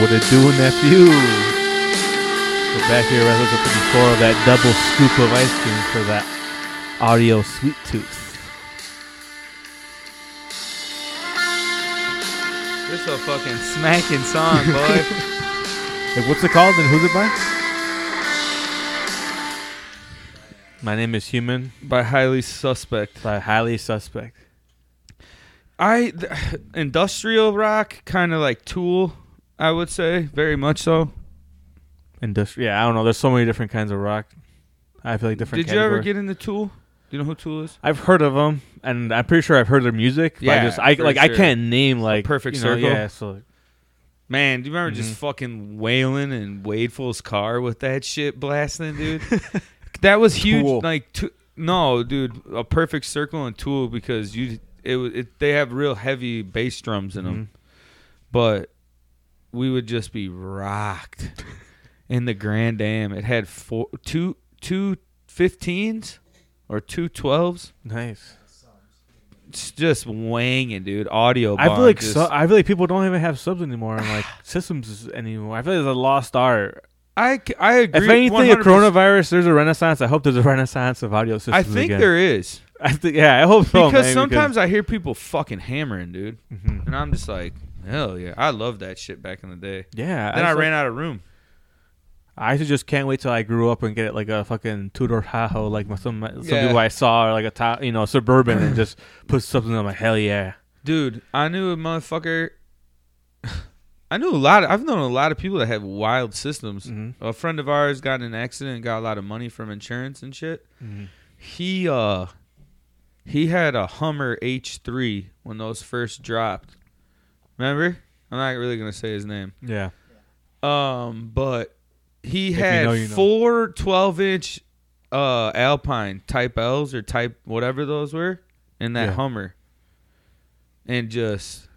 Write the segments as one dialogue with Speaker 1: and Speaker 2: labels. Speaker 1: What it do, nephew? We're back here at episode 54 of that double scoop of ice cream for that audio sweet tooth.
Speaker 2: You're so fucking smacking song, boy.
Speaker 1: Hey, what's it called and who's it by? My name is Human
Speaker 2: By highly suspect.
Speaker 1: by Highly Suspect.
Speaker 2: I th- industrial rock, kind of like Tool, I would say, very much so.
Speaker 1: Industri- yeah, I don't know. There's so many different kinds of rock. I feel like different
Speaker 2: Did you ever
Speaker 1: categories.
Speaker 2: get into Tool? Do you know who Tool is?
Speaker 1: I've heard of them, and I'm pretty sure I've heard their music. but I
Speaker 2: Yeah,
Speaker 1: just I
Speaker 2: for
Speaker 1: like I
Speaker 2: sure.
Speaker 1: can't name like
Speaker 2: Perfect
Speaker 1: you know,
Speaker 2: Circle.
Speaker 1: Yeah, so
Speaker 2: Man, do you remember just
Speaker 1: Mm-hmm.
Speaker 2: fucking wailing in Wadeful's car with that shit blasting, dude? that was huge.
Speaker 1: Tool.
Speaker 2: Like, to, no, dude, a perfect circle and tool because you it, wa- it they have real heavy bass drums
Speaker 1: Mm-hmm.
Speaker 2: in them,
Speaker 1: mm,
Speaker 2: but we would just be rocked in the Grand Am. It had four two two 15s or two 12s.
Speaker 1: nice.
Speaker 2: It's just wanging, dude. Audio.
Speaker 1: I feel
Speaker 2: bomb,
Speaker 1: like
Speaker 2: just,
Speaker 1: su- I feel like people don't even have subs anymore, and like systems anymore. I feel like it's a lost art.
Speaker 2: I c- I agree.
Speaker 1: if anything, a
Speaker 2: 100%.
Speaker 1: coronavirus, there's a renaissance. I hope there's a renaissance of audio systems.
Speaker 2: I think
Speaker 1: again.
Speaker 2: there is.
Speaker 1: I think, yeah, I hope so. mm-hmm.
Speaker 2: because sometimes I hear people fucking hammering, dude, and I'm just like, hell yeah, I love that shit back in the day.
Speaker 1: yeah,
Speaker 2: Then I,
Speaker 1: just, like,
Speaker 2: ran out of room.
Speaker 1: I just- just can't wait till I grew up and get like a fucking Tudor Tahoe, like my, some some
Speaker 2: Yeah.
Speaker 1: people I saw, or like a ta- you know suburban, and just put something on my hell yeah.
Speaker 2: Dude, I knew a motherfucker. I knew a lot. Of, I've known a lot of people that have wild systems. A friend of ours got in an accident, and got a lot of money from insurance and shit.
Speaker 1: Mm-hmm.
Speaker 2: He uh, he had a Hummer H3 when those first dropped. Remember? I'm not really gonna say his name.
Speaker 1: Yeah,
Speaker 2: Um, but he
Speaker 1: If you
Speaker 2: had
Speaker 1: know, you know.
Speaker 2: four 12 inch uh Alpine type L's or type whatever those were in that
Speaker 1: Yeah.
Speaker 2: Hummer. And just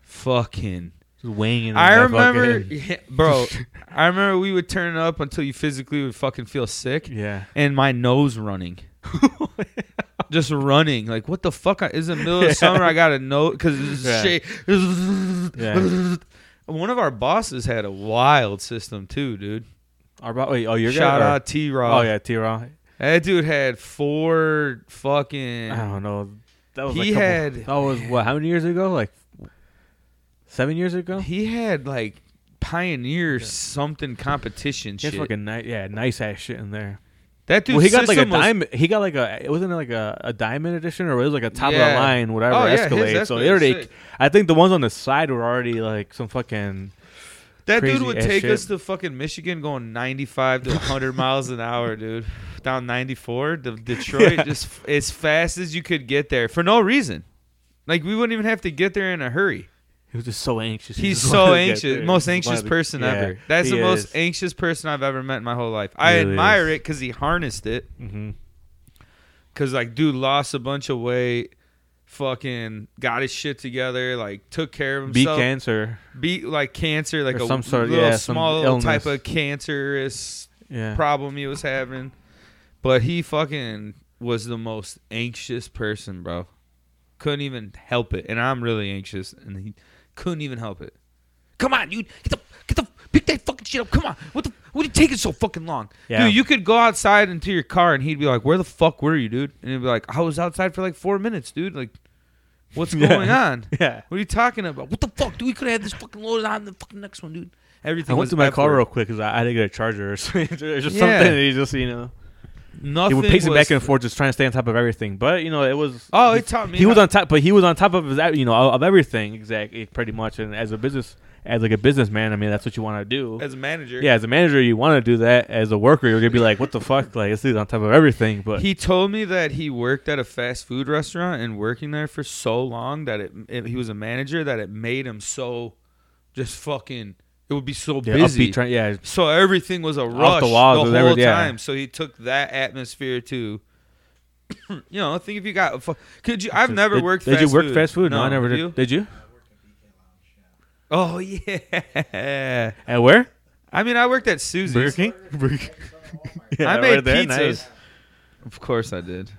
Speaker 2: fucking
Speaker 1: just winging.
Speaker 2: I
Speaker 1: that
Speaker 2: remember
Speaker 1: fucking-
Speaker 2: yeah, bro, I remember we would turn it up until you physically would fucking feel sick
Speaker 1: Yeah.
Speaker 2: and my nose running. Just running, like what the fuck? I- It's the middle
Speaker 1: Yeah.
Speaker 2: of summer. I got a note because
Speaker 1: Yeah.
Speaker 2: shit. One of our bosses had a wild system too, dude.
Speaker 1: Our bo- wait, oh, you're
Speaker 2: Shout
Speaker 1: good, or-
Speaker 2: out T Raw.
Speaker 1: Oh yeah, T Raw.
Speaker 2: that dude had four fucking.
Speaker 1: I don't know. That was like
Speaker 2: He
Speaker 1: couple,
Speaker 2: had-
Speaker 1: That was what? How many years ago? Like seven years ago.
Speaker 2: He had like pioneer something competition
Speaker 1: He had
Speaker 2: shit.
Speaker 1: fucking nice, yeah, nice ass shit in there.
Speaker 2: that dude.
Speaker 1: well, he got like a
Speaker 2: system was-
Speaker 1: diamond. He got like a. It wasn't it like a, a diamond edition, or it was like a top of the
Speaker 2: Yeah.
Speaker 1: line, whatever
Speaker 2: Oh, yeah, his
Speaker 1: Escalade. so they
Speaker 2: Escalade's
Speaker 1: already.
Speaker 2: sick.
Speaker 1: I think the ones on the side were already like some fucking.
Speaker 2: That dude
Speaker 1: crazy
Speaker 2: would
Speaker 1: ass
Speaker 2: take
Speaker 1: shit.
Speaker 2: us to fucking Michigan, going 95 to 100 miles an hour, dude. Down 94 to Detroit,
Speaker 1: Yeah.
Speaker 2: just f- as fast as you could get there for no reason. Like we wouldn't even have to get there in a hurry.
Speaker 1: He was just so anxious. He
Speaker 2: He's
Speaker 1: just wanted
Speaker 2: so
Speaker 1: to get
Speaker 2: anxious.
Speaker 1: there.
Speaker 2: Most
Speaker 1: He
Speaker 2: anxious
Speaker 1: wanted to-
Speaker 2: person
Speaker 1: yeah,
Speaker 2: ever. That's
Speaker 1: he
Speaker 2: the most
Speaker 1: is.
Speaker 2: anxious person I've ever met in my whole life. I
Speaker 1: Really
Speaker 2: admire
Speaker 1: is.
Speaker 2: it because he harnessed it.
Speaker 1: Mhm.
Speaker 2: Because, like, dude lost a bunch of weight, fucking got his shit together, like, took care of
Speaker 1: Beat
Speaker 2: himself.
Speaker 1: cancer.
Speaker 2: Beat, like, cancer, like
Speaker 1: Or
Speaker 2: a
Speaker 1: some sort-
Speaker 2: little
Speaker 1: yeah, some
Speaker 2: small little type
Speaker 1: illness.
Speaker 2: of cancerous
Speaker 1: Yeah.
Speaker 2: problem he was having. But he fucking was the most anxious person, bro. Couldn't even help it. And I'm really anxious and he couldn't even help it. Come on, dude. Get the get the pick that fucking shit up. Come on. What the what are you taking so fucking long?
Speaker 1: Yeah.
Speaker 2: Dude, you could go outside into your car and he'd be like, Where the fuck were you, dude? And he'd be like, I was outside for like four minutes, dude. Like what's
Speaker 1: Yeah.
Speaker 2: going on?
Speaker 1: yeah.
Speaker 2: What are you talking about? What the fuck, dude? We could have had this fucking loaded on the fucking next one, dude. Everything
Speaker 1: I went
Speaker 2: was
Speaker 1: to my car
Speaker 2: effort.
Speaker 1: real quick because I, I had to get a charger or something. There's just
Speaker 2: Yeah.
Speaker 1: something that you just, you know. He
Speaker 2: Nothing
Speaker 1: would pace it
Speaker 2: was
Speaker 1: back and forth, just trying to stay on top of everything. But, you know, it was.
Speaker 2: Oh, it taught me.
Speaker 1: He was
Speaker 2: how-
Speaker 1: on top, but he was on top of his, e, you know, of everything, exactly, pretty much. And as a business, as like a businessman, I mean, that's what you want to do.
Speaker 2: as a manager.
Speaker 1: yeah, as a manager, you want to do that. As a worker, you're gonna be like, "What the fuck?" Like, this dude's on top of everything. But
Speaker 2: He told me that he worked at a fast food restaurant and working there for so long that it, it- he was a manager that it made him so just fucking it would be so
Speaker 1: yeah,
Speaker 2: busy.
Speaker 1: upbeat, trying, yeah,
Speaker 2: so everything was a
Speaker 1: Off
Speaker 2: rush
Speaker 1: the
Speaker 2: the,
Speaker 1: walls was
Speaker 2: whole
Speaker 1: every- yeah.
Speaker 2: time. So he took that atmosphere to you know, I think if you got a fu- could you I've never
Speaker 1: did,
Speaker 2: worked
Speaker 1: Did
Speaker 2: fast
Speaker 1: you work
Speaker 2: food.
Speaker 1: fast food? No, I never did.
Speaker 2: You?
Speaker 1: Did you?
Speaker 2: Oh yeah.
Speaker 1: At where?
Speaker 2: I mean, I worked at Susie's.
Speaker 1: Burger King. Burger King. yeah,
Speaker 2: I made
Speaker 1: right there,
Speaker 2: pizzas.
Speaker 1: nice.
Speaker 2: Of course I did.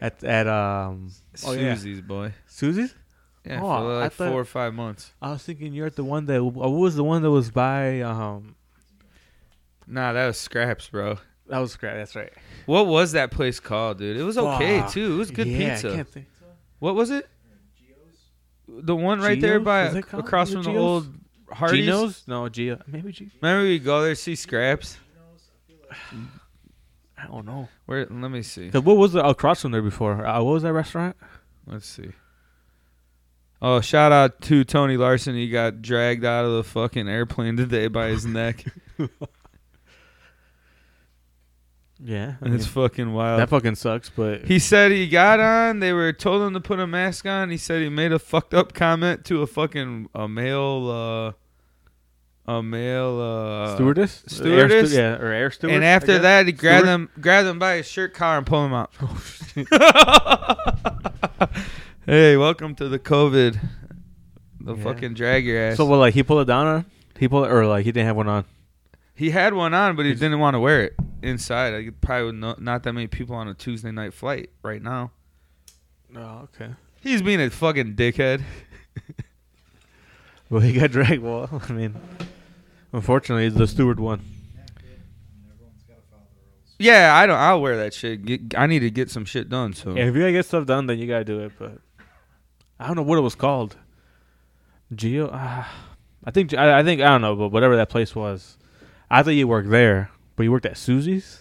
Speaker 1: At at um
Speaker 2: Susie's boy.
Speaker 1: Susie's.
Speaker 2: Yeah,
Speaker 1: Oh,
Speaker 2: for
Speaker 1: I
Speaker 2: like
Speaker 1: thought-
Speaker 2: four or five months.
Speaker 1: I was thinking you're at the one that. What was the one that was by? Um,
Speaker 2: Nah, that was scraps, bro.
Speaker 1: that was great. That's right.
Speaker 2: What was that place called, dude? It was okay
Speaker 1: Fuck.
Speaker 2: too. It was good
Speaker 1: Yeah, I
Speaker 2: pizza.
Speaker 1: can't think-
Speaker 2: What was it? The one right there
Speaker 1: Geo's?
Speaker 2: by
Speaker 1: Is it called-
Speaker 2: across
Speaker 1: is it
Speaker 2: from the
Speaker 1: Geo's?
Speaker 2: old Hardee's.
Speaker 1: Geno's? No, Geo. Maybe G.
Speaker 2: Remember we go there see scraps.
Speaker 1: I don't know.
Speaker 2: Where? Let me see.
Speaker 1: Cause what was the, across from there before? Uh, what was that restaurant?
Speaker 2: Let's see. Oh, shout out to Tony Larson. He got dragged out of the fucking airplane today by his neck.
Speaker 1: Yeah, I
Speaker 2: And it's
Speaker 1: mean,
Speaker 2: fucking wild.
Speaker 1: that fucking sucks. But
Speaker 2: He said he got on. They were told him to put a mask on. He said he made a fucked up comment to a fucking a male, uh, a male uh,
Speaker 1: stewardess, Air stu-
Speaker 2: stewardess?
Speaker 1: yeah, or air steward.
Speaker 2: And
Speaker 1: I
Speaker 2: after
Speaker 1: guess.
Speaker 2: that, he grabbed
Speaker 1: Steward? Oh,
Speaker 2: him, grabbed him by his shirt collar and pulled him out. hey, welcome to the COVID. The
Speaker 1: Yeah.
Speaker 2: fucking drag your ass.
Speaker 1: so what, like he pulled it down on, he pulled it, or like he didn't have one on.
Speaker 2: he had one on, but he didn't want to wear it inside. I could probably would not, not that many people on a Tuesday night flight right now.
Speaker 1: Oh, okay.
Speaker 2: He's being a fucking dickhead.
Speaker 1: Well, he got dragged. Well, I mean, unfortunately, the steward won.
Speaker 2: Yeah, I don't. I'll wear that shit. Get, I need to get some shit done. So
Speaker 1: Yeah, if you gotta get stuff done, then you gotta do it. But I don't know what it was called. Geo, uh, I think I, I think I don't know, but whatever that place was, I thought you worked there, but you worked at Susie's.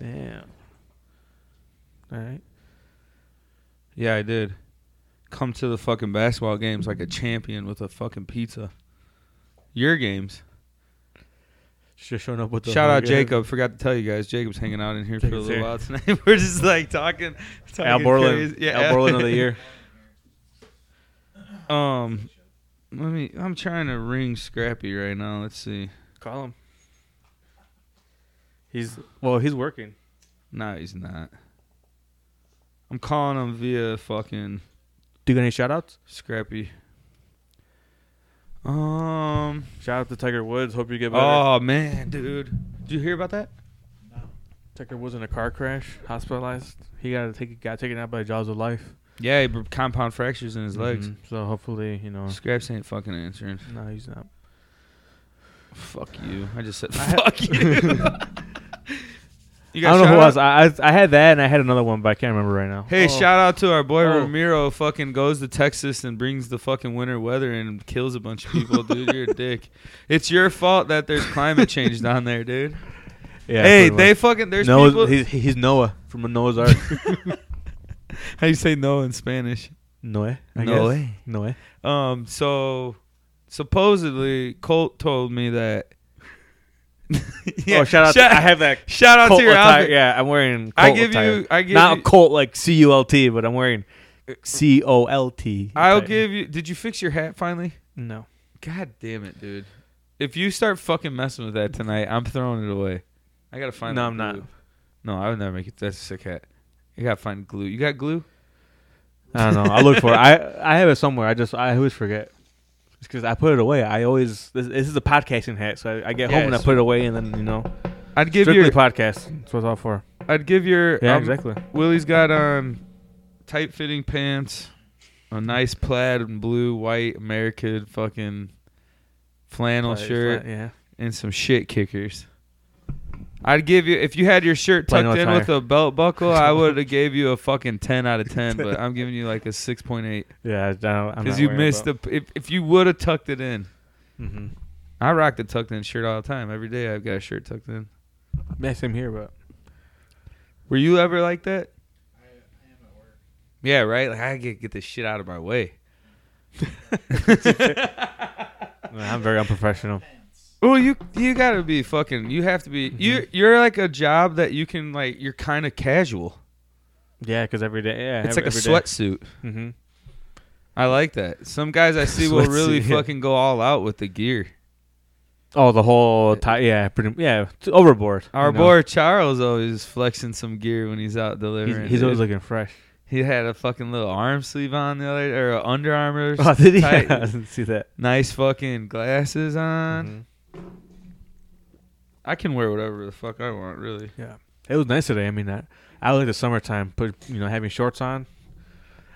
Speaker 1: Damn. All right.
Speaker 2: yeah, I did. Come to the fucking basketball games like a champion with a fucking pizza. Your games.
Speaker 1: Just showing up with the
Speaker 2: Shout out
Speaker 1: hungry-
Speaker 2: Jacob. Forgot to tell you guys, Jacob's hanging out in here for a
Speaker 1: Jacob's
Speaker 2: little
Speaker 1: here.
Speaker 2: while tonight. We're just like talking. talking
Speaker 1: Al Borland.
Speaker 2: crazy. Yeah,
Speaker 1: Al Borland of the year.
Speaker 2: Um, let me. I'm trying to ring Scrappy right now. Let's see.
Speaker 1: Call him. He's well. He's working.
Speaker 2: No, he's not. I'm calling him via fucking
Speaker 1: Do you got any shout outs?
Speaker 2: Scrappy. Um.
Speaker 1: Shout out to Tiger Woods. Hope you get better.
Speaker 2: Oh man, dude. Did you hear about that?
Speaker 1: Tucker was in a car crash, hospitalized. He got take got taken out by jaws of life.
Speaker 2: Yeah, he br- compound fractures in his legs.
Speaker 1: Mhm. So hopefully, you know,
Speaker 2: Scraps ain't fucking answering.
Speaker 1: no, he's not.
Speaker 2: Fuck you. I just said
Speaker 1: I had-
Speaker 2: fuck you. you
Speaker 1: I don't know who
Speaker 2: shout-out?
Speaker 1: else. I, I I had that and I had another one, but I can't remember right now.
Speaker 2: Hey,
Speaker 1: Oh,
Speaker 2: shout out to our boy
Speaker 1: Oh.
Speaker 2: Ramiro. Fucking goes to Texas and brings the fucking winter weather and kills a bunch of people, dude. You're a dick. It's your fault that there's climate change down there, dude.
Speaker 1: Yeah,
Speaker 2: hey,
Speaker 1: pretty
Speaker 2: they
Speaker 1: much.
Speaker 2: fucking there's
Speaker 1: Noah's,
Speaker 2: people.
Speaker 1: He's, he's Noah from Noah's Ark.
Speaker 2: How you say no in Spanish?
Speaker 1: Noah. I
Speaker 2: No
Speaker 1: guess.
Speaker 2: way.
Speaker 1: Noah.
Speaker 2: Um, so supposedly Colt told me that.
Speaker 1: Oh, shout out!
Speaker 2: Shout,
Speaker 1: to, I have that.
Speaker 2: shout out
Speaker 1: Colt
Speaker 2: to your
Speaker 1: attire.
Speaker 2: outfit.
Speaker 1: Yeah, I'm wearing. Colt
Speaker 2: I give
Speaker 1: attire.
Speaker 2: you. I give
Speaker 1: not
Speaker 2: you.
Speaker 1: Colt like C U L T, but I'm wearing C O L T.
Speaker 2: I'll
Speaker 1: attire.
Speaker 2: give you. Did you fix your hat finally?
Speaker 1: No.
Speaker 2: God damn it, dude! If you start fucking messing with that tonight, I'm throwing it away. I gotta find.
Speaker 1: No,
Speaker 2: the
Speaker 1: I'm not.
Speaker 2: glue. No, I would never make it. That's a sick hat. You gotta find glue. You got glue?
Speaker 1: I don't know. I'll look for it. I I have it somewhere. I just I always forget. It's because I put it away. I always this, this is a podcasting hat, so I, I get home and I
Speaker 2: Yes.
Speaker 1: put it away, and then you know
Speaker 2: I'd give
Speaker 1: strictly
Speaker 2: your.
Speaker 1: podcast. That's what it's all for.
Speaker 2: I'd give your.
Speaker 1: Yeah,
Speaker 2: um,
Speaker 1: exactly.
Speaker 2: Willie's got on tight fitting pants, a nice plaid and blue, white American fucking flannel
Speaker 1: Flat-
Speaker 2: shirt,
Speaker 1: flat, yeah.
Speaker 2: and some shit kickers. I'd give you if you had your shirt
Speaker 1: Plain
Speaker 2: tucked in
Speaker 1: old
Speaker 2: with a belt buckle, I would have gave you a fucking ten out of ten, but I'm giving you like a six point eight.
Speaker 1: Yeah, I I don't, I'm
Speaker 2: Because you missed the if, if you would have tucked it in.
Speaker 1: Mm-hmm.
Speaker 2: I rock the tucked in shirt all the time. Every day I've got a shirt tucked in.
Speaker 1: Yeah, same here, but
Speaker 2: Were you ever like that? Yeah, right. Like I get get this shit out of my way.
Speaker 1: I'm very unprofessional.
Speaker 2: Well, you you gotta be fucking. You have to be.
Speaker 1: Mm-hmm.
Speaker 2: You you're like a job that you can like. You're kind of casual.
Speaker 1: Yeah, because every day, yeah,
Speaker 2: It's
Speaker 1: every,
Speaker 2: like a sweatsuit.
Speaker 1: hmm
Speaker 2: I like that. Some guys I see will really
Speaker 1: Sweatsuit, yeah.
Speaker 2: fucking go all out with the gear.
Speaker 1: Oh, the whole ti yeah, pretty yeah, it's overboard.
Speaker 2: Our
Speaker 1: you know?
Speaker 2: boy Charles always flexing some gear when he's out
Speaker 1: he's,
Speaker 2: delivering.
Speaker 1: he's always
Speaker 2: dude.
Speaker 1: looking fresh.
Speaker 2: He had a fucking little arm sleeve on the other, or a Under Armour.
Speaker 1: Oh, did he?
Speaker 2: tight-
Speaker 1: I didn't see that.
Speaker 2: Nice fucking glasses on.
Speaker 1: Mhm.
Speaker 2: I can wear whatever the fuck I want, really.
Speaker 1: It was nice today. I mean, I, I like the summertime, but you know, having shorts on.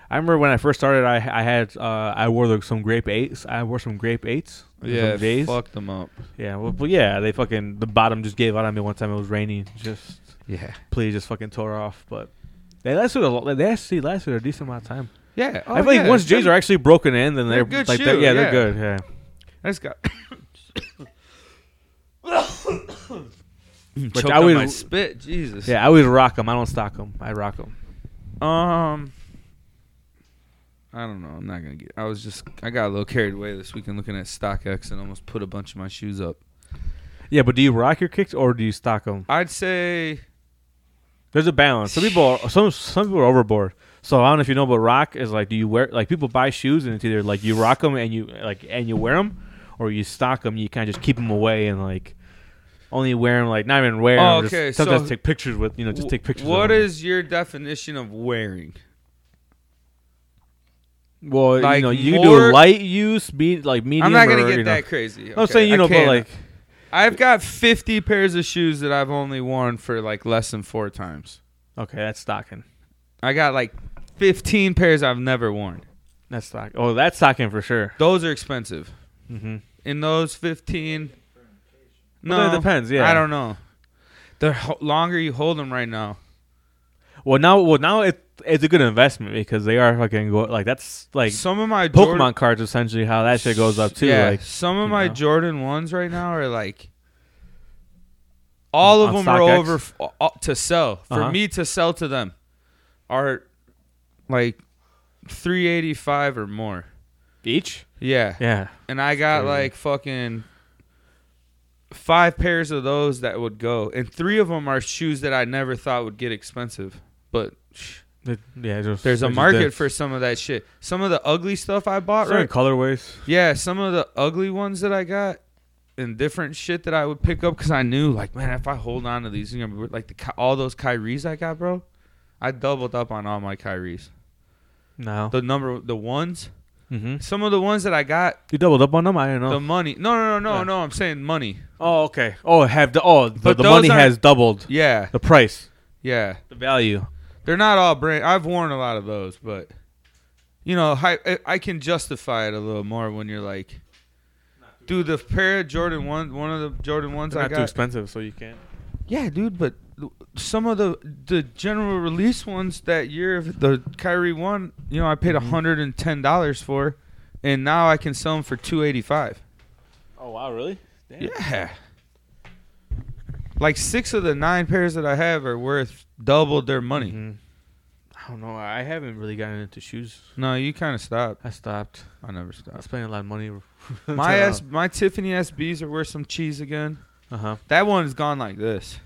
Speaker 1: I remember when I first started, I I had uh, I wore the, some grape eights. I wore some grape eights. and
Speaker 2: Yeah,
Speaker 1: some J's.
Speaker 2: fuck them up.
Speaker 1: Yeah, well, but yeah, they fucking the bottom just gave out on me one time. It was raining. Just
Speaker 2: Yeah.
Speaker 1: please, just fucking tore off. But they lasted a lot. They actually lasted a decent amount of time.
Speaker 2: Yeah.
Speaker 1: I feel like once J's are actually broken in, then
Speaker 2: They're
Speaker 1: they're,
Speaker 2: good
Speaker 1: like,
Speaker 2: shoe,
Speaker 1: they're- yeah, they're
Speaker 2: yeah.
Speaker 1: good. Yeah.
Speaker 2: I just got.
Speaker 1: Which
Speaker 2: Choked
Speaker 1: I
Speaker 2: on
Speaker 1: would-
Speaker 2: my spit. Jesus.
Speaker 1: Yeah, I always rock them. I don't stock them. I rock them.
Speaker 2: Um. I don't know. I'm not gonna get. I was just. I got a little carried away this weekend looking at StockX and almost put a bunch of my shoes up.
Speaker 1: Yeah, but do you rock your kicks or do you stock them?
Speaker 2: I'd say.
Speaker 1: There's a balance. Some people, are, some some people are overboard. So I don't know if you know, but rock is like, do you wear like people buy shoes and it's either like you rock them and you like and you wear them, or you stock them. You kind of just keep them away and like only wear them like not even wear. 'em,
Speaker 2: Oh,
Speaker 1: just
Speaker 2: okay,
Speaker 1: sometimes
Speaker 2: so-
Speaker 1: take pictures with you know just take pictures. of
Speaker 2: What
Speaker 1: 'em.
Speaker 2: is your definition of wearing?
Speaker 1: well
Speaker 2: like,
Speaker 1: you know you
Speaker 2: more-
Speaker 1: do light use, be like medium.
Speaker 2: I'm not gonna
Speaker 1: or,
Speaker 2: get
Speaker 1: you know-
Speaker 2: that crazy.
Speaker 1: I'm
Speaker 2: okay?
Speaker 1: saying you
Speaker 2: I
Speaker 1: know, but
Speaker 2: can't.
Speaker 1: like
Speaker 2: I've got 50 pairs of shoes that I've only worn for like less than four times.
Speaker 1: okay, that's stocking.
Speaker 2: I got like 15 pairs I've never worn.
Speaker 1: That's stock. Oh, that's stocking for sure.
Speaker 2: Those are expensive.
Speaker 1: Mm-hmm.
Speaker 2: In those 15,
Speaker 1: No,
Speaker 2: no,
Speaker 1: it depends. Yeah,
Speaker 2: I don't know. The ho- longer you hold them right now,
Speaker 1: Well, now, well, now it it's a good investment because they are fucking go, like that's like
Speaker 2: some of my
Speaker 1: Pokemon
Speaker 2: Jordan-
Speaker 1: cards essentially how that shit goes up too.
Speaker 2: Yeah,
Speaker 1: Like
Speaker 2: some of
Speaker 1: you
Speaker 2: my
Speaker 1: know.
Speaker 2: Jordan ones right now are like. All of
Speaker 1: On
Speaker 2: them are
Speaker 1: StockX?
Speaker 2: over f- uh, to sell for
Speaker 1: Uh-huh.
Speaker 2: me to sell to them, are like three eighty five or more.
Speaker 1: each.
Speaker 2: Yeah,
Speaker 1: Yeah.
Speaker 2: and I got
Speaker 1: Crazy.
Speaker 2: like fucking five pairs of those that would go, and three of them are shoes that I never thought would get expensive. But psh,
Speaker 1: It- yeah. Just,
Speaker 2: there's a
Speaker 1: it just
Speaker 2: market
Speaker 1: did.
Speaker 2: for some of that shit. Some of the ugly stuff I bought,
Speaker 1: certain
Speaker 2: right?
Speaker 1: colorways.
Speaker 2: Yeah, some of the ugly ones that I got and different shit that I would pick up because I knew, like, man, if I hold on to these, you know, like the Ky- all those Kyries I got, bro. I doubled up on all my Kyries.
Speaker 1: No.
Speaker 2: The number, the ones,
Speaker 1: hmm
Speaker 2: some of the ones that I got,
Speaker 1: You doubled up on them. I don't know.
Speaker 2: the money. No, no, no, no,
Speaker 1: Yeah.
Speaker 2: no. I'm saying money.
Speaker 1: oh, okay. Oh, have the oh the,
Speaker 2: But
Speaker 1: the
Speaker 2: those
Speaker 1: money
Speaker 2: aren't-
Speaker 1: has doubled
Speaker 2: Yeah,
Speaker 1: the price,
Speaker 2: yeah.
Speaker 1: the value.
Speaker 2: They're not all brand. I've worn a lot of those, but you know, hi- I, I can justify it a little more when you're like, dude, the pair of Jordan one, one of the Jordan ones
Speaker 1: It's not
Speaker 2: I
Speaker 1: too
Speaker 2: got.
Speaker 1: expensive, so you can't.
Speaker 2: Yeah, dude, but th- some of the the general release ones that year, the Kyrie one, you know, I paid
Speaker 1: Mm-hmm.
Speaker 2: hundred and ten dollars for, and now I can sell them for two eighty five.
Speaker 1: Oh wow, really?
Speaker 2: Yeah. Like six of the nine pairs that I have are worth double their money.
Speaker 1: Mhm. I don't know. I haven't really gotten into shoes.
Speaker 2: No, you kind of stopped.
Speaker 1: I stopped.
Speaker 2: I never
Speaker 1: I
Speaker 2: stopped.
Speaker 1: was spending a lot of money.
Speaker 2: My S, my Tiffany SBs are worth some cheese again.
Speaker 1: Uh huh.
Speaker 2: That one's gone like this.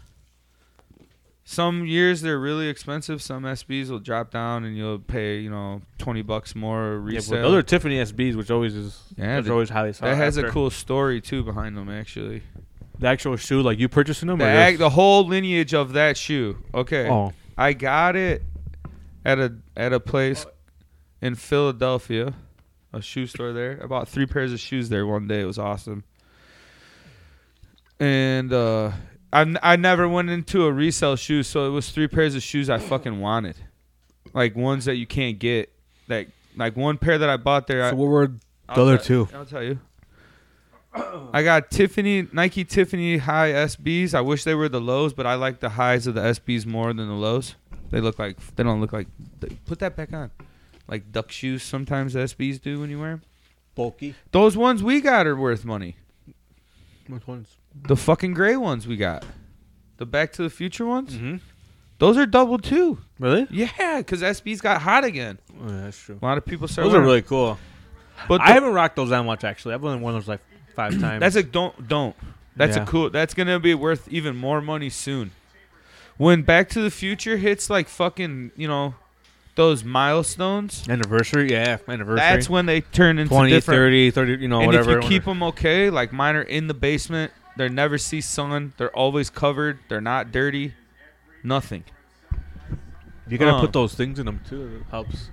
Speaker 2: Some years they're really expensive. Some SBs will drop down, and you'll pay you know twenty bucks more
Speaker 1: Yeah,
Speaker 2: resale.
Speaker 1: but those are Tiffany SBs, which always is
Speaker 2: Yeah,
Speaker 1: which
Speaker 2: the-
Speaker 1: are always highly sought
Speaker 2: that has a
Speaker 1: after.
Speaker 2: cool story too behind them, actually.
Speaker 1: the actual shoe, like you purchasing them.
Speaker 2: The,
Speaker 1: or
Speaker 2: ag-
Speaker 1: just-
Speaker 2: the whole lineage of that shoe. Okay,
Speaker 1: oh,
Speaker 2: I got it at a at a place in Philadelphia, a shoe store there. I bought three pairs of shoes there one day. It was awesome. And uh, I n- I never went into a resale shoe, so it was three pairs of shoes I fucking wanted, like ones that you can't get. Like like one pair that I bought there. I,
Speaker 1: so what were
Speaker 2: I'll
Speaker 1: The other
Speaker 2: tell-
Speaker 1: two.
Speaker 2: I'll tell you. I got Tiffany Nike Tiffany high SBs. I wish they were the lows, but I like the highs of the SBs more than the lows. They look like they don't look like. They, put that back on, like duck shoes. Sometimes the SBs do when you wear them.
Speaker 1: bulky?
Speaker 2: Those ones we got are worth money.
Speaker 1: Which ones?
Speaker 2: The fucking gray ones we got, the Back to the Future ones.
Speaker 1: Mm-hmm.
Speaker 2: Those are double too.
Speaker 1: Really?
Speaker 2: Yeah, because SBs got hot again.
Speaker 1: Oh, yeah, that's true.
Speaker 2: A lot of people started.
Speaker 1: Those are
Speaker 2: wearing
Speaker 1: really cool.
Speaker 2: them. But
Speaker 1: I
Speaker 2: the-
Speaker 1: haven't rocked those that much actually. I've only worn those like five times.
Speaker 2: That's a don't don't. That's
Speaker 1: Yeah.
Speaker 2: a cool. That's gonna be worth even more money soon. When Back to the Future hits like fucking, you know, those milestones.
Speaker 1: anniversary. Yeah, anniversary.
Speaker 2: That's when they turn into
Speaker 1: 20,
Speaker 2: different.
Speaker 1: 30, 30, you know,
Speaker 2: and
Speaker 1: whatever.
Speaker 2: if you keep them okay, like mine are in the basement. They never see sun. They're always covered. They're not dirty. Nothing.
Speaker 1: you gotta
Speaker 2: uh.
Speaker 1: put those things in them too. It helps.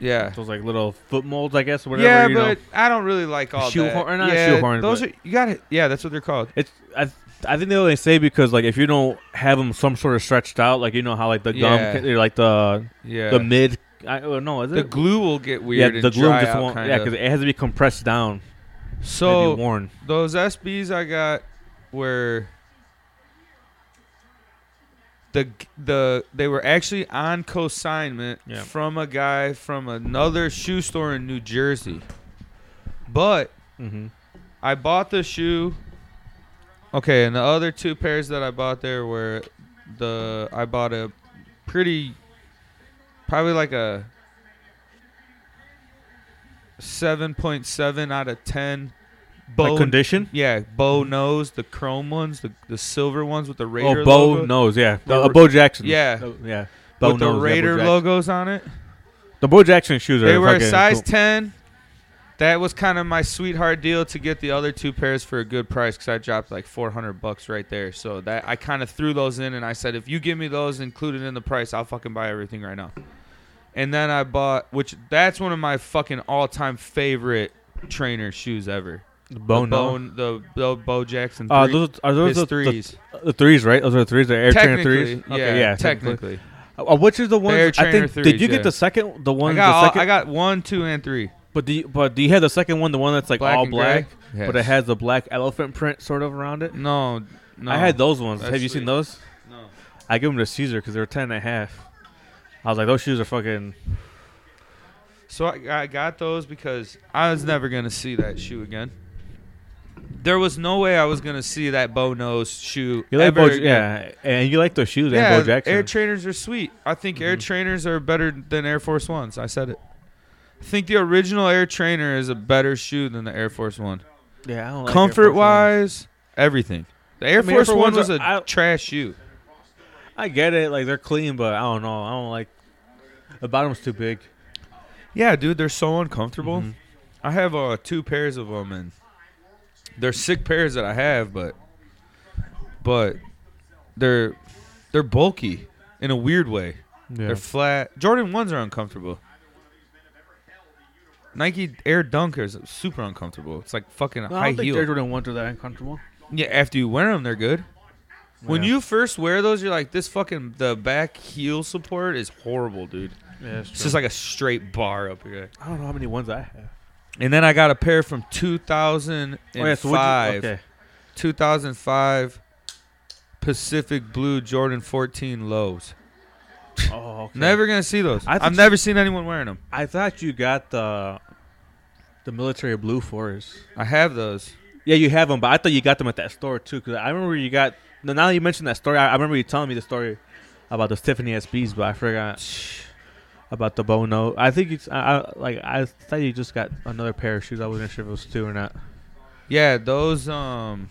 Speaker 2: Yeah.
Speaker 1: Those like little foot molds, I guess, or whatever.
Speaker 2: yeah,
Speaker 1: you know.
Speaker 2: but I don't really like all
Speaker 1: Shoehorn-
Speaker 2: that.
Speaker 1: or not
Speaker 2: yeah,
Speaker 1: shoehorned,
Speaker 2: those
Speaker 1: but-
Speaker 2: are you got to Yeah, that's what they're called.
Speaker 1: It's I I think they only say because like if you don't have them some sort of stretched out, like you know how like the gum,
Speaker 2: Yeah.
Speaker 1: ca- or, like the
Speaker 2: Yeah.
Speaker 1: the mid I, oh, no, is
Speaker 2: The
Speaker 1: it?
Speaker 2: glue will get
Speaker 1: yeah,
Speaker 2: weird.
Speaker 1: the
Speaker 2: and
Speaker 1: glue
Speaker 2: dry
Speaker 1: just
Speaker 2: out,
Speaker 1: won't.
Speaker 2: Kinda.
Speaker 1: Yeah, because it has to be compressed down. So
Speaker 2: so
Speaker 1: worn.
Speaker 2: those SBs I got were the the they were actually on consignment
Speaker 1: Yeah.
Speaker 2: from a guy from another shoe store in New Jersey, but
Speaker 1: Mm-hmm.
Speaker 2: I bought the shoe. Okay, and the other two pairs that I bought there were the I bought a pretty probably like a 7.7 out of 10 bow
Speaker 1: Like condition.
Speaker 2: Yeah, bow nose, the chrome ones, the the silver ones with the Raider
Speaker 1: Oh, Bo
Speaker 2: logo.
Speaker 1: knows. Yeah, the,
Speaker 2: Were-
Speaker 1: uh, Bo Jackson.
Speaker 2: Yeah.
Speaker 1: No, yeah. Bo
Speaker 2: with the
Speaker 1: knows, yeah, Bo
Speaker 2: Raider
Speaker 1: Jackson.
Speaker 2: logos on it.
Speaker 1: The Bo Jackson shoes are.
Speaker 2: They were a
Speaker 1: fucking
Speaker 2: size
Speaker 1: cool.
Speaker 2: 10. That was kind of my sweetheart deal to get the other two pairs for a good price because I dropped like 400 bucks right there. So that I kind of threw those in and I said, if you give me those included in the price, I'll fucking buy everything right now. And then I bought, which that's one of my fucking all time favorite trainer shoes ever.
Speaker 1: The Bo
Speaker 2: the
Speaker 1: knows.
Speaker 2: Bone, the, the Bo Jackson. Three,
Speaker 1: Uh, those are those
Speaker 2: his
Speaker 1: the, the,
Speaker 2: threes.
Speaker 1: the threes, right? Those are the threes, the Air Trainer
Speaker 2: technically,
Speaker 1: threes.
Speaker 2: yeah,
Speaker 1: Okay, yeah,
Speaker 2: technically.
Speaker 1: Uh, which is the ones?
Speaker 2: Air
Speaker 1: I think.
Speaker 2: Trainer
Speaker 1: did you
Speaker 2: threes,
Speaker 1: get
Speaker 2: yeah.
Speaker 1: the second? The one.
Speaker 2: I got,
Speaker 1: the
Speaker 2: all-
Speaker 1: second,
Speaker 2: I got one, two, and three.
Speaker 1: But do you, but do you have the second one? The one that's like
Speaker 2: Black
Speaker 1: all
Speaker 2: and gray?
Speaker 1: black, but it
Speaker 2: Yes.
Speaker 1: has the black elephant print sort of around it.
Speaker 2: No, no.
Speaker 1: I had those ones.
Speaker 2: That's
Speaker 1: have you seen
Speaker 2: sweet.
Speaker 1: those?
Speaker 2: No.
Speaker 1: I give them to Caesar because they were ten and a half. I was like, those shoes are fucking.
Speaker 2: So I, I got those because I was never gonna see that shoe again. There was no way I was gonna see that bow nose shoe.
Speaker 1: You like
Speaker 2: ever
Speaker 1: Bo?
Speaker 2: again.
Speaker 1: Yeah, and you like those shoes
Speaker 2: yeah.
Speaker 1: and Bo Jackson.
Speaker 2: Air trainers are sweet. I think air
Speaker 1: Mhm.
Speaker 2: trainers are better than Air Force Ones. I said it. I think the original Air Trainer is a better shoe than the Air Force One.
Speaker 1: yeah, I don't like Air Force
Speaker 2: Comfort
Speaker 1: Ones.
Speaker 2: wise, everything. The Air
Speaker 1: I mean, Air
Speaker 2: Force
Speaker 1: Force
Speaker 2: One
Speaker 1: Ones
Speaker 2: was
Speaker 1: are-
Speaker 2: a
Speaker 1: I-
Speaker 2: trash shoe.
Speaker 1: I get it. Like they're clean, but I don't know. I don't like. The bottom's too big.
Speaker 2: Yeah, dude, they're so uncomfortable.
Speaker 1: Mhm.
Speaker 2: I have uh, two pairs of them, and they're sick pairs that I have, but but they're they're bulky in a weird way.
Speaker 1: Yeah.
Speaker 2: They're flat. Jordan ones are uncomfortable. Nike Air Dunkers are super uncomfortable. It's like fucking
Speaker 1: No, I
Speaker 2: high
Speaker 1: don't think
Speaker 2: heel.
Speaker 1: Air Jordan ones are that uncomfortable.
Speaker 2: yeah, after you wear them, they're good. When
Speaker 1: Yeah.
Speaker 2: you first wear those, you're like, this fucking the back heel support is horrible, dude.
Speaker 1: Yeah, that's
Speaker 2: It's
Speaker 1: true.
Speaker 2: just like a straight bar up here.
Speaker 1: I don't know how many ones I have.
Speaker 2: And then I got a pair from 2005.
Speaker 1: Oh, yeah, so what'd you- okay.
Speaker 2: 2005 Pacific Blue Jordan 14 lows.
Speaker 1: Oh, okay.
Speaker 2: Never gonna see those.
Speaker 1: I
Speaker 2: I
Speaker 1: think
Speaker 2: have never seen anyone wearing them.
Speaker 1: I thought you got the the military blue fours.
Speaker 2: I have those.
Speaker 1: Yeah, you have them, but I thought you got them at that store too. Because I remember you got. Now that you mentioned that story, I, I remember you telling me the story about those Tiffany SBs, but I forgot about the Bono. I think it's I, I like I thought you just got another pair of shoes. I wasn't sure if it was two or not.
Speaker 2: Yeah, those um,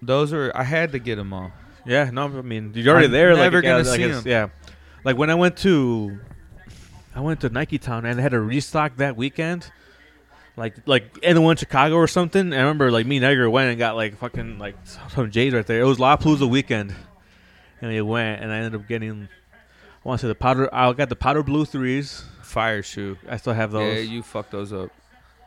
Speaker 2: those are. I had to get them all.
Speaker 1: Yeah, no, I mean you're already
Speaker 2: I'm
Speaker 1: there. like,
Speaker 2: never
Speaker 1: yeah,
Speaker 2: gonna
Speaker 1: like,
Speaker 2: see
Speaker 1: it's-
Speaker 2: 'em.
Speaker 1: Yeah, like when I went to, I went to Nike Town and they had a restock that weekend, like like anyone in Chicago or something. And I remember like me and Edgar went and got like fucking like some J's right there. It was La Palooza weekend, and we went and I ended up getting. I want to say the powder. I got the powder blue threes.
Speaker 2: Fire shoe.
Speaker 1: I still have those.
Speaker 2: Yeah, you fucked those up.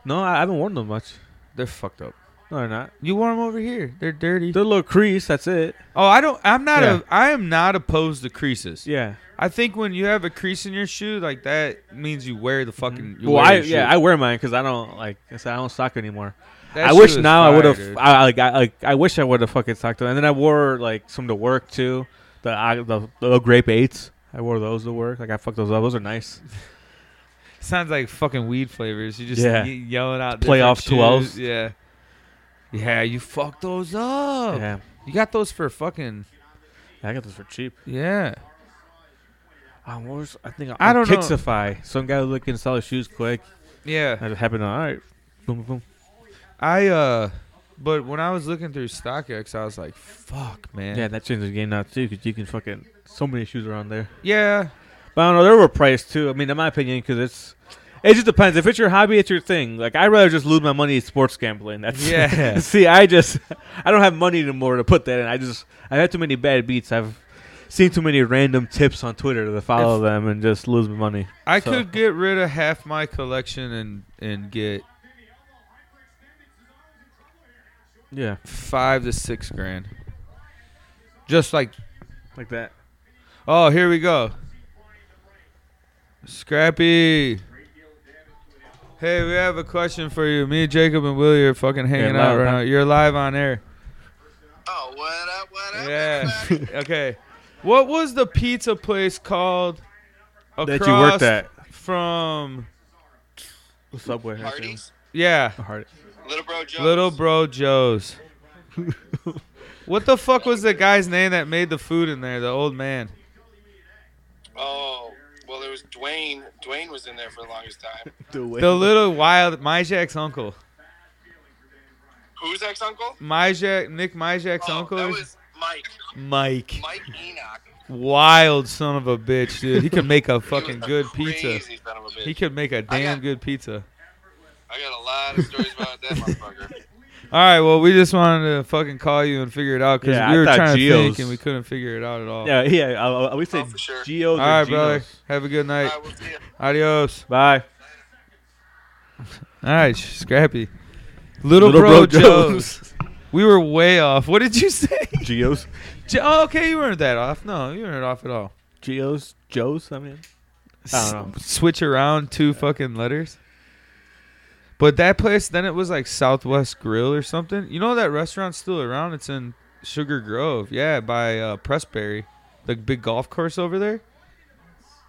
Speaker 1: no, I haven't worn them much.
Speaker 2: They're fucked up.
Speaker 1: No, they're not.
Speaker 2: You wore them over here. They're dirty.
Speaker 1: They're a little crease. That's it.
Speaker 2: Oh, I don't. I'm not
Speaker 1: Yeah.
Speaker 2: a. I am not opposed to creases.
Speaker 1: Yeah.
Speaker 2: I think when you have a crease in your shoe, like that means you wear the fucking. You
Speaker 1: Mm-hmm. Well,
Speaker 2: wear
Speaker 1: I
Speaker 2: your shoe.
Speaker 1: yeah I wear mine because I don't like I said I don't sock anymore.
Speaker 2: That
Speaker 1: I
Speaker 2: shoe
Speaker 1: wish
Speaker 2: is
Speaker 1: now I
Speaker 2: fire,
Speaker 1: would have.
Speaker 2: dude.
Speaker 1: I like. I like. I wish I would have fucking talked to. And then I wore like some to work too. The I, the, the grape eights. I wore those to work. Like I fucked those up. Those are nice.
Speaker 2: Sounds like fucking weed flavors. You just
Speaker 1: Yeah.
Speaker 2: ye- yelling out
Speaker 1: Play off
Speaker 2: different
Speaker 1: 12s.
Speaker 2: shoes. Yeah. Yeah, you fucked those up.
Speaker 1: Yeah.
Speaker 2: You got those for fucking
Speaker 1: I got those for cheap.
Speaker 2: yeah.
Speaker 1: I was. I think
Speaker 2: I
Speaker 1: on
Speaker 2: don't know.
Speaker 1: Kicksify. Some guy was looking to sell his shoes quick.
Speaker 2: Yeah.
Speaker 1: I just happened to all right. Boom, boom, boom.
Speaker 2: I uh but when I was looking through StockX, I was like, fuck, man.
Speaker 1: Yeah, that changed the game now too because you can fucking so many shoes around there.
Speaker 2: Yeah.
Speaker 1: But I don't know. They're overpriced too. I mean, in my opinion, because it's. It just depends. If it's your hobby, it's your thing. Like I'd rather just lose my money in sports gambling. That's
Speaker 2: Yeah.
Speaker 1: See, I just I don't have money anymore to put that in. I just I've had too many bad beats. I've seen too many random tips on Twitter to follow
Speaker 2: If-
Speaker 1: them and just lose my money.
Speaker 2: I
Speaker 1: So-
Speaker 2: could get rid of half my collection and and get
Speaker 1: Yeah,
Speaker 2: five to six grand. Just like
Speaker 1: like that.
Speaker 2: Oh, here we go. Scrappy. Hey, we have a question for you. Me, Jacob, and Willie are fucking hanging
Speaker 1: Yeah,
Speaker 2: out
Speaker 1: live,
Speaker 2: right
Speaker 1: huh?
Speaker 2: now. You're live on air.
Speaker 3: Oh, what up, what up?
Speaker 2: Yeah.
Speaker 3: everybody?
Speaker 2: okay. What was the pizza place called across
Speaker 1: That you worked at
Speaker 2: from?
Speaker 1: Subway.
Speaker 3: Hardee's,
Speaker 2: Yeah,
Speaker 1: Hard.
Speaker 3: Little Bro Jones.
Speaker 2: Little Bro Joe's. what the fuck was the guy's name that made the food in there? The old man.
Speaker 3: Oh, well, it was Dwayne. Dwayne was in there for the longest time.
Speaker 2: The little wild Myjack's uncle.
Speaker 3: Who's ex uncle?
Speaker 2: Myjack, Nick Myjack's
Speaker 3: Oh,
Speaker 2: uncle.
Speaker 3: that
Speaker 2: is-
Speaker 3: was Mike.
Speaker 2: Mike.
Speaker 3: Mike Enoch.
Speaker 2: Wild son of a bitch, dude. He could make a
Speaker 3: He was
Speaker 2: fucking
Speaker 3: a
Speaker 2: good
Speaker 3: crazy
Speaker 2: pizza.
Speaker 3: Son of a bitch.
Speaker 2: He could make a damn
Speaker 3: got-
Speaker 2: good pizza.
Speaker 3: I got a lot of stories about that motherfucker.
Speaker 2: All right, well, we just wanted to fucking call you and figure it out because
Speaker 1: Yeah,
Speaker 2: we
Speaker 1: I
Speaker 2: were
Speaker 1: thought
Speaker 2: trying to think
Speaker 1: Geo's-
Speaker 2: and we couldn't figure it out at all.
Speaker 1: Yeah, yeah. I, I, we said
Speaker 3: Oh, for sure.
Speaker 1: Geo's
Speaker 2: All
Speaker 1: or
Speaker 2: right, brother.
Speaker 1: Geno's.
Speaker 2: Have a good
Speaker 3: All
Speaker 2: night.
Speaker 3: right, we'll see ya.
Speaker 2: Adios.
Speaker 1: Bye.
Speaker 2: All right, Scrappy. Little, Bro, Joe's. We were way off. What did you say?
Speaker 1: Geo's.
Speaker 2: Jo- oh, okay, you weren't that off. No, you weren't off at all.
Speaker 1: Geo's. Joe's. I mean. I don't know.
Speaker 2: S- switch around two fucking letters. But that place, then it was like Southwest Grill or something. You know that restaurant's still around. It's in Sugar Grove, yeah, by uh, Pressberry, the big golf course over there.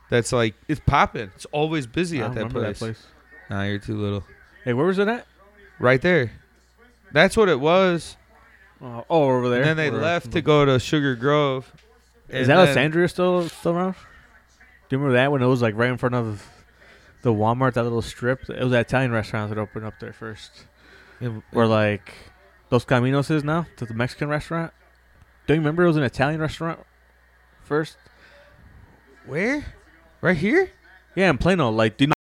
Speaker 2: That's like it's popping. It's always busy
Speaker 1: I
Speaker 2: at
Speaker 1: don't
Speaker 2: that
Speaker 1: remember
Speaker 2: place. Nah, you're too little.
Speaker 1: Hey, where was it at?
Speaker 2: Right there. That's what it was.
Speaker 1: Uh, oh, over there.
Speaker 2: And then they
Speaker 1: Where-
Speaker 2: left to go to Sugar Grove.
Speaker 1: Is
Speaker 2: And then-
Speaker 1: Alexandria still still around? Do you remember that when it was like right in front of the Walmart, that little strip? It was that Italian restaurant that opened up there first. Or like Los Caminos is now, to the Mexican restaurant. Do you remember it was an Italian restaurant first?
Speaker 2: Where? Right here?
Speaker 1: Yeah, in Plano, like do you know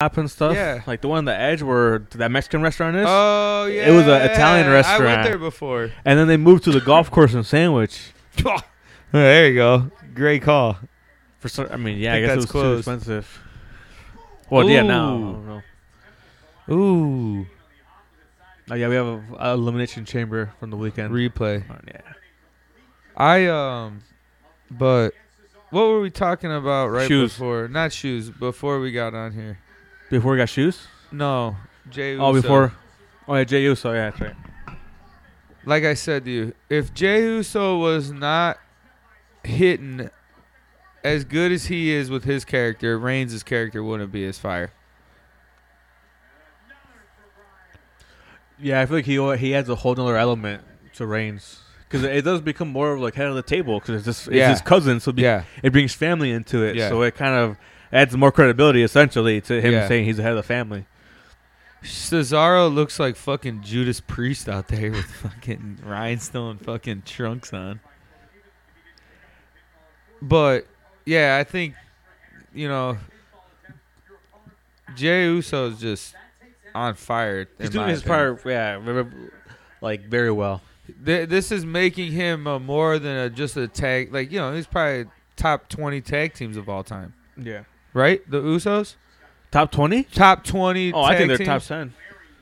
Speaker 1: up and stuff.
Speaker 2: Yeah.
Speaker 1: like the one on the edge where that Mexican restaurant is,
Speaker 2: Oh yeah.
Speaker 1: It was a Italian
Speaker 2: I went
Speaker 1: restaurant.
Speaker 2: there before.
Speaker 1: and then they moved to the golf course in Sandwich.
Speaker 2: there you go. Great call.
Speaker 1: For some, I mean, yeah, I, guess
Speaker 2: Think
Speaker 1: it
Speaker 2: that's
Speaker 1: was
Speaker 2: closed.
Speaker 1: too expensive. Well, yeah, now I
Speaker 2: Ooh.
Speaker 1: don't know.
Speaker 2: Ooh.
Speaker 1: Oh, yeah, we have a, a elimination chamber from the weekend.
Speaker 2: Replay.
Speaker 1: Oh, yeah.
Speaker 2: I um but what were we talking about right
Speaker 1: Shoes.
Speaker 2: before? Not shoes, before we got on here.
Speaker 1: Before we got shoes.
Speaker 2: No. Jay
Speaker 1: Oh,
Speaker 2: Uso.
Speaker 1: before. Oh yeah, Jey Uso. Yeah, that's right.
Speaker 2: like I said to you, if Jey Uso was not hitting as good as he is with his character, Reigns' character wouldn't be as fire.
Speaker 1: Yeah, I feel like he al- he adds a whole nother element to Reigns because it does become more of like head of the table because it's just it's
Speaker 2: Yeah.
Speaker 1: his cousin, so be,
Speaker 2: Yeah.
Speaker 1: it brings family into it.
Speaker 2: Yeah.
Speaker 1: So it kind of adds more credibility essentially to him
Speaker 2: Yeah.
Speaker 1: saying he's the head of the family.
Speaker 2: Cesaro looks like fucking Judas Priest out there with fucking rhinestone fucking trunks on. But yeah, I think you know Jey Uso is just on fire.
Speaker 1: He's
Speaker 2: in
Speaker 1: doing
Speaker 2: my
Speaker 1: his
Speaker 2: opinion.
Speaker 1: part, yeah, very- like very well.
Speaker 2: Th- this is making him uh, more than a, just a tag. Like you know, he's probably top twenty tag teams of all time,
Speaker 1: Yeah,
Speaker 2: right? The Usos,
Speaker 1: top twenty.
Speaker 2: top twenty.
Speaker 1: Oh, I
Speaker 2: tag
Speaker 1: think they're
Speaker 2: teams
Speaker 1: top ten.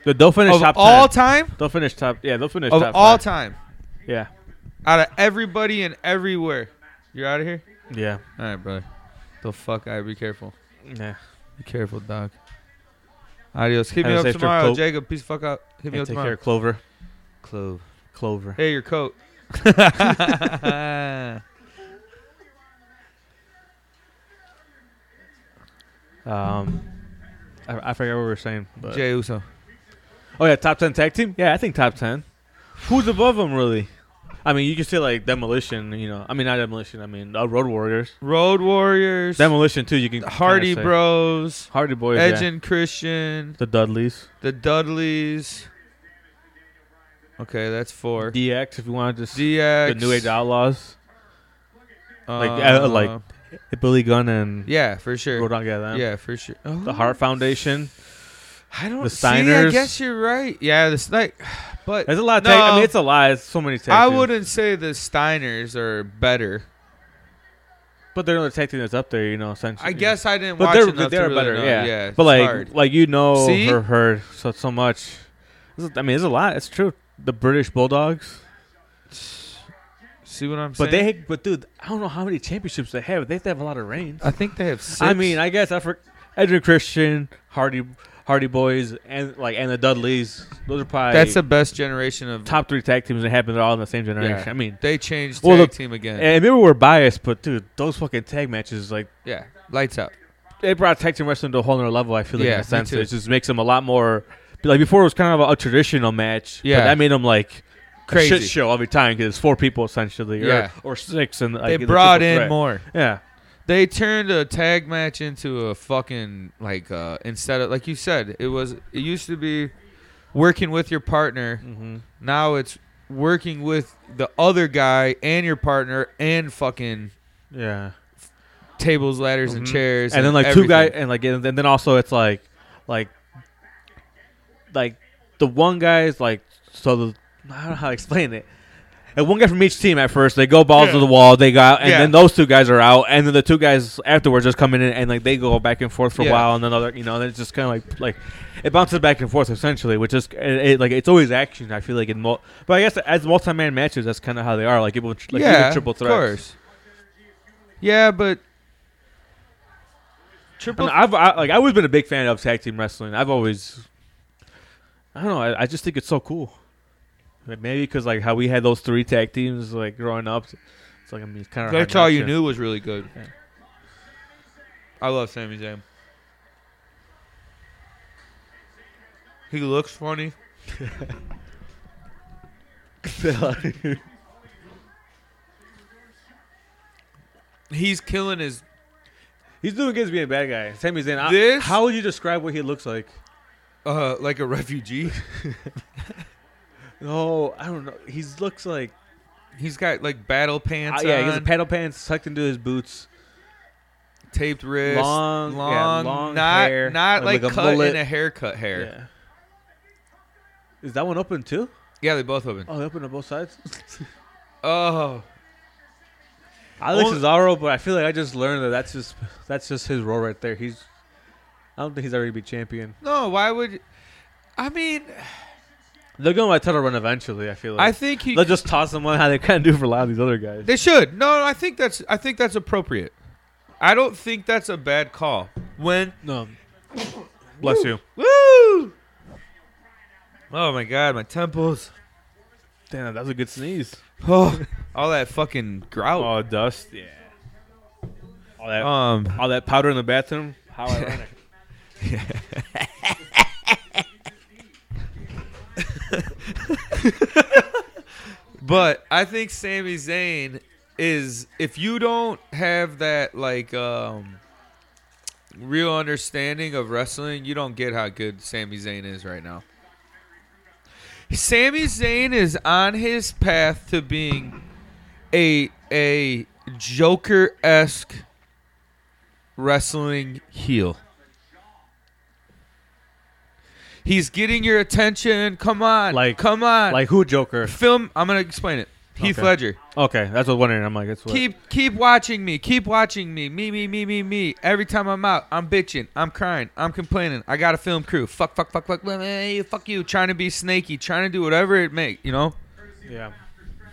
Speaker 1: The they'll finish
Speaker 2: of
Speaker 1: top
Speaker 2: all
Speaker 1: 10.
Speaker 2: time.
Speaker 1: they'll finish top. Yeah, they'll finish
Speaker 2: Of
Speaker 1: top
Speaker 2: all
Speaker 1: five.
Speaker 2: time,
Speaker 1: Yeah,
Speaker 2: out of everybody and everywhere. You're out of here.
Speaker 1: yeah,
Speaker 2: All right, brother. The fuck, I be careful.
Speaker 1: yeah.
Speaker 2: Be careful, dog. Adios. Hit
Speaker 1: Have
Speaker 2: me
Speaker 1: a
Speaker 2: up
Speaker 1: safe trip,
Speaker 2: tomorrow,
Speaker 1: Cloak.
Speaker 2: Jacob. Peace, the fuck out. Hit me
Speaker 1: And
Speaker 2: up
Speaker 1: take
Speaker 2: tomorrow.
Speaker 1: care, Clover.
Speaker 2: Clove.
Speaker 1: Clover.
Speaker 2: Hey, your coat. What's
Speaker 1: Um, I, I forgot what we were saying. But.
Speaker 2: Jey Uso.
Speaker 1: Oh yeah, top ten tag team. Yeah, I think top ten. Who's above them really? I mean, you could say like demolition. You know, I mean not demolition. I mean uh, Road Warriors.
Speaker 2: Road Warriors.
Speaker 1: Demolition too. You can kinda
Speaker 2: Hardy
Speaker 1: say.
Speaker 2: Bros.
Speaker 1: Hardy Boys.
Speaker 2: Edge
Speaker 1: yeah.
Speaker 2: and Christian,
Speaker 1: the Dudleys.
Speaker 2: the Dudleys. Okay, that's four.
Speaker 1: DX if you want to just
Speaker 2: DX,
Speaker 1: the New Age Outlaws. like,
Speaker 2: uh,
Speaker 1: uh, like- Billy Gunn and
Speaker 2: yeah, for sure.
Speaker 1: Rodon Gadan.
Speaker 2: Yeah, for sure. Oh,
Speaker 1: The Hart Foundation.
Speaker 2: I don't
Speaker 1: the
Speaker 2: see. I
Speaker 1: Steiners.
Speaker 2: guess you're right. Yeah, the like, but
Speaker 1: There's a lot. Of tag, I
Speaker 2: No.
Speaker 1: mean, it's a lot. It's so many tag.
Speaker 2: I
Speaker 1: teams.
Speaker 2: wouldn't say the Steiners are better.
Speaker 1: But they're another tag team that's up there. You know, essentially.
Speaker 2: I guess I didn't
Speaker 1: But
Speaker 2: watch
Speaker 1: they're
Speaker 2: enough
Speaker 1: they're
Speaker 2: to really
Speaker 1: better,
Speaker 2: know.
Speaker 1: yeah.
Speaker 2: yeah
Speaker 1: But
Speaker 2: it's
Speaker 1: like
Speaker 2: hard.
Speaker 1: like you know
Speaker 2: See?
Speaker 1: her her so so much. This is- I mean, there's a lot. It's true. The British Bulldogs.
Speaker 2: See what I'm
Speaker 1: But
Speaker 2: saying?
Speaker 1: they, but dude, I don't know how many championships they have. They have to have a lot of reigns.
Speaker 2: I think they have six.
Speaker 1: I mean, I guess I for Edwin Christian, Hardy, Hardy Boys, and like and the Dudleys. Those are probably
Speaker 2: that's the best generation of
Speaker 1: top three tag teams that happened. They're all in the same generation.
Speaker 2: Yeah.
Speaker 1: I mean,
Speaker 2: They changed tag
Speaker 1: Well, look,
Speaker 2: team again.
Speaker 1: and maybe we're biased, but dude, those fucking tag matches like
Speaker 2: yeah, lights out.
Speaker 1: they brought tag team wrestling to a whole other level. I feel like
Speaker 2: Yeah,
Speaker 1: in
Speaker 2: me
Speaker 1: a sense,
Speaker 2: too.
Speaker 1: it just makes them a lot more. Like before, it was kind of a, traditional match. but
Speaker 2: Yeah.
Speaker 1: that made them like
Speaker 2: Crazy.
Speaker 1: a shit show every time because it's four people essentially, or,
Speaker 2: Yeah.
Speaker 1: or six, and like,
Speaker 2: They
Speaker 1: it's a
Speaker 2: brought
Speaker 1: triple
Speaker 2: in
Speaker 1: threat.
Speaker 2: more.
Speaker 1: Yeah,
Speaker 2: They turned a tag match into a fucking like uh instead of like you said, it was it used to be working with your partner. Now it's working with the other guy and your partner and fucking
Speaker 1: yeah.
Speaker 2: tables, ladders, and
Speaker 1: Mhm.
Speaker 2: chairs.
Speaker 1: and then like two
Speaker 2: everything.
Speaker 1: guys and like and, then also it's like like like the one guy's like so the I don't know how to explain it. And one guy from each team at first, they go balls to the wall, they go out, and
Speaker 2: Yeah.
Speaker 1: then those two guys are out, and then the two guys afterwards just come in and, and like they go back and forth for
Speaker 2: Yeah.
Speaker 1: a while, and then other, you know, and it's just kind of like like it bounces back and forth essentially, which is it, it, like it's always action. I feel like in mul- but I guess as multi-man matches, that's kind of how they are. Like it will tr- like even triple threats.
Speaker 2: Of course. Yeah, but
Speaker 1: I
Speaker 2: triple.
Speaker 1: mean, I've I, like I've always been a big fan of tag team wrestling. I've always, I don't know. I, I just think it's so cool. Like, Maybe because like how we had those three tag teams like growing up. It's like I mean, it's kind of
Speaker 2: That's all you knew was really good.
Speaker 1: Yeah.
Speaker 2: I love Sami Zayn. He looks funny. He's killing his.
Speaker 1: He's doing good as being a bad guy. Sami Zayn. I-
Speaker 2: This-
Speaker 1: How would you describe what he looks like?
Speaker 2: Uh, like a refugee.
Speaker 1: No, I don't know. He looks like
Speaker 2: He's got like battle
Speaker 1: Ah,
Speaker 2: pants
Speaker 1: yeah. He
Speaker 2: on,
Speaker 1: has paddle pants tucked into his boots.
Speaker 2: taped wrist,
Speaker 1: Long- yeah,
Speaker 2: long,
Speaker 1: long
Speaker 2: not
Speaker 1: hair,
Speaker 2: not
Speaker 1: like
Speaker 2: like,
Speaker 1: a
Speaker 2: cut
Speaker 1: mullet.
Speaker 2: in a haircut hair. Yeah,
Speaker 1: Yeah. Is that one open too?
Speaker 2: they both open.
Speaker 1: Oh, they open on both sides.
Speaker 2: Oh,
Speaker 1: Alex
Speaker 2: Only-
Speaker 1: is all right, but I feel like I just learned that that's just that's just his role right there. He's I don't think he's ever gonna be champion.
Speaker 2: no! Why would? I mean,
Speaker 1: They're going to title run eventually. I feel like
Speaker 2: I think he.
Speaker 1: they'll just toss them on how they kind of do for a lot of these other guys.
Speaker 2: They should. No, I think that's I think that's appropriate. I don't think that's a bad call. When
Speaker 1: no, bless you.
Speaker 2: woo! Oh my god, my temples.
Speaker 1: Damn, that was a good sneeze.
Speaker 2: Oh, all that fucking grout.
Speaker 1: Oh, dust. Yeah. Uh, All that
Speaker 2: Um,
Speaker 1: all that powder in the bathroom. How ironic.
Speaker 2: but I think Sami Zayn is if you don't have that like um real understanding of wrestling, you don't get how good Sami Zayn is right now. Sami Zayn is on his path to being a a Joker esque wrestling heel. He's getting your attention. Come on,
Speaker 1: Like-
Speaker 2: come on,
Speaker 1: like who Joker?
Speaker 2: film. I'm gonna explain it. Heath
Speaker 1: Okay.
Speaker 2: Ledger.
Speaker 1: Okay, that's what I was wondering. I'm like, that's what.
Speaker 2: Keep keep watching me. Keep watching me. Me me me me me. Every time I'm out, I'm bitching. I'm crying. I'm complaining. I got a film crew. Fuck fuck fuck fuck. blah, blah, blah, Fuck you. Trying to be snaky. Trying to do whatever it make. You know.
Speaker 1: yeah.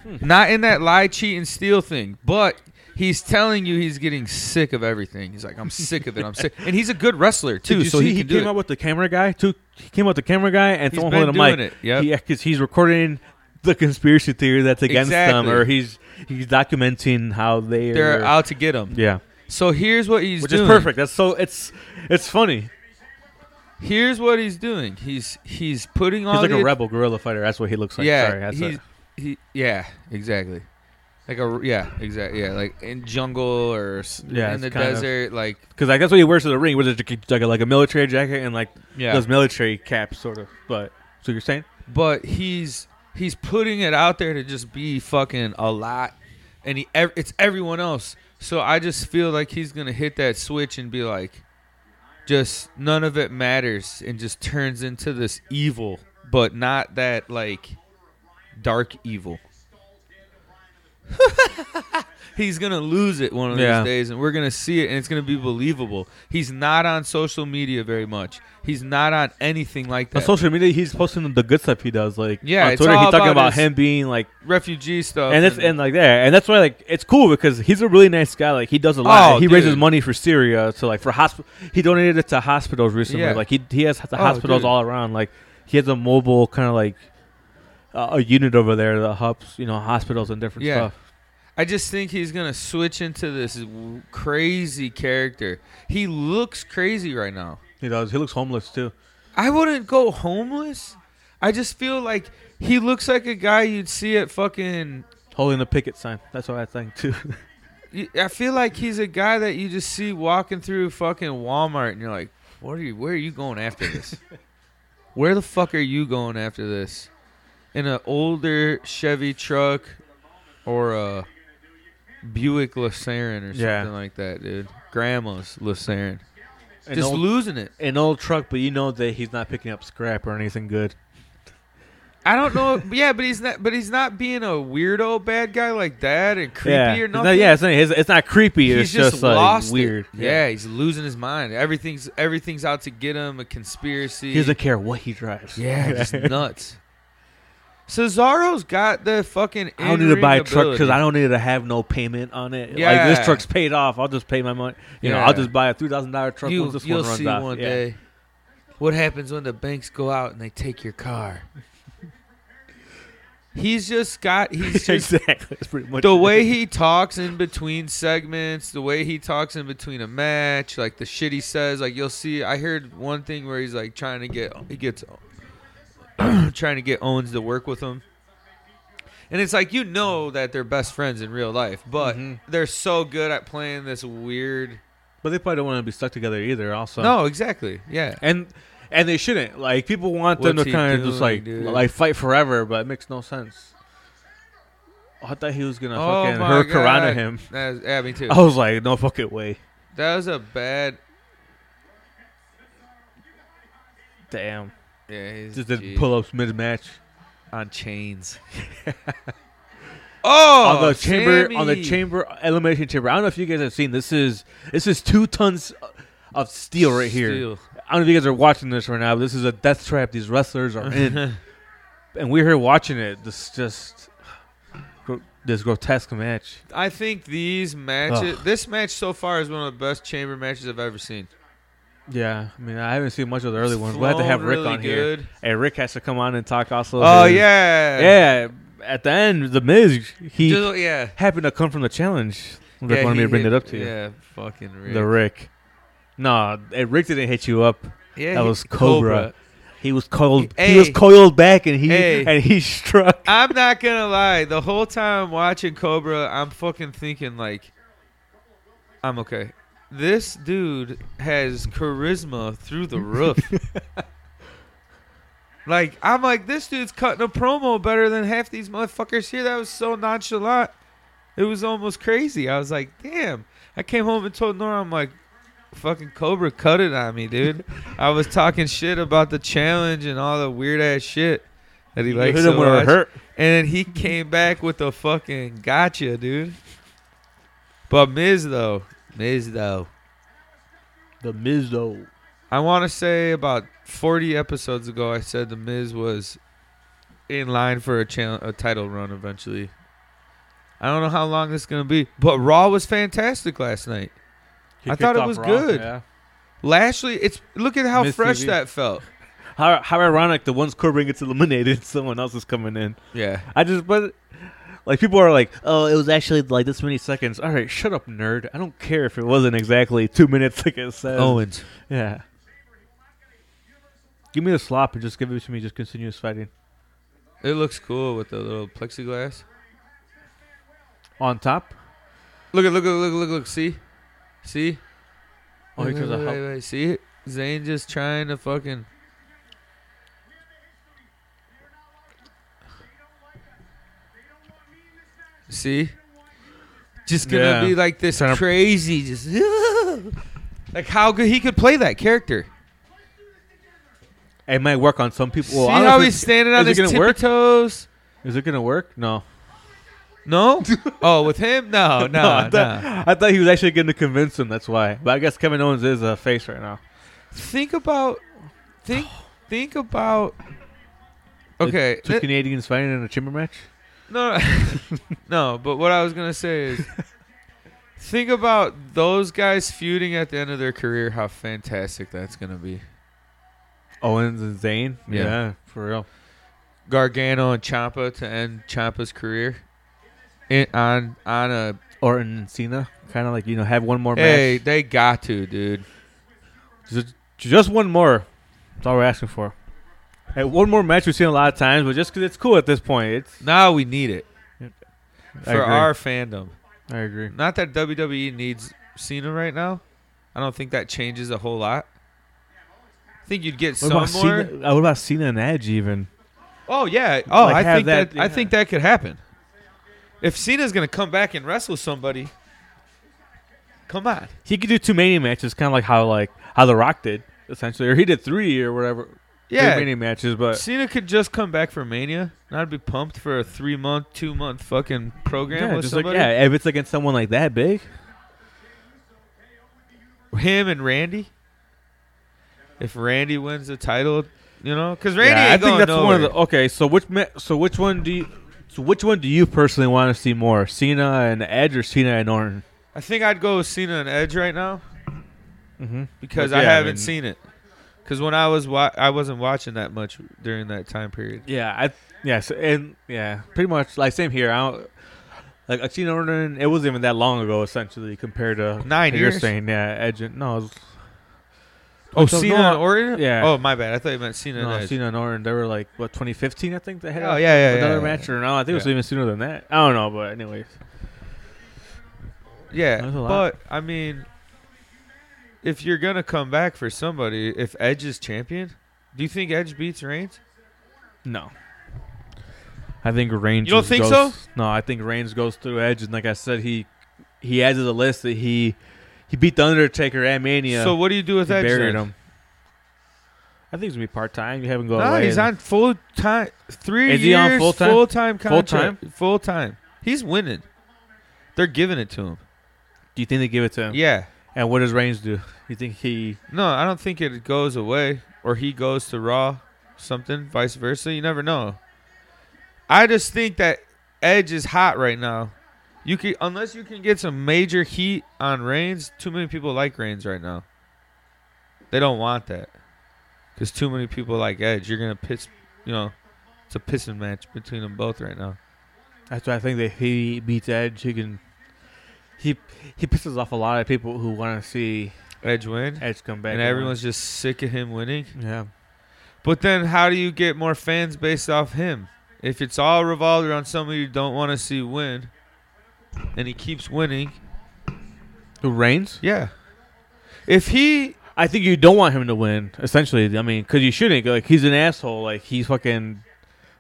Speaker 1: Hmm.
Speaker 2: Not in that lie, cheat, and steal thing, but he's telling you he's getting sick of everything. He's like, I'm sick of it. I'm sick. And he's a good wrestler too,
Speaker 1: Did you
Speaker 2: so
Speaker 1: see
Speaker 2: he
Speaker 1: he,
Speaker 2: can do
Speaker 1: came
Speaker 2: it.
Speaker 1: up with the camera guy too. He came up with the camera guy and
Speaker 2: He's
Speaker 1: someone
Speaker 2: been
Speaker 1: holding a
Speaker 2: doing
Speaker 1: mic.
Speaker 2: it, yep.
Speaker 1: He- Yeah, because he's recording the conspiracy theory that's against
Speaker 2: Exactly.
Speaker 1: them, or he's he's documenting how they
Speaker 2: They're
Speaker 1: are.
Speaker 2: out to get him.
Speaker 1: yeah,
Speaker 2: So here's what he's
Speaker 1: which
Speaker 2: doing.
Speaker 1: is perfect. That's so it's it's funny.
Speaker 2: Here's what he's doing. He's he's putting all
Speaker 1: He's like
Speaker 2: the
Speaker 1: a rebel guerrilla fighter. That's what he looks like.
Speaker 2: yeah,
Speaker 1: Sorry, that's
Speaker 2: he's,
Speaker 1: it.
Speaker 2: he yeah, exactly. Like a yeah, exactly. Yeah, like in jungle or s-
Speaker 1: Yeah,
Speaker 2: in the
Speaker 1: it's kind of-
Speaker 2: desert, like
Speaker 1: Because like that's what he wears to the ring. Was it like a, like a military jacket and like
Speaker 2: yeah.
Speaker 1: those military caps, sort of. But so you're saying
Speaker 2: but he's he's putting it out there to just be fucking a lot, and he ev- it's everyone else. So I just feel like he's gonna hit that switch and be like, just none of it matters, and just turns into this evil, but not that like dark evil. He's gonna lose it one of
Speaker 1: Yeah.
Speaker 2: these days, and we're gonna see it, and it's gonna be believable. He's not on social media very much. He's not on anything like
Speaker 1: On
Speaker 2: that.
Speaker 1: social media, he's posting the good stuff he does. Like
Speaker 2: Yeah,
Speaker 1: on
Speaker 2: it's
Speaker 1: Twitter,
Speaker 2: all
Speaker 1: he's talking
Speaker 2: about
Speaker 1: about
Speaker 2: his-
Speaker 1: him being like,
Speaker 2: Refugee stuff,
Speaker 1: and that's and like that, and that's why like it's cool because he's a really nice guy. Like he does a lot.
Speaker 2: Oh,
Speaker 1: he raises
Speaker 2: dude.
Speaker 1: money for Syria, so like for hospital, he donated it to hospitals recently.
Speaker 2: Yeah.
Speaker 1: Like he he has the hospitals
Speaker 2: dude.
Speaker 1: all around. Like he has a mobile kind of like uh, a unit over there that helps you know hospitals and different
Speaker 2: Yeah.
Speaker 1: stuff.
Speaker 2: I just think he's gonna switch into this w- crazy character. He looks crazy right now.
Speaker 1: He does. He looks homeless too.
Speaker 2: I wouldn't go homeless. I just feel like he looks like a guy you'd see at fucking.
Speaker 1: Holding the picket sign. That's what I think too.
Speaker 2: you- I feel like he's a guy that you just see walking through fucking Walmart, and you're like, "What are you? Where are you going after this? where the fuck are you going after this? In an older Chevy truck or a Buick LeSaron or something
Speaker 1: Yeah.
Speaker 2: like that, dude? Grandma's LeSaron,
Speaker 1: An
Speaker 2: just
Speaker 1: old-
Speaker 2: losing it.
Speaker 1: an old truck, but you know that he's not picking up scrap or anything good.
Speaker 2: I don't know. yeah, but he's not. But he's not being a weirdo bad guy like that and creepy
Speaker 1: yeah.
Speaker 2: or
Speaker 1: It's not-
Speaker 2: nothing.
Speaker 1: yeah, it's not, it's, it's not creepy.
Speaker 2: he's
Speaker 1: it's just, like,
Speaker 2: lost it.
Speaker 1: weird.
Speaker 2: Yeah. he's losing his mind. Everything's everything's out to get him. A conspiracy.
Speaker 1: He doesn't care what he drives.
Speaker 2: yeah, just nuts. Cesaro's got the fucking.
Speaker 1: I don't need to buy a
Speaker 2: in-ring
Speaker 1: truck because I
Speaker 2: ability.
Speaker 1: don't need to have no payment on it. Like
Speaker 2: Yeah.
Speaker 1: this truck's paid off. I'll just pay my money. You know,
Speaker 2: Yeah.
Speaker 1: I'll just buy a three thousand dollar truck
Speaker 2: You,
Speaker 1: once this
Speaker 2: you'll
Speaker 1: one runs
Speaker 2: see
Speaker 1: out.
Speaker 2: one
Speaker 1: Yeah.
Speaker 2: day what happens when the banks go out and they take your car. he's just got. He's just
Speaker 1: exactly. That's pretty much
Speaker 2: the
Speaker 1: it.
Speaker 2: way he talks in between segments, the way he talks in between a match, like the shit he says, like you'll see. I heard one thing where he's like trying to get he gets trying to get Owens to work with him, and it's like you know that they're best friends in real life, but
Speaker 1: Mhm.
Speaker 2: they're so good at playing this weird.
Speaker 1: But they probably don't want to be stuck together either. Also,
Speaker 2: No, exactly. Yeah,
Speaker 1: and and they shouldn't. Like people want them
Speaker 2: What's
Speaker 1: to
Speaker 2: he
Speaker 1: kind of just
Speaker 2: doing,
Speaker 1: like
Speaker 2: dude?
Speaker 1: like fight forever, but it makes no sense. Oh, I thought he was gonna
Speaker 2: Oh
Speaker 1: fucking
Speaker 2: my
Speaker 1: her
Speaker 2: God.
Speaker 1: Karana him. Oh.
Speaker 2: That was, yeah, me too.
Speaker 1: I was like, no fucking way.
Speaker 2: That was a bad.
Speaker 1: Damn,
Speaker 2: Yeah, he's
Speaker 1: just did
Speaker 2: geez.
Speaker 1: pull ups mid match.
Speaker 2: on chains. oh,
Speaker 1: on the chamber on the
Speaker 2: Sammy.
Speaker 1: chamber elimination chamber. I don't know if you guys have seen this is this is two tons of steel right here.
Speaker 2: Steel.
Speaker 1: I don't know if you guys are watching this right now, but this is a death trap these wrestlers are in. and we're here watching it. This just gro- this grotesque match.
Speaker 2: I think these matches, this match so far is one of the best chamber matches I've ever seen.
Speaker 1: Yeah, I mean I haven't seen much of the early ones. We have to
Speaker 2: flown
Speaker 1: have Rick
Speaker 2: really
Speaker 1: on
Speaker 2: good.
Speaker 1: here. And Rick has to come on and talk also.
Speaker 2: Oh
Speaker 1: his-
Speaker 2: yeah,
Speaker 1: Yeah. At the end, the Miz he
Speaker 2: Just- oh, yeah.
Speaker 1: happened to come from the challenge. Rick
Speaker 2: Yeah,
Speaker 1: wanted me
Speaker 2: he
Speaker 1: to bring
Speaker 2: hit-
Speaker 1: it up to you.
Speaker 2: Yeah, fucking Rick.
Speaker 1: The Rick. Nah, eh, Rick didn't hit you up.
Speaker 2: yeah,
Speaker 1: that
Speaker 2: he-
Speaker 1: was Cobra. He was coiled.
Speaker 2: Hey.
Speaker 1: He was coiled back, and he
Speaker 2: Hey.
Speaker 1: and he struck.
Speaker 2: I'm not gonna lie. The whole time watching Cobra, I'm fucking thinking like, I'm okay. This dude has charisma through the roof. like I'm like, this dude's cutting a promo better than half these motherfuckers here. That was so nonchalant. It was almost crazy. I was like, damn. I came home and told Nora, I'm like, fucking Cobra cut it on me, dude. I was talking shit about the challenge and all the weird ass shit that he likes.
Speaker 1: hit him
Speaker 2: so
Speaker 1: when it
Speaker 2: much.
Speaker 1: hurt.
Speaker 2: And he came back with a fucking gotcha, dude. But Miz though, Miz though,
Speaker 1: The Miz though.
Speaker 2: I want to say about 40 episodes ago, I said the Miz was in line for a, channel, a title run eventually. I don't know how long this is gonna be, but Raw was fantastic last night. I thought it was good. Lashley, it's look at how
Speaker 1: Miz
Speaker 2: fresh
Speaker 1: TV.
Speaker 2: that felt.
Speaker 1: How how ironic! The one's Corbin gets eliminated, someone else is coming in.
Speaker 2: Yeah,
Speaker 1: I just but like people are like, oh, it was actually like this many seconds. All right, shut up, nerd. I don't care if it wasn't exactly two minutes like it says.
Speaker 2: Owens.
Speaker 1: yeah. Give me the slop and just give it to me. Just continuous fighting
Speaker 2: It looks cool with the little plexiglass.
Speaker 1: on top.
Speaker 2: Look at look at look look look see, see.
Speaker 1: Oh,
Speaker 2: wait,
Speaker 1: because
Speaker 2: wait,
Speaker 1: of how
Speaker 2: wait, wait, see it? Zayn just trying to fucking. See, just gonna
Speaker 1: Yeah.
Speaker 2: be like this
Speaker 1: Trying to-
Speaker 2: crazy, just like how good he could play that character.
Speaker 1: it might work on some people. Well, I
Speaker 2: see
Speaker 1: don't know
Speaker 2: how
Speaker 1: if
Speaker 2: he's
Speaker 1: it's-
Speaker 2: standing on
Speaker 1: is
Speaker 2: his
Speaker 1: it gonna
Speaker 2: tippy
Speaker 1: work?
Speaker 2: toes.
Speaker 1: Is it gonna work? No.
Speaker 2: No? oh, with him? No, no,
Speaker 1: No, I,
Speaker 2: no.
Speaker 1: thought, I thought he was actually going to convince him. That's why. But I guess Kevin Owens is a face right now.
Speaker 2: Think about think think about
Speaker 1: The
Speaker 2: Okay.
Speaker 1: two
Speaker 2: let-
Speaker 1: Canadians fighting in a chamber match.
Speaker 2: No, no. no, but what I was gonna say is, think about those guys feuding at the end of their career. How fantastic that's gonna be.
Speaker 1: Owens and Zayn.
Speaker 2: Yeah.
Speaker 1: Yeah, for real.
Speaker 2: Gargano and Champa to end Champa's career, in, on on a
Speaker 1: Orton and Cena, kind of like you know, have one more
Speaker 2: hey,
Speaker 1: match.
Speaker 2: they got to dude.
Speaker 1: Just, just one more. That's all we're asking for. Hey, one more match we've seen a lot of times, but just because it's cool at this point, it's
Speaker 2: Now we need it
Speaker 1: I
Speaker 2: for
Speaker 1: agree.
Speaker 2: our fandom.
Speaker 1: I agree.
Speaker 2: Not that WWE needs Cena right now. I don't think that changes a whole lot. I think you'd get
Speaker 1: What
Speaker 2: some more.
Speaker 1: about, Cena, uh, what about Cena and Edge even?
Speaker 2: Oh yeah. Oh,
Speaker 1: Like,
Speaker 2: I
Speaker 1: have
Speaker 2: think that,
Speaker 1: that-
Speaker 2: I think that could happen. If Cena's gonna come back and wrestle somebody, come on.
Speaker 1: He could do two mania matches, kind of like how like how The Rock did essentially, or he did three or whatever.
Speaker 2: Yeah,
Speaker 1: three mania matches, but
Speaker 2: Cena could just come back for Mania, and I'd be pumped for a three month, two month fucking program
Speaker 1: yeah,
Speaker 2: with
Speaker 1: just like,
Speaker 2: somebody.
Speaker 1: yeah, if it's against someone like that big,
Speaker 2: Him and Randy. If Randy wins the title, you know, because Randy,
Speaker 1: Yeah,
Speaker 2: ain't
Speaker 1: I think
Speaker 2: going
Speaker 1: that's
Speaker 2: nowhere.
Speaker 1: one of the okay. So which ma- so which one do you so which one do you personally want to see more, Cena and Edge or Cena and Orton?
Speaker 2: I think I'd go with Cena and Edge right now.
Speaker 1: Mm-hmm.
Speaker 2: because
Speaker 1: But
Speaker 2: I
Speaker 1: yeah, I
Speaker 2: haven't
Speaker 1: mean-
Speaker 2: seen it. Because when I was wa- I wasn't watching that much during that time period.
Speaker 1: Yeah, I yes, and yeah, pretty much like same here. I don't, like like Cena and Orton, it wasn't even that long ago essentially compared to
Speaker 2: Nine
Speaker 1: what You're
Speaker 2: years.
Speaker 1: saying yeah, Edge and no, it was,
Speaker 2: Oh,
Speaker 1: So,
Speaker 2: Cena
Speaker 1: no,
Speaker 2: and Orton.
Speaker 1: yeah.
Speaker 2: Oh, my bad. I thought you meant Cena and
Speaker 1: no
Speaker 2: Edge.
Speaker 1: Cena and Orton. They were like what 2015, I think they had.
Speaker 2: Oh yeah, yeah, yeah.
Speaker 1: Another
Speaker 2: yeah,
Speaker 1: match or no? I think it was
Speaker 2: Yeah.
Speaker 1: even sooner than that. I don't know, but anyways,
Speaker 2: Yeah,
Speaker 1: That was a lot.
Speaker 2: but I mean, if you're gonna come back for somebody, if Edge is champion, do you think Edge beats Reigns?
Speaker 1: no. I think Reigns.
Speaker 2: You don't
Speaker 1: just
Speaker 2: think
Speaker 1: goes-
Speaker 2: so?
Speaker 1: No, I think Reigns goes through Edge, and like I said, he he adds to the list that he he beat the Undertaker at Mania.
Speaker 2: So what do you do with
Speaker 1: he
Speaker 2: Edge?
Speaker 1: buried
Speaker 2: then?
Speaker 1: him. I think he's gonna be part time. You haven't go
Speaker 2: No,
Speaker 1: away.
Speaker 2: he's on full time. Three
Speaker 1: Is
Speaker 2: years.
Speaker 1: he on full-time?
Speaker 2: Full time contract.
Speaker 1: Full-time?
Speaker 2: Full time. He's winning. They're giving it to him.
Speaker 1: Do you think they give it to him?
Speaker 2: Yeah.
Speaker 1: And what does Reigns do? You think he?
Speaker 2: No, I don't think it goes away or he goes to Raw, something, vice versa. You never know. I just think that Edge is hot right now. You can unless you can get some major heat on Reigns. Too many people like Reigns right now. They don't want that because too many people like Edge. You're gonna piss, you know, it's a pissing match between them both right now.
Speaker 1: That's why I think that if he beats Edge, he can. He he pisses off a lot of people who want to see
Speaker 2: Edge win,
Speaker 1: Edge come back.
Speaker 2: and
Speaker 1: win.
Speaker 2: everyone's just sick of him winning.
Speaker 1: yeah.
Speaker 2: But then, how do you get more fans based off him? If it's all revolved around somebody you don't want to see win, and he keeps winning,
Speaker 1: Who Reigns?
Speaker 2: yeah. If he,
Speaker 1: I think you don't want him to win. Essentially, I mean, because you shouldn't. Like he's an asshole. Like he's fucking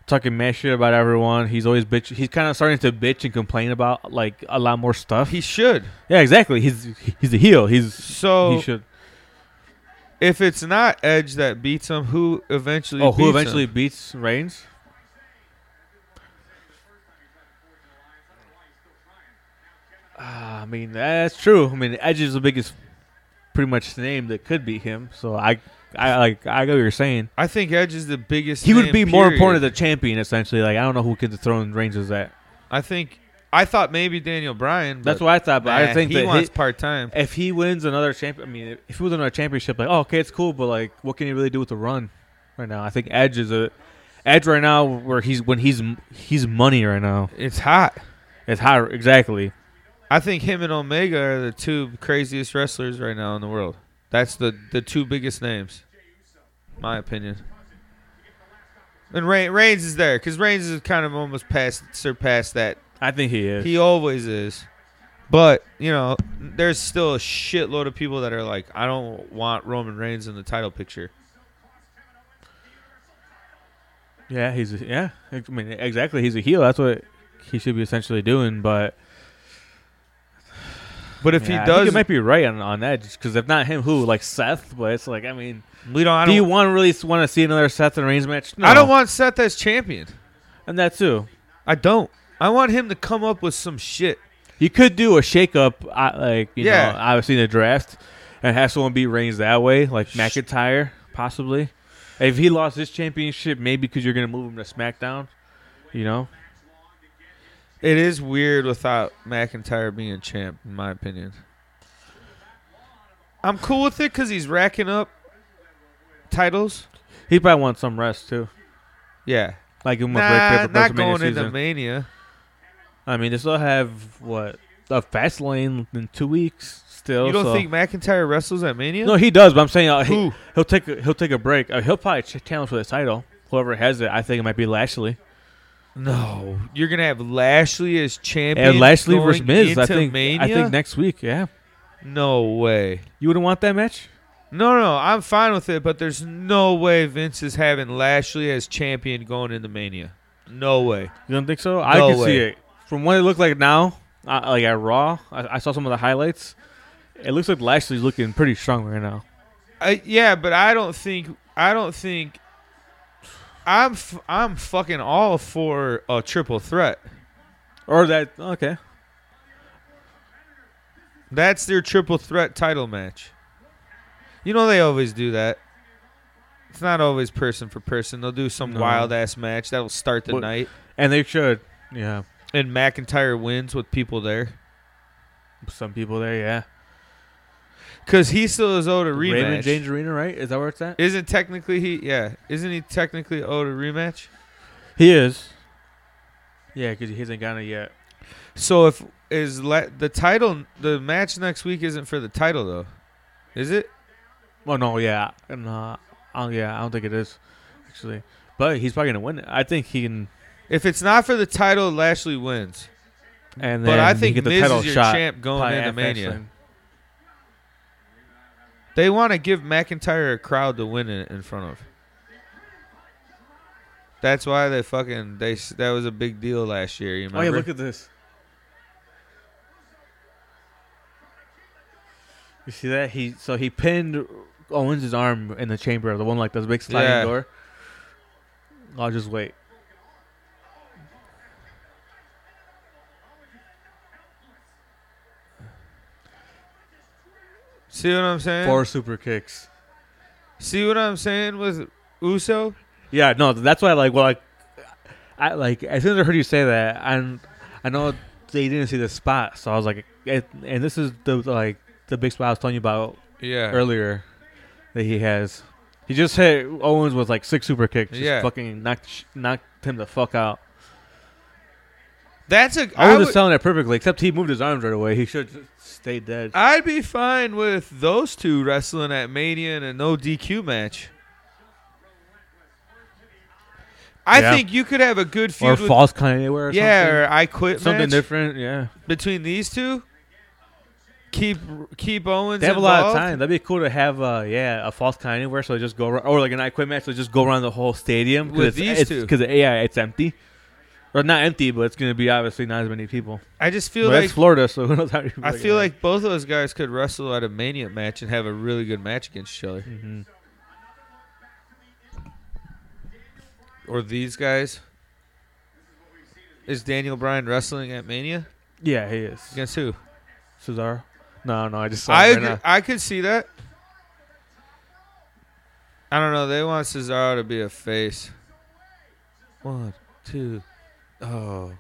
Speaker 1: talking mad shit about everyone. He's always bitch. He's kind of starting to bitch and complain about like a lot more stuff.
Speaker 2: he should.
Speaker 1: yeah, exactly. He's he's a heel. He's
Speaker 2: So
Speaker 1: he should.
Speaker 2: if it's not Edge that beats him, who eventually?
Speaker 1: Oh, who
Speaker 2: beats
Speaker 1: eventually
Speaker 2: him?
Speaker 1: beats Reigns? Ah, I mean, that's true. I mean, Edge is the biggest, pretty much name that could beat him. So I, I like I go. What you're saying.
Speaker 2: I think Edge is the biggest.
Speaker 1: He would
Speaker 2: name,
Speaker 1: be more
Speaker 2: period.
Speaker 1: important as a champion, essentially. Like I don't know who could dethrone Reigns as that.
Speaker 2: I think. I thought maybe Daniel Bryan. But
Speaker 1: That's what I thought, but I
Speaker 2: nah,
Speaker 1: think
Speaker 2: he
Speaker 1: that
Speaker 2: wants
Speaker 1: he-
Speaker 2: part time.
Speaker 1: if he wins another champion, I mean, if he wins another championship, like oh, okay, it's cool, but like, what can he really do with the run right now? I think Edge is a Edge right now, where he's when he's he's money right now.
Speaker 2: It's hot.
Speaker 1: It's high exactly.
Speaker 2: I think him and Omega are the two craziest wrestlers right now in the world. That's the the two biggest names, my opinion. And Re- Reigns is there because Reigns is kind of almost past surpassed that.
Speaker 1: I think he is.
Speaker 2: He always is, but you know, there's still a shitload of people that are like, I don't want Roman Reigns in the title picture.
Speaker 1: yeah, he's a, yeah. I mean, exactly. He's a heel. That's what he should be essentially doing. But
Speaker 2: But if
Speaker 1: yeah,
Speaker 2: he
Speaker 1: I think
Speaker 2: does,
Speaker 1: you might be right on on Edge because if not him, who like Seth? But it's like I mean.
Speaker 2: we don't. I
Speaker 1: Do
Speaker 2: don't,
Speaker 1: you want to really want to see another Seth and Reigns match? No.
Speaker 2: I don't want Seth as champion.
Speaker 1: and that too.
Speaker 2: I don't. I want him to come up with some shit.
Speaker 1: You could do a shakeup, uh, like you
Speaker 2: Yeah.
Speaker 1: know, obviously in the draft, and have someone beat Reigns that way, like McIntyre, possibly. If he lost his championship, maybe because you're gonna move him to SmackDown, you know.
Speaker 2: It is weird without McIntyre being champ, in my opinion. I'm cool with it because he's racking up titles.
Speaker 1: He probably wants some rest too,
Speaker 2: Yeah,
Speaker 1: like give him a
Speaker 2: nah,
Speaker 1: break for
Speaker 2: not
Speaker 1: WrestleMania
Speaker 2: going
Speaker 1: season.
Speaker 2: into Mania.
Speaker 1: I mean, they still have what a fast lane in two weeks. Still,
Speaker 2: You don't
Speaker 1: so-
Speaker 2: think McIntyre wrestles at Mania?
Speaker 1: No, he does, but I'm saying uh, he,
Speaker 2: Who?
Speaker 1: he'll take a, he'll take a break. Uh, he'll probably ch- challenge for the title. Whoever has it, I think it might be Lashley.
Speaker 2: No, you're gonna have Lashley as champion.
Speaker 1: And Lashley
Speaker 2: going
Speaker 1: versus Miz, I
Speaker 2: into
Speaker 1: think. I
Speaker 2: Mania?
Speaker 1: think next week. Yeah,
Speaker 2: no way.
Speaker 1: you wouldn't want that match.
Speaker 2: No, no, I'm fine with it, but there's no way Vince is having Lashley as champion going into Mania. No way.
Speaker 1: You don't think so? I
Speaker 2: No
Speaker 1: can see
Speaker 2: way.
Speaker 1: it from what it looked like now. Uh, like at Raw, I, I saw some of the highlights. It looks like Lashley's looking pretty strong right now.
Speaker 2: I, yeah, but I don't think I don't think I'm f- I'm fucking all for a triple threat.
Speaker 1: Or that okay.
Speaker 2: That's their triple threat title match. You know they always do that. It's not always person for person. They'll do some
Speaker 1: No.
Speaker 2: wild ass match that'll start the
Speaker 1: But-
Speaker 2: night,
Speaker 1: And they should. Yeah,
Speaker 2: and McIntyre wins with people there
Speaker 1: some people there. Yeah,
Speaker 2: because he still is owed a rematch.
Speaker 1: Raymond James Arena, right? Is that where it's at?
Speaker 2: Isn't technically he? Yeah, isn't he technically owed a rematch?
Speaker 1: He is. Yeah, because he hasn't gotten it yet.
Speaker 2: So if is la- the title the match next week isn't for the title though, is it?
Speaker 1: Well, no, yeah, no, oh, yeah, I don't think it is actually. But he's probably gonna win it. I think he can.
Speaker 2: If it's not for the title, Lashley wins.
Speaker 1: And
Speaker 2: But
Speaker 1: then
Speaker 2: I
Speaker 1: he
Speaker 2: think
Speaker 1: get the
Speaker 2: Miz
Speaker 1: title
Speaker 2: is your
Speaker 1: shot
Speaker 2: champ going
Speaker 1: probably
Speaker 2: into
Speaker 1: at
Speaker 2: Mania.
Speaker 1: Fastlane.
Speaker 2: They want to give McIntyre a crowd to win in, in front of. That's why they fucking they s- that was a big deal last year. You
Speaker 1: Oh
Speaker 2: remember?
Speaker 1: yeah, look at this. You see that he so he pinned Owens' arm in the chamber, the one like this big sliding
Speaker 2: Yeah.
Speaker 1: door. I'll just wait.
Speaker 2: See what I'm saying?
Speaker 1: Four super kicks.
Speaker 2: See what I'm saying with Uso?
Speaker 1: Yeah, no, that's why. Like, well, like, I like as soon as I heard you say that, and I know they didn't see the spot, so I was like, it, and this is the like the big spot I was telling you about
Speaker 2: Yeah.
Speaker 1: earlier that he has. He just hit Owens with like six super kicks. Just
Speaker 2: Yeah.
Speaker 1: fucking knocked sh- knocked him the fuck out.
Speaker 2: That's a. I
Speaker 1: Owens
Speaker 2: would,
Speaker 1: is telling it perfectly, except he moved his arms right away. He should stay dead.
Speaker 2: I'd be fine with those two wrestling at Mania in a no DQ match. I
Speaker 1: Yeah.
Speaker 2: think you could have a good feud
Speaker 1: or
Speaker 2: with
Speaker 1: false kind of anywhere. Or
Speaker 2: yeah,
Speaker 1: something.
Speaker 2: or I quit
Speaker 1: something
Speaker 2: match
Speaker 1: different. Yeah,
Speaker 2: between these two. Keep keep Owens.
Speaker 1: they have a lot of
Speaker 2: involved.
Speaker 1: time. That'd be cool to have. Uh, yeah, a false kind anywhere. So they just go around, or like an I quit match. So they just go around the whole stadium
Speaker 2: With
Speaker 1: it's,
Speaker 2: these
Speaker 1: it's,
Speaker 2: two.
Speaker 1: because yeah, it's empty. Or not empty, but it's gonna be obviously not as many people.
Speaker 2: I just feel
Speaker 1: But
Speaker 2: like
Speaker 1: it's Florida, so who knows how many people
Speaker 2: I
Speaker 1: are
Speaker 2: feel
Speaker 1: gonna-
Speaker 2: like both of those guys could wrestle at a Mania match and have a really good match against each other.
Speaker 1: Mhm.
Speaker 2: Or these guys. Is Daniel Bryan wrestling at Mania
Speaker 1: yeah, he is.
Speaker 2: against who?
Speaker 1: Cesaro? No, no, I just saw
Speaker 2: I
Speaker 1: him right
Speaker 2: agree,
Speaker 1: now.
Speaker 2: I could see that. I don't know. They want Cesaro to be a face. One, two, oh.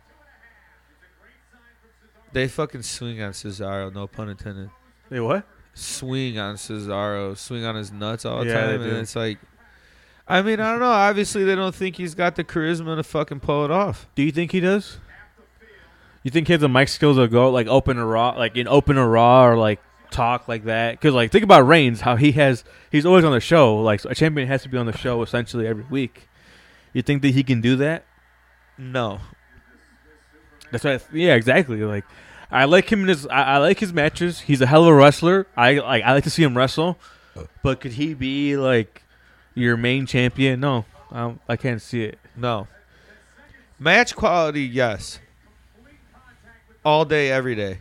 Speaker 2: They fucking swing on Cesaro. No pun intended.
Speaker 1: Wait, what?
Speaker 2: swing on Cesaro, swing on his nuts all the
Speaker 1: Yeah, they
Speaker 2: time, and
Speaker 1: do.
Speaker 2: it's like, I mean, I don't know. Obviously, they don't think he's got the charisma to fucking pull it off.
Speaker 1: Do you think he does? You think he has the mic skills to go like open a raw, like in open a raw, or like talk like that? Because like think about Reigns, how he has he's always on the show. Like a champion has to be on the show essentially every week. You think that he can do that?
Speaker 2: No,
Speaker 1: That's right. Yeah, exactly. Like I like him in his I, I like his matches. He's a hell of a wrestler. I like I like to see him wrestle. But could he be like your main champion? No. Um, I can't see it.
Speaker 2: no. Match quality, yes. All day, every day.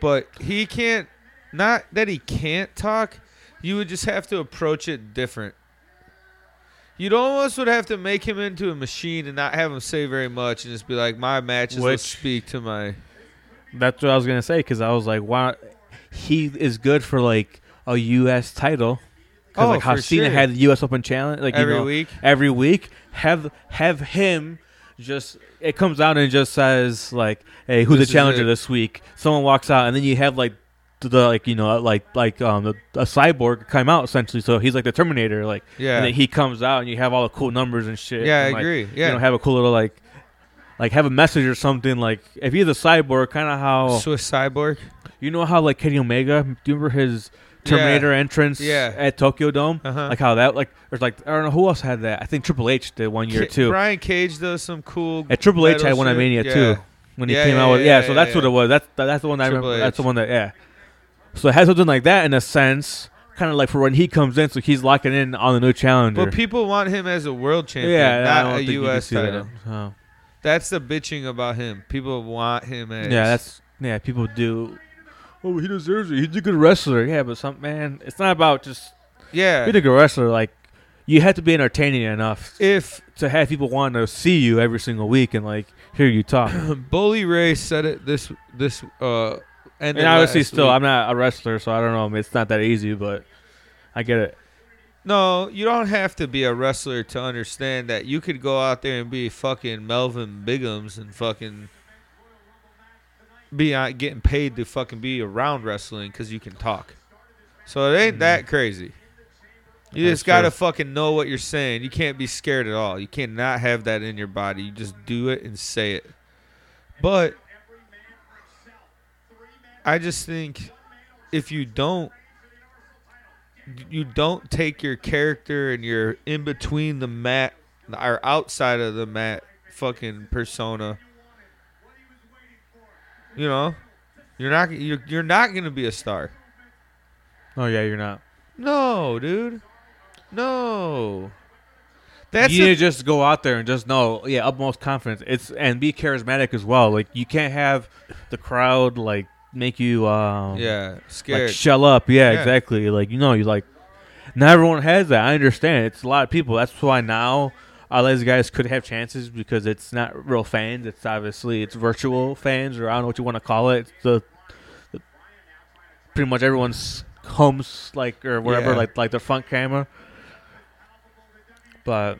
Speaker 2: But he can't. Not that he can't talk. You would just have to approach it different. You'd almost would have to make him into a machine and not have him say very much, and just be like, "My matches,
Speaker 1: Which-
Speaker 2: let's speak to my."
Speaker 1: That's what I was gonna say because I was like, why? He is good for like a U.S. title because
Speaker 2: Oh,
Speaker 1: like
Speaker 2: for
Speaker 1: Hasina
Speaker 2: sure.
Speaker 1: had the U.S. Open challenge like you
Speaker 2: Every
Speaker 1: know,
Speaker 2: week?
Speaker 1: Every week, have have him just it comes out and just says like, hey, who's
Speaker 2: This
Speaker 1: the
Speaker 2: is
Speaker 1: challenger
Speaker 2: it.
Speaker 1: this week? Someone walks out and then you have like the, the, like you know like like um the, a cyborg come out essentially. So he's like the Terminator like
Speaker 2: Yeah.
Speaker 1: And then he comes out and you have all the cool numbers and shit.
Speaker 2: Yeah, I
Speaker 1: and, like,
Speaker 2: agree.
Speaker 1: You
Speaker 2: Yeah.
Speaker 1: know, have a cool little like. Like have a message or something. Like if he's a cyborg, kind of how
Speaker 2: Swiss cyborg.
Speaker 1: you know how like Kenny Omega, do you remember his Terminator entrance
Speaker 2: Yeah.
Speaker 1: at Tokyo Dome?
Speaker 2: Uh-huh.
Speaker 1: Like how that like there's like I don't know who else had that. I think Triple H did one year
Speaker 2: Ca-
Speaker 1: too.
Speaker 2: Brian Cage does some cool.
Speaker 1: And Triple H
Speaker 2: metal
Speaker 1: had one at
Speaker 2: shit.
Speaker 1: Mania
Speaker 2: Yeah.
Speaker 1: too when he
Speaker 2: Yeah,
Speaker 1: came
Speaker 2: yeah,
Speaker 1: out with
Speaker 2: yeah,
Speaker 1: yeah. so
Speaker 2: yeah,
Speaker 1: that's what
Speaker 2: yeah.
Speaker 1: it was. That's that- that's the one I
Speaker 2: Triple
Speaker 1: remember.
Speaker 2: H.
Speaker 1: That's the one that yeah. So it has something like that in a sense, kind of like for when he comes in, so he's locking in on the new challenger.
Speaker 2: But people want him as a world champion,
Speaker 1: yeah, and I don't
Speaker 2: not a
Speaker 1: think you can
Speaker 2: U.S.
Speaker 1: see that.
Speaker 2: title.
Speaker 1: Oh.
Speaker 2: That's the bitching about him. People want him as.
Speaker 1: Yeah, that's yeah. People do. Oh, he deserves it. He's a good wrestler. Yeah, but some man, it's not about just
Speaker 2: yeah.
Speaker 1: being a good wrestler, like you have to be entertaining enough
Speaker 2: If
Speaker 1: to have people want to see you every single week and like hear you talk.
Speaker 2: Bully Ray said it this this uh, and
Speaker 1: and obviously, still, I'm not a wrestler, so I don't know. I mean, It's not that easy, but I get it.
Speaker 2: No, you don't have to be a wrestler to understand that you could go out there and be fucking Melvin Biggums and fucking be out getting paid to fucking be around wrestling because you can talk. So it ain't that crazy. You
Speaker 1: Mm-hmm. That's
Speaker 2: just gotta
Speaker 1: true.
Speaker 2: fucking know what you're saying. You can't be scared at all. You cannot have that in your body. You just do it and say it. But I just think if you don't you don't take your character and your in between the mat or outside of the mat fucking persona. You know, you're not you're, you're not gonna be a star.
Speaker 1: Oh yeah, you're not.
Speaker 2: No, dude. No. That's
Speaker 1: you
Speaker 2: the-
Speaker 1: need to just go out there and just know, yeah, utmost confidence. It's and be charismatic as well. Like you can't have the crowd like make you um
Speaker 2: yeah scared.
Speaker 1: like shell up. Yeah,
Speaker 2: Yeah.
Speaker 1: exactly. Like you know, you like not everyone has that. I understand. It's a lot of people. That's why now a lot of these guys could have chances because it's not real fans. It's obviously it's virtual fans or I don't know what you want to call it. It's the, the- pretty much everyone's homes like or whatever
Speaker 2: Yeah.
Speaker 1: like like their front camera. But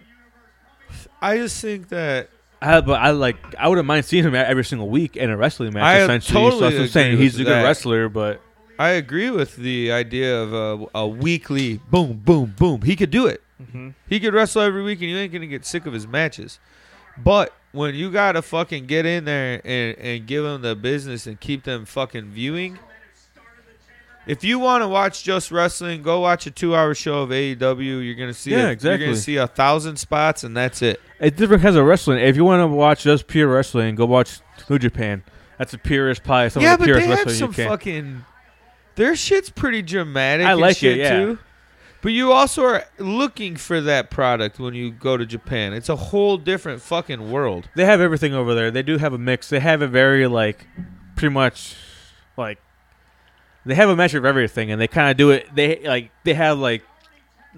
Speaker 2: I just think that
Speaker 1: I but I like I wouldn't mind seeing him every single week in a wrestling match.
Speaker 2: I
Speaker 1: essentially,
Speaker 2: totally
Speaker 1: so that's what I'm saying.
Speaker 2: agree
Speaker 1: He's
Speaker 2: with
Speaker 1: a good
Speaker 2: that.
Speaker 1: wrestler, but
Speaker 2: I agree with the idea of a, a weekly boom, boom, boom. He could do it. He could wrestle every week, and you ain't gonna get sick of his matches. But when you gotta fucking get in there and, and give them the business and keep them fucking viewing, if you want to watch just wrestling, go watch a two-hour show of AEW. You're gonna see,
Speaker 1: Yeah,
Speaker 2: a- You're
Speaker 1: exactly.
Speaker 2: gonna see a thousand spots, and that's it.
Speaker 1: It's different kinds of wrestling. If you want to watch just pure wrestling, go watch New Japan. That's the purest pie. Some
Speaker 2: yeah,
Speaker 1: of the
Speaker 2: but they
Speaker 1: purest
Speaker 2: have
Speaker 1: wrestling
Speaker 2: some
Speaker 1: you can.
Speaker 2: fucking. Their shit's pretty dramatic.
Speaker 1: I
Speaker 2: and
Speaker 1: like it,
Speaker 2: shit,
Speaker 1: yeah.
Speaker 2: Too. But you also are looking for that product when you go to Japan. It's a whole different fucking world.
Speaker 1: they have everything over there. They do have a mix. They have a very like, pretty much, like, they have a measure of everything, and they kind of do it. They like they have like,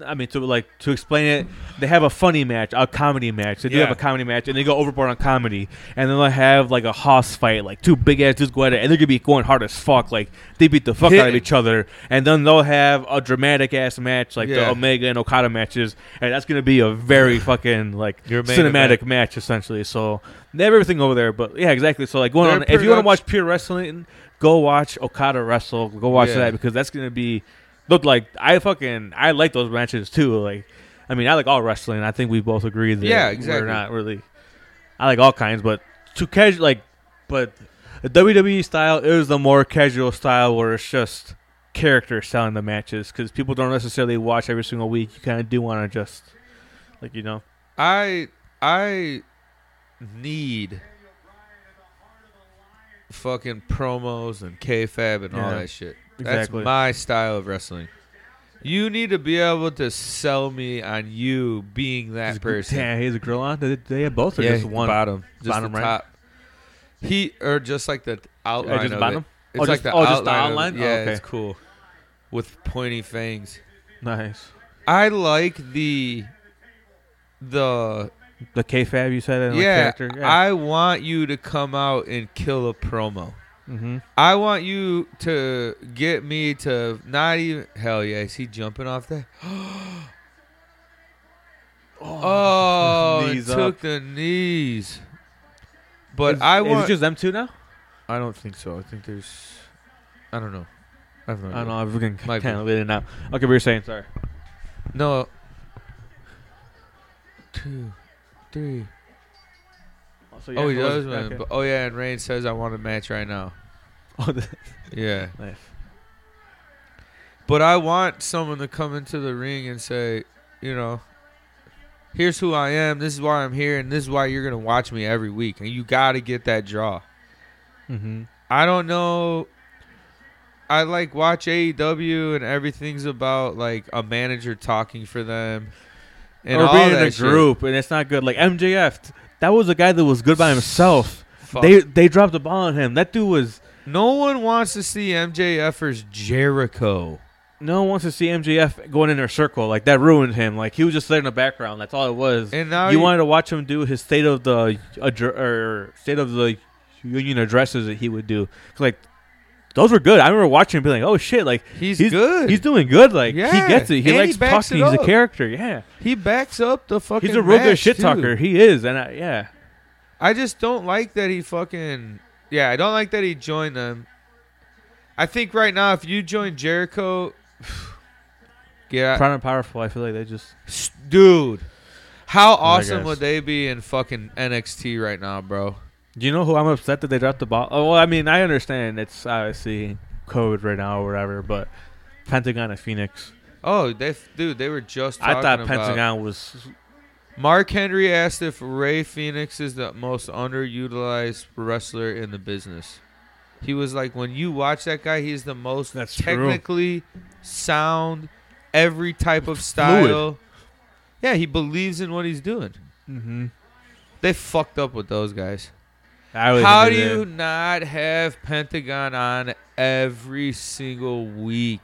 Speaker 1: I mean to like to explain it, they have a funny match, a comedy match. They do
Speaker 2: Yeah.
Speaker 1: have a comedy match, and they go overboard on comedy, and then they have like a hoss fight, like two big ass dudes go at it, and they're gonna be going hard as fuck. Like they beat the fuck out of
Speaker 2: Hitting.
Speaker 1: each other, and then they'll have a dramatic ass match like the
Speaker 2: Yeah.
Speaker 1: Omega and Okada matches, and that's gonna be a very fucking like
Speaker 2: Your main
Speaker 1: cinematic match essentially. So they have everything over there, but yeah, exactly. So like going
Speaker 2: Their
Speaker 1: on, if you want
Speaker 2: product-
Speaker 1: to watch pure wrestling, go watch Okada wrestle. Go watch
Speaker 2: Yeah.
Speaker 1: that because that's gonna be look like I fucking I like those matches too. Like I mean I like all wrestling. I think we both agree that
Speaker 2: Yeah,
Speaker 1: we're
Speaker 2: exactly.
Speaker 1: not really I like all kinds, but too casual like but the WWE style is the more casual style where it's just character selling the matches because people don't necessarily watch every single week. You kind of do want to just like you know.
Speaker 2: I I need fucking promos and kayfabe and all
Speaker 1: Yeah,
Speaker 2: that shit.
Speaker 1: exactly.
Speaker 2: That's my style of wrestling. You need to be able to sell me on you being that
Speaker 1: He's a-
Speaker 2: person.
Speaker 1: Yeah, he's a grill on. They, they have both or just
Speaker 2: the
Speaker 1: one?
Speaker 2: bottom, just
Speaker 1: Bottom
Speaker 2: the
Speaker 1: right?
Speaker 2: top. He or just like the outline
Speaker 1: just
Speaker 2: of
Speaker 1: bottom?
Speaker 2: it.
Speaker 1: Oh,
Speaker 2: It's like
Speaker 1: just-
Speaker 2: the
Speaker 1: oh,
Speaker 2: outline
Speaker 1: just the
Speaker 2: of it.
Speaker 1: outline? Oh,
Speaker 2: Yeah,
Speaker 1: okay.
Speaker 2: it's cool with pointy fangs.
Speaker 1: Nice.
Speaker 2: I like the the
Speaker 1: The K Fab you said in like
Speaker 2: yeah,
Speaker 1: character.
Speaker 2: I want you to come out and kill a promo.
Speaker 1: mm-hmm.
Speaker 2: I want you to get me to not even hell yeah, is he jumping off that? Oh, and
Speaker 1: Knees
Speaker 2: took
Speaker 1: up.
Speaker 2: the knees. But I want
Speaker 1: Is it just them two now?
Speaker 2: I don't think so. I think there's I don't know. I have no
Speaker 1: I
Speaker 2: idea.
Speaker 1: don't know. I'm freaking
Speaker 2: Might be.
Speaker 1: kind of it now. Okay, we were saying sorry.
Speaker 2: No. Two, three.
Speaker 1: So,
Speaker 2: oh, he
Speaker 1: close
Speaker 2: does,
Speaker 1: it.
Speaker 2: man.
Speaker 1: Okay.
Speaker 2: But- oh, yeah, and Rain says, I want a match right now.
Speaker 1: Oh, the-
Speaker 2: Yeah.
Speaker 1: nice.
Speaker 2: But I want someone to come into the ring and say, you know, here's who I am, this is why I'm here, and this is why you're going to watch me every week. And you got to get that draw.
Speaker 1: Mm-hmm.
Speaker 2: I don't know. I like watch AEW and everything's about like a manager talking for them and
Speaker 1: or
Speaker 2: all
Speaker 1: being in
Speaker 2: that
Speaker 1: a
Speaker 2: shit.
Speaker 1: group, and it's not good. Like MJF, t- that was a guy that was good by himself.
Speaker 2: Fuck.
Speaker 1: They they dropped the ball on him. That dude was.
Speaker 2: No one wants to see MJF versus Jericho.
Speaker 1: No one wants to see MJF going in their circle. Like that ruined him. Like he was just there in the background. That's all it was.
Speaker 2: And now
Speaker 1: you
Speaker 2: you-
Speaker 1: wanted to watch him do his state of the adr- or state of the union addresses that he would do. 'Cause, Like those were good. I remember watching him being like, "Oh shit!" Like
Speaker 2: He's good.
Speaker 1: He's doing good. Like
Speaker 2: Yeah.
Speaker 1: he gets it. He
Speaker 2: And he
Speaker 1: likes
Speaker 2: backs
Speaker 1: talking.
Speaker 2: it
Speaker 1: He's a
Speaker 2: up.
Speaker 1: character. Yeah,
Speaker 2: He backs up the fucking.
Speaker 1: he's a real good
Speaker 2: match,
Speaker 1: shit
Speaker 2: too.
Speaker 1: talker. He is, and I, yeah,
Speaker 2: I just don't like that he fucking. Yeah, I don't like that he joined them. I think right now, if you join Jericho, yeah,
Speaker 1: proud and powerful. I feel like they just
Speaker 2: S- dude, how awesome
Speaker 1: guys.
Speaker 2: would they be in fucking NXT right now, bro?
Speaker 1: Do you know who I'm upset that they dropped the ball? Oh, well, I mean, I understand it's obviously COVID right now or whatever, but Pentagon and Phoenix.
Speaker 2: Oh, they f- dude, they were just.
Speaker 1: I thought
Speaker 2: talking about-
Speaker 1: Pentagon was.
Speaker 2: Mark Henry asked if Ray Phoenix is the most underutilized wrestler in the business. He was like, when you watch that guy, he's the most
Speaker 1: That's true.
Speaker 2: technically sound, every type of style. Yeah, he believes in what he's doing.
Speaker 1: Mm-hmm.
Speaker 2: They fucked up with those guys.
Speaker 1: I really
Speaker 2: How do
Speaker 1: think they
Speaker 2: you
Speaker 1: did.
Speaker 2: not have Pentagon on every single week?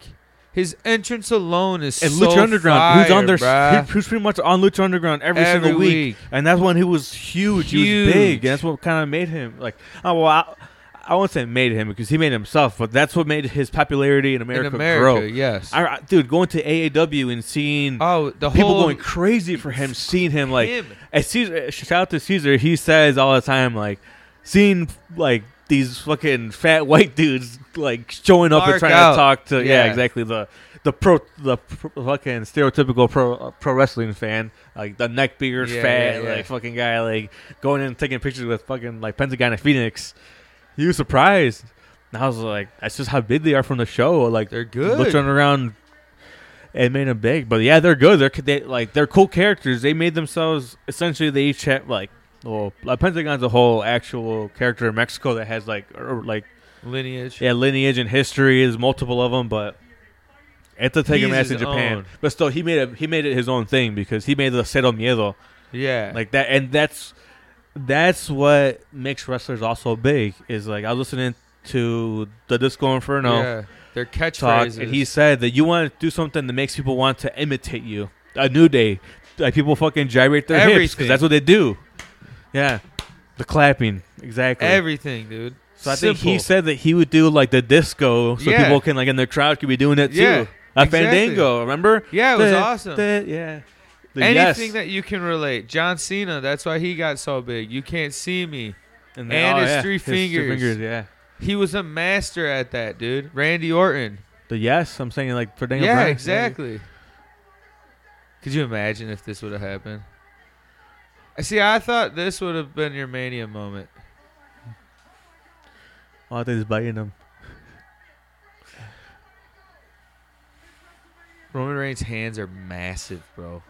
Speaker 2: His entrance alone is
Speaker 1: And
Speaker 2: so
Speaker 1: Lucha Underground, who's on their,
Speaker 2: fire, bruh.
Speaker 1: who's pretty much on Lucha Underground every,
Speaker 2: Every
Speaker 1: single week.
Speaker 2: week.
Speaker 1: and that's when he was huge. He
Speaker 2: Huge.
Speaker 1: was big, and that's what kind of made him like. Oh well, I, I won't say made him because he made himself, but that's what made his popularity in America,
Speaker 2: in
Speaker 1: grow.
Speaker 2: America? Yes.
Speaker 1: I, I- dude, going to AAW and seeing
Speaker 2: Oh, the
Speaker 1: people
Speaker 2: whole
Speaker 1: going crazy for him, seeing him like
Speaker 2: Him.
Speaker 1: as Caesar. eh, Shout out to Caesar. He says all the time like seeing like these fucking fat white dudes like showing up
Speaker 2: Mark
Speaker 1: and trying
Speaker 2: out.
Speaker 1: to talk to yeah.
Speaker 2: Yeah.
Speaker 1: exactly the the pro the pro, fucking stereotypical pro uh, pro wrestling fan like the neck beard
Speaker 2: Yeah,
Speaker 1: fat
Speaker 2: yeah, yeah.
Speaker 1: like fucking guy like going in and taking pictures with fucking like Pentagon and Phoenix. He was surprised. And I was like, that's just how big they are from the show. Like
Speaker 2: They're good.
Speaker 1: Lucha Underground, it made them big, but yeah, they're good. They're they, like they're cool characters. They made themselves essentially. They each have like well, like Pentagon's a whole actual character in Mexico that has like or, like
Speaker 2: lineage.
Speaker 1: yeah lineage and history. Is multiple of them, but it's a take a
Speaker 2: He's
Speaker 1: match in
Speaker 2: his
Speaker 1: Japan.
Speaker 2: own.
Speaker 1: But still, he made a, he made it his own thing because he made the Cero Miedo
Speaker 2: Yeah.
Speaker 1: like that, and that's that's what makes wrestlers also big. Is like I was listening to the Disco Inferno
Speaker 2: Yeah. Their
Speaker 1: talk,
Speaker 2: catchphrases.
Speaker 1: and he said that you want to do something that makes people want to imitate you. A new day, like people fucking gyrate their hips
Speaker 2: Everything.
Speaker 1: because that's what they do. Yeah, the clapping exactly.
Speaker 2: everything, dude.
Speaker 1: so I think he
Speaker 2: Simple.
Speaker 1: said that he would do like the disco, so
Speaker 2: Yeah.
Speaker 1: people can like in their crowd could be doing it
Speaker 2: Yeah,
Speaker 1: too. A
Speaker 2: exactly.
Speaker 1: fandango, remember?
Speaker 2: Yeah, it was
Speaker 1: Da-
Speaker 2: awesome.
Speaker 1: da- yeah. The
Speaker 2: Anything
Speaker 1: yes.
Speaker 2: that you can relate. John Cena, that's why he got so big. You can't see me.
Speaker 1: and, oh,
Speaker 2: and his three fingers.
Speaker 1: fingers, yeah.
Speaker 2: He was a master at that, dude. Randy Orton.
Speaker 1: The yes, I'm saying like for Daniel
Speaker 2: yeah,
Speaker 1: Bryan.
Speaker 2: exactly. Could you imagine if this would have happened? I See, I thought this would have been your mania moment.
Speaker 1: Oh, I think he's biting him.
Speaker 2: Roman Reigns' hands are massive, bro.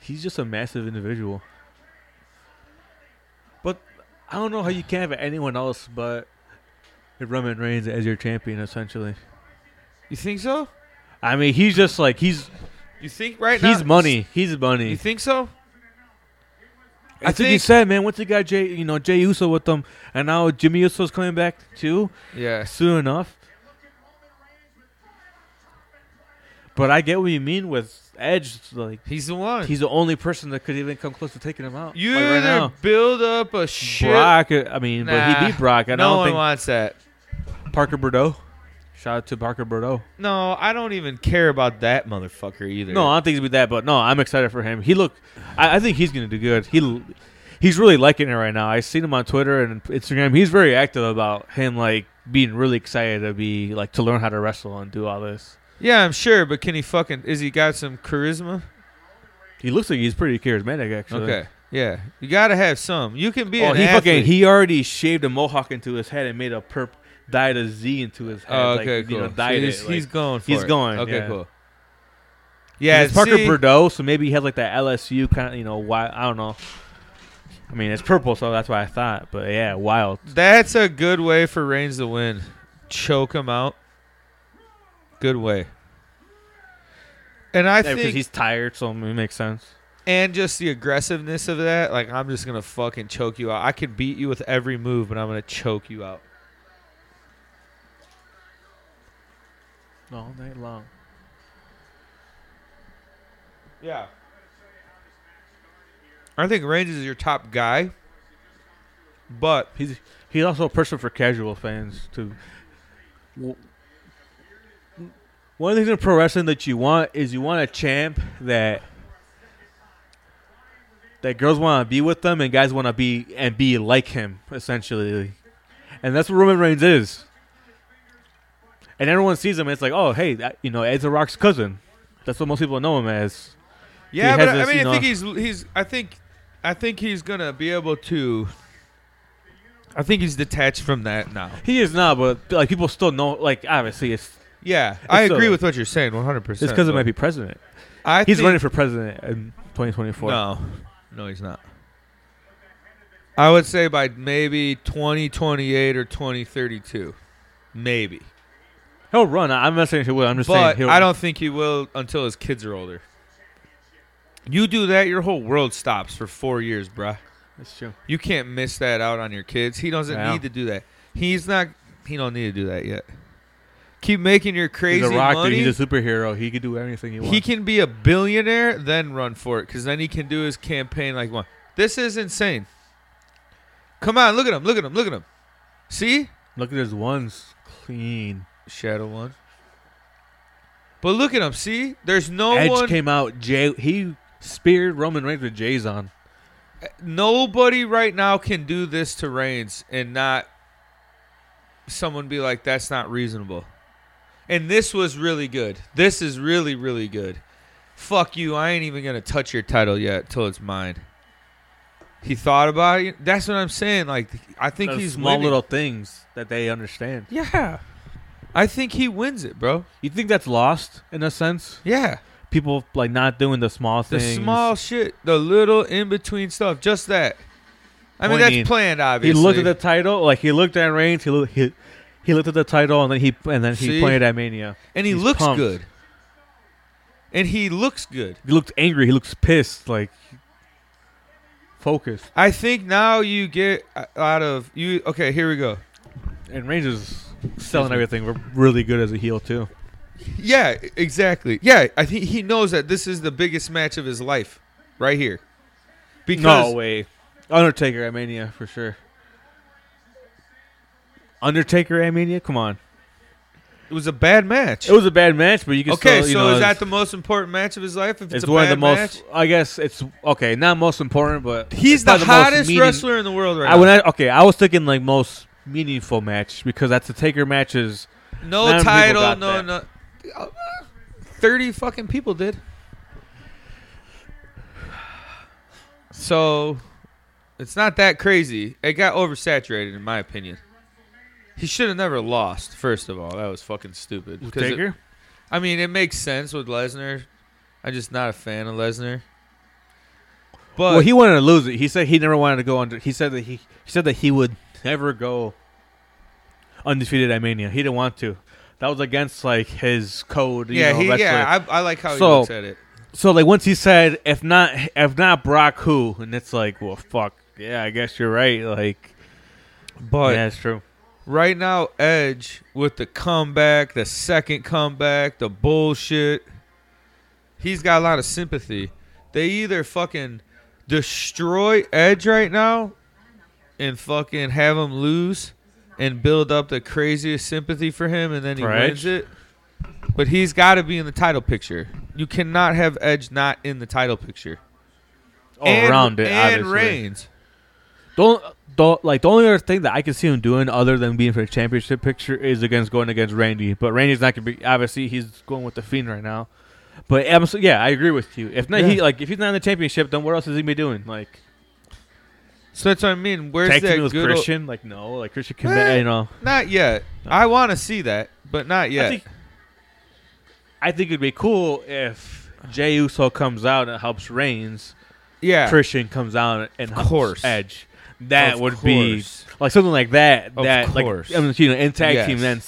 Speaker 1: He's just a massive individual. But I don't know how you can have anyone else but Roman Reigns as your champion, essentially.
Speaker 2: You think so?
Speaker 1: I mean, he's just like he's
Speaker 2: You think right now?
Speaker 1: he's money. He's money.
Speaker 2: You think so?
Speaker 1: That's what he said, man. Once he got Jay, you know, Jay Uso with them, and now Jimmy Uso's coming back too
Speaker 2: Yeah.
Speaker 1: soon enough. But I get what you mean with Edge. Like
Speaker 2: He's the one.
Speaker 1: he's the only person that could even come close to taking him out.
Speaker 2: you
Speaker 1: like
Speaker 2: either
Speaker 1: right now.
Speaker 2: build up a shit.
Speaker 1: Brock, I mean, but
Speaker 2: Nah.
Speaker 1: he beat Brock. And
Speaker 2: no
Speaker 1: I don't
Speaker 2: one
Speaker 1: think
Speaker 2: wants that.
Speaker 1: Parker Bordeaux. Shout out to Parker Bordeaux.
Speaker 2: No, I don't even care about that motherfucker either.
Speaker 1: No, I don't think it'll be that, but no, I'm excited for him. He look, I, I think he's gonna do good. He, he's really liking it right now. I seen him on Twitter and Instagram. He's very active about him, like being really excited to be like to learn how to wrestle and do all this.
Speaker 2: yeah, I'm sure, but can he fucking? Is he got some charisma?
Speaker 1: He looks like he's pretty charismatic, actually.
Speaker 2: Okay. Yeah, you gotta have some. You can be
Speaker 1: Oh,
Speaker 2: an
Speaker 1: he
Speaker 2: athlete.
Speaker 1: fucking he already shaved a mohawk into his head and made a perp dyed a Z into his head.
Speaker 2: Oh,
Speaker 1: like,
Speaker 2: okay, cool.
Speaker 1: You know,
Speaker 2: So
Speaker 1: dyed
Speaker 2: he's,
Speaker 1: it, like-
Speaker 2: he's going. For
Speaker 1: he's
Speaker 2: it.
Speaker 1: going,
Speaker 2: Okay,
Speaker 1: yeah.
Speaker 2: cool.
Speaker 1: And
Speaker 2: Yeah,
Speaker 1: it's Parker
Speaker 2: see,
Speaker 1: Bordeaux, so maybe he has like that LSU kind of, you know, why I don't know. I mean, it's purple, so that's why I thought. But yeah, wild.
Speaker 2: That's a good way for Reigns to win. Choke him out. Good way. And I
Speaker 1: Yeah, because
Speaker 2: think,
Speaker 1: he's tired, so it makes sense.
Speaker 2: and just the aggressiveness of that, like I'm just gonna fucking choke you out. I can beat you with every move, but I'm gonna choke you out.
Speaker 1: All night long.
Speaker 2: Yeah. I think Reigns is your top guy, but
Speaker 1: He's he's also a person for casual fans too. W- One of the things in pro wrestling that you want is you want a champ that that girls want to be with them and guys want to be and be like him essentially, and that's what Roman Reigns is. And everyone sees him. And it's like, oh, hey, that, you know, Ed's a Rock's cousin. That's what most people know him as.
Speaker 2: Yeah,
Speaker 1: He has
Speaker 2: but I
Speaker 1: this,
Speaker 2: mean,
Speaker 1: you
Speaker 2: I think he's he's. I think, I think he's gonna be able to. I think he's detached from that now.
Speaker 1: He is not, but like people still know. Like obviously, it's
Speaker 2: Yeah, I
Speaker 1: It's,
Speaker 2: agree
Speaker 1: uh,
Speaker 2: with what you're saying, 100. percent
Speaker 1: it's because it might be president.
Speaker 2: I
Speaker 1: He's
Speaker 2: think,
Speaker 1: running for president in 2024.
Speaker 2: No, no, he's not. I would say by maybe 2028 or 2032, maybe.
Speaker 1: He'll run. I- I'm not saying he will. I'm just saying
Speaker 2: But
Speaker 1: he'll.
Speaker 2: I don't think he will until his kids are older. You do that, your whole world stops for four years, bruh.
Speaker 1: That's true.
Speaker 2: You can't miss that out on your kids. He doesn't
Speaker 1: Yeah.
Speaker 2: need to do that. He's not. He don't need to do that yet. Keep making your crazy
Speaker 1: He's a rock
Speaker 2: money.
Speaker 1: dude. He's a superhero. He could do anything he wants.
Speaker 2: he can be a billionaire, then run for it, because then he can do his campaign like one. This is insane. Come on, look at him! Look at him! Look at him! See,
Speaker 1: Look at his ones clean.
Speaker 2: Shadow One. But look at him! See, there's no
Speaker 1: Edge
Speaker 2: one,
Speaker 1: came out. Jay he speared Roman Reigns with Jay's on.
Speaker 2: nobody right now can do this to Reigns and not someone be like, that's not reasonable. And this was really good. This is really, really good. Fuck you. I ain't even going to touch your title yet till it's mine. He thought about it. That's what I'm saying. Like, I think
Speaker 1: Those
Speaker 2: he's
Speaker 1: small
Speaker 2: winning.
Speaker 1: little things that they understand.
Speaker 2: Yeah. I think he wins it, bro.
Speaker 1: You think that's lost in a sense?
Speaker 2: Yeah.
Speaker 1: People like not doing the small
Speaker 2: The
Speaker 1: things.
Speaker 2: small shit, the little in between stuff, just that. I mean,
Speaker 1: Pointing.
Speaker 2: that's planned,
Speaker 1: He
Speaker 2: obviously.
Speaker 1: looked at the title. Like he looked at Reigns. He looked. He, he looked at the title and then he and then he
Speaker 2: See?
Speaker 1: pointed at Mania.
Speaker 2: and he
Speaker 1: He's
Speaker 2: looks
Speaker 1: pumped.
Speaker 2: good. And he looks good.
Speaker 1: He looked angry. He looks pissed. Like focused.
Speaker 2: I think now you get out of you. Okay, here we go.
Speaker 1: And Reigns is selling everything re- really good as a heel too.
Speaker 2: Yeah, exactly. Yeah, I think he knows that this is the biggest match of his life, right here. Because
Speaker 1: no way, Undertaker at Mania for sure. Undertaker at Mania, come on.
Speaker 2: it was a bad match.
Speaker 1: It was a bad match, but you can
Speaker 2: okay,
Speaker 1: still. you
Speaker 2: so
Speaker 1: know,
Speaker 2: is that
Speaker 1: it's-
Speaker 2: the most important match of his life? If it's,
Speaker 1: It's
Speaker 2: a
Speaker 1: one of
Speaker 2: bad
Speaker 1: the most.
Speaker 2: match?
Speaker 1: I guess it's okay. Not most important, but
Speaker 2: He's
Speaker 1: it's probably
Speaker 2: the
Speaker 1: most
Speaker 2: hottest
Speaker 1: meaning-
Speaker 2: wrestler in the world right
Speaker 1: I
Speaker 2: now.
Speaker 1: when I okay, I was thinking like most meaningful match because that's the Taker matches. none of
Speaker 2: No
Speaker 1: the people
Speaker 2: title,
Speaker 1: got
Speaker 2: no
Speaker 1: that.
Speaker 2: no. Thirty fucking people did. So, it's not that crazy. It got oversaturated, in my opinion. He should have never lost. First of all, that was fucking stupid. 'Cause it-
Speaker 1: Taker,
Speaker 2: I mean, it makes sense with Lesnar. I'm just not a fan of Lesnar. But
Speaker 1: well, he wanted to lose it. He said he never wanted to go under. He said that he, he said that he would never go undefeated at Mania. He didn't want to. That was against like his code. you
Speaker 2: yeah,
Speaker 1: know,
Speaker 2: he,
Speaker 1: wrestling.
Speaker 2: yeah, I, I like how he
Speaker 1: So-
Speaker 2: looks at it.
Speaker 1: So like once he said, if not, if not Brock, who? And it's like, well, fuck. Yeah, I guess you're right. Like,
Speaker 2: But
Speaker 1: yeah, it's true.
Speaker 2: right now Edge with the comeback, the second comeback, the bullshit. He's got a lot of sympathy. They either fucking destroy Edge right now and fucking have him lose and build up the craziest sympathy for him and then he
Speaker 1: For
Speaker 2: wins
Speaker 1: Edge?
Speaker 2: it. But he's got to be in the title picture. You cannot have Edge not in the title picture.
Speaker 1: all
Speaker 2: and,
Speaker 1: around it.
Speaker 2: And
Speaker 1: obviously.
Speaker 2: Reigns.
Speaker 1: Don't, don't like the only other thing that I can see him doing other than being for a championship picture is against going against Randy. But Randy's not gonna be obviously he's going with the Fiend right now. But abso- yeah, I agree with you. If not, he
Speaker 2: Yeah.
Speaker 1: like if he's not in the championship, then what else is he be doing? Like
Speaker 2: So that's what I mean. Where's
Speaker 1: tag
Speaker 2: that
Speaker 1: teaming with
Speaker 2: good old-
Speaker 1: Christian? like no, like Christian can
Speaker 2: Eh,
Speaker 1: you know.
Speaker 2: Not yet. I want to see that, but not yet.
Speaker 1: I think I think it'd be cool if Jey Uso comes out and helps Reigns.
Speaker 2: yeah.
Speaker 1: Christian comes out and helps
Speaker 2: course.
Speaker 1: Edge. That
Speaker 2: Of
Speaker 1: would be
Speaker 2: course.
Speaker 1: like something like that.
Speaker 2: Of
Speaker 1: that
Speaker 2: course.
Speaker 1: like I mean, you know, in tag
Speaker 2: Yes.
Speaker 1: team. Then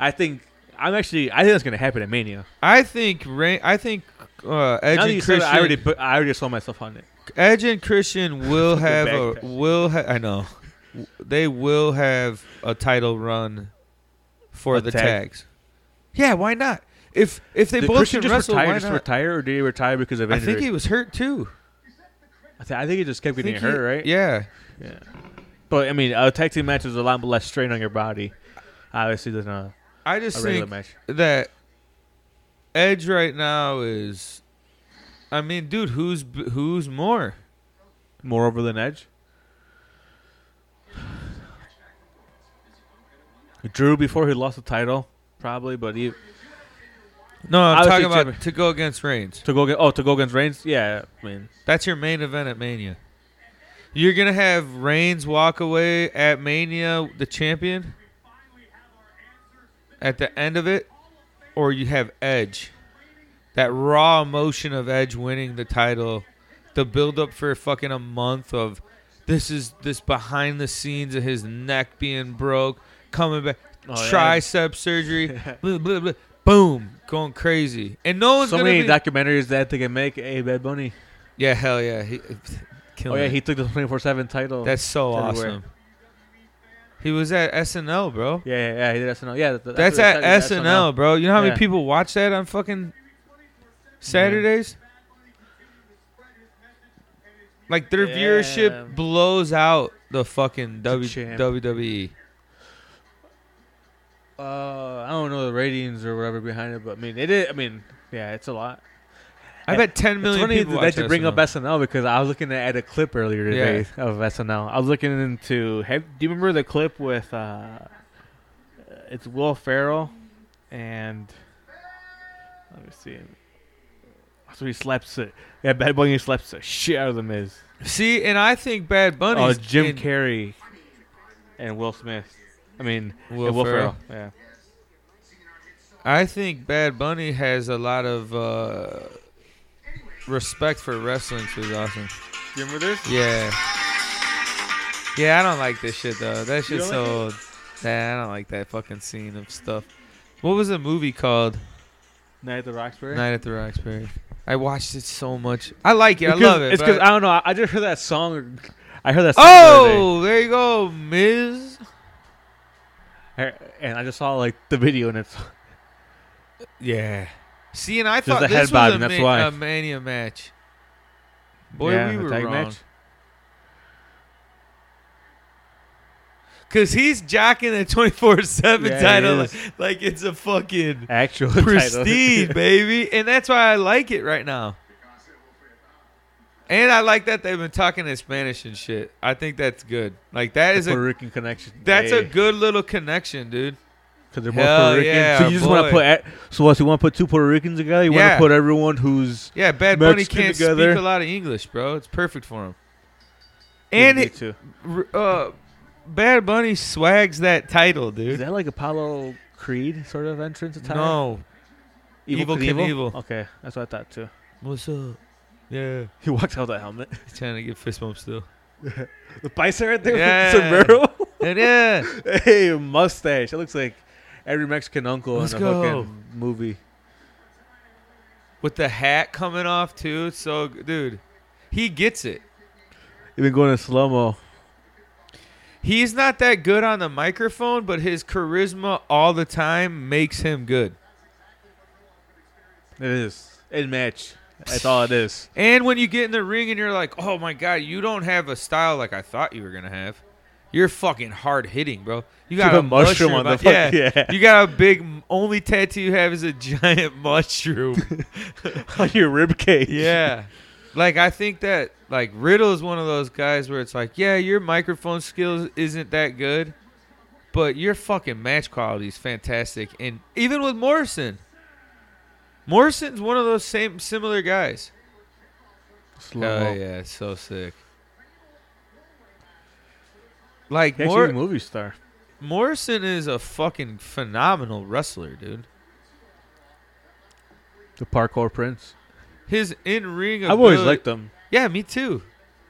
Speaker 1: I think I'm actually I think that's gonna happen at Mania.
Speaker 2: I think Rain, I think uh, Edge
Speaker 1: Now that
Speaker 2: and
Speaker 1: you said
Speaker 2: Christian.
Speaker 1: it, I already put, I already saw myself on it.
Speaker 2: Edge and Christian will
Speaker 1: Fucking
Speaker 2: have
Speaker 1: backpack.
Speaker 2: a will. Ha- I know W- they will have a title run for
Speaker 1: A
Speaker 2: the
Speaker 1: tag?
Speaker 2: tags. Yeah, why not? If if they
Speaker 1: Did
Speaker 2: both
Speaker 1: Christian
Speaker 2: can
Speaker 1: just
Speaker 2: wrestle,
Speaker 1: retire?
Speaker 2: why
Speaker 1: Just
Speaker 2: not?
Speaker 1: retire, or did he retire because of
Speaker 2: I
Speaker 1: injury?
Speaker 2: think he was hurt too.
Speaker 1: I, thi- I think he just kept
Speaker 2: I
Speaker 1: getting
Speaker 2: think he-
Speaker 1: hurt, right?
Speaker 2: Yeah,
Speaker 1: Yeah. But I mean, a tag team match is a lot less strain on your body, obviously than a,
Speaker 2: I just
Speaker 1: a regular
Speaker 2: think
Speaker 1: match.
Speaker 2: that Edge right now is. I mean, dude, who's b- who's more?
Speaker 1: Moreover than Edge. Drew before he lost the title, probably, but he
Speaker 2: No, I'm
Speaker 1: Obviously,
Speaker 2: talking about
Speaker 1: Jimmy.
Speaker 2: to go against Reigns.
Speaker 1: to go get oh to go against Reigns. Yeah, I mean
Speaker 2: That's your main event at Mania. You're gonna have Reigns walk away at Mania the champion at the end of it, or you have Edge. That raw emotion of Edge winning the title, the build up for fucking a month of this is this behind the scenes of his neck being broke, coming back,
Speaker 1: Oh, yeah.
Speaker 2: tricep surgery, blah, blah, blah, boom, going crazy, and no one's
Speaker 1: so
Speaker 2: gonna
Speaker 1: many
Speaker 2: be,
Speaker 1: documentaries that they can make. Hey, Bad Bunny.
Speaker 2: yeah, hell yeah. He, killing
Speaker 1: Oh yeah,
Speaker 2: it.
Speaker 1: he took the twenty four seven title.
Speaker 2: That's so
Speaker 1: It's
Speaker 2: awesome.
Speaker 1: everywhere.
Speaker 2: He was at SNL, bro.
Speaker 1: yeah, yeah, yeah, he did SNL. Yeah,
Speaker 2: That's at SNL, bro. You know how many
Speaker 1: Yeah.
Speaker 2: people watch that on fucking Saturdays? Like their
Speaker 1: Yeah.
Speaker 2: viewership blows out the fucking w- E.
Speaker 1: champ.
Speaker 2: WWE.
Speaker 1: Uh, I don't know the ratings or whatever behind it, but I mean it is. I mean, yeah, it's a lot.
Speaker 2: I bet 10
Speaker 1: It's
Speaker 2: million
Speaker 1: funny
Speaker 2: people
Speaker 1: that
Speaker 2: watch
Speaker 1: you bring up
Speaker 2: SNL.
Speaker 1: SNL because I was looking at a clip earlier today of SNL. I was looking into. Have, do you remember the clip with? Uh, it's Will Ferrell, and let me see. So he slaps it. Yeah, Bad Bunny slaps the shit out of the Miz.
Speaker 2: See, and I think Bad Bunny.
Speaker 1: Oh, it's Jim Carrey and Will Smith. I mean,
Speaker 2: Will
Speaker 1: and Will Ferrell.
Speaker 2: Ferrell.
Speaker 1: Yeah.
Speaker 2: I think Bad Bunny has a lot of uh, respect for wrestling, so he's awesome.
Speaker 1: You remember this?
Speaker 2: Yeah. Yeah, I don't like this shit though. That
Speaker 1: You
Speaker 2: shit's
Speaker 1: don't like
Speaker 2: so. Nah, I don't like that fucking scene of stuff. What was the movie called?
Speaker 1: Night at the Roxbury.
Speaker 2: Night at the Roxbury. I watched it so much. I like it. I
Speaker 1: Because-
Speaker 2: love it.
Speaker 1: It's
Speaker 2: but
Speaker 1: because
Speaker 2: I-
Speaker 1: I don't know. I, I just heard that song. I heard that. Song the other day.
Speaker 2: oh, there you go, Miz.
Speaker 1: I- and I just saw like the video, and it's
Speaker 2: Yeah. See, and I
Speaker 1: There's
Speaker 2: thought
Speaker 1: a head
Speaker 2: this was
Speaker 1: bobbing,
Speaker 2: a,
Speaker 1: that's
Speaker 2: ma-
Speaker 1: why.
Speaker 2: a mania match. Boy,
Speaker 1: Yeah,
Speaker 2: we
Speaker 1: the
Speaker 2: were
Speaker 1: tag
Speaker 2: wrong.
Speaker 1: match.
Speaker 2: Cause he's jocking the twenty four seven
Speaker 1: Yeah, he
Speaker 2: title
Speaker 1: is.
Speaker 2: like, like it's a fucking
Speaker 1: actual
Speaker 2: prestige,
Speaker 1: title.
Speaker 2: baby, and that's why I like it right now. And I like that they've been talking in Spanish and shit. I think that's good. Like that is
Speaker 1: Puerto
Speaker 2: a
Speaker 1: Rican connection.
Speaker 2: that's a good little connection, dude.
Speaker 1: because they're both
Speaker 2: Hell
Speaker 1: Puerto Rican.
Speaker 2: yeah,
Speaker 1: so you just want
Speaker 2: boy.
Speaker 1: to put at, so what? So you want to put two Puerto Ricans together? You want
Speaker 2: Yeah.
Speaker 1: to put everyone who's
Speaker 2: Yeah, Bad Bunny
Speaker 1: Mexican
Speaker 2: can't
Speaker 1: together.
Speaker 2: speak a lot of English, bro. It's perfect for him. And
Speaker 1: Me
Speaker 2: it,
Speaker 1: too.
Speaker 2: r- uh, Bad Bunny swags that title,
Speaker 1: is
Speaker 2: dude.
Speaker 1: that like Apollo Creed sort of entrance attire?
Speaker 2: No, Evil Knievel.
Speaker 1: Okay, that's what I thought too.
Speaker 2: what's up? Yeah,
Speaker 1: He walks out with that helmet,
Speaker 2: he's trying to get fist bump still.
Speaker 1: the bicep right there,
Speaker 2: Yeah.
Speaker 1: with the sombrero.
Speaker 2: And yeah,
Speaker 1: hey, mustache. It looks like every Mexican uncle
Speaker 2: Let's
Speaker 1: in a
Speaker 2: go.
Speaker 1: fucking movie.
Speaker 2: with the hat coming off too. It's so, g- dude, he gets it.
Speaker 1: Even going in slow mo.
Speaker 2: He's not that good on the microphone, but his charisma all the time makes him good.
Speaker 1: It is. It match. That's all it is.
Speaker 2: And when you get in the ring and you're like, oh my God, you don't have a style like I thought you were going to have. You're fucking hard hitting, bro. You got
Speaker 1: Keep
Speaker 2: a,
Speaker 1: a mushroom on the
Speaker 2: like-
Speaker 1: fuck-
Speaker 2: yeah.
Speaker 1: yeah.
Speaker 2: You got a big, only tattoo you have is a giant mushroom.
Speaker 1: On your rib cage.
Speaker 2: yeah. Like, I think that, like, Riddle is one of those guys where it's like, yeah, your microphone skills isn't that good, but your fucking match quality is fantastic. And even with Morrison, Morrison's one of those same, similar guys.
Speaker 1: Slow.
Speaker 2: Oh yeah, it's so sick. Like
Speaker 1: He actually
Speaker 2: Mor-
Speaker 1: is a movie star.
Speaker 2: Morrison is a fucking phenomenal wrestler, dude.
Speaker 1: The parkour prince.
Speaker 2: His in ring.
Speaker 1: I've always liked them.
Speaker 2: Yeah, me too.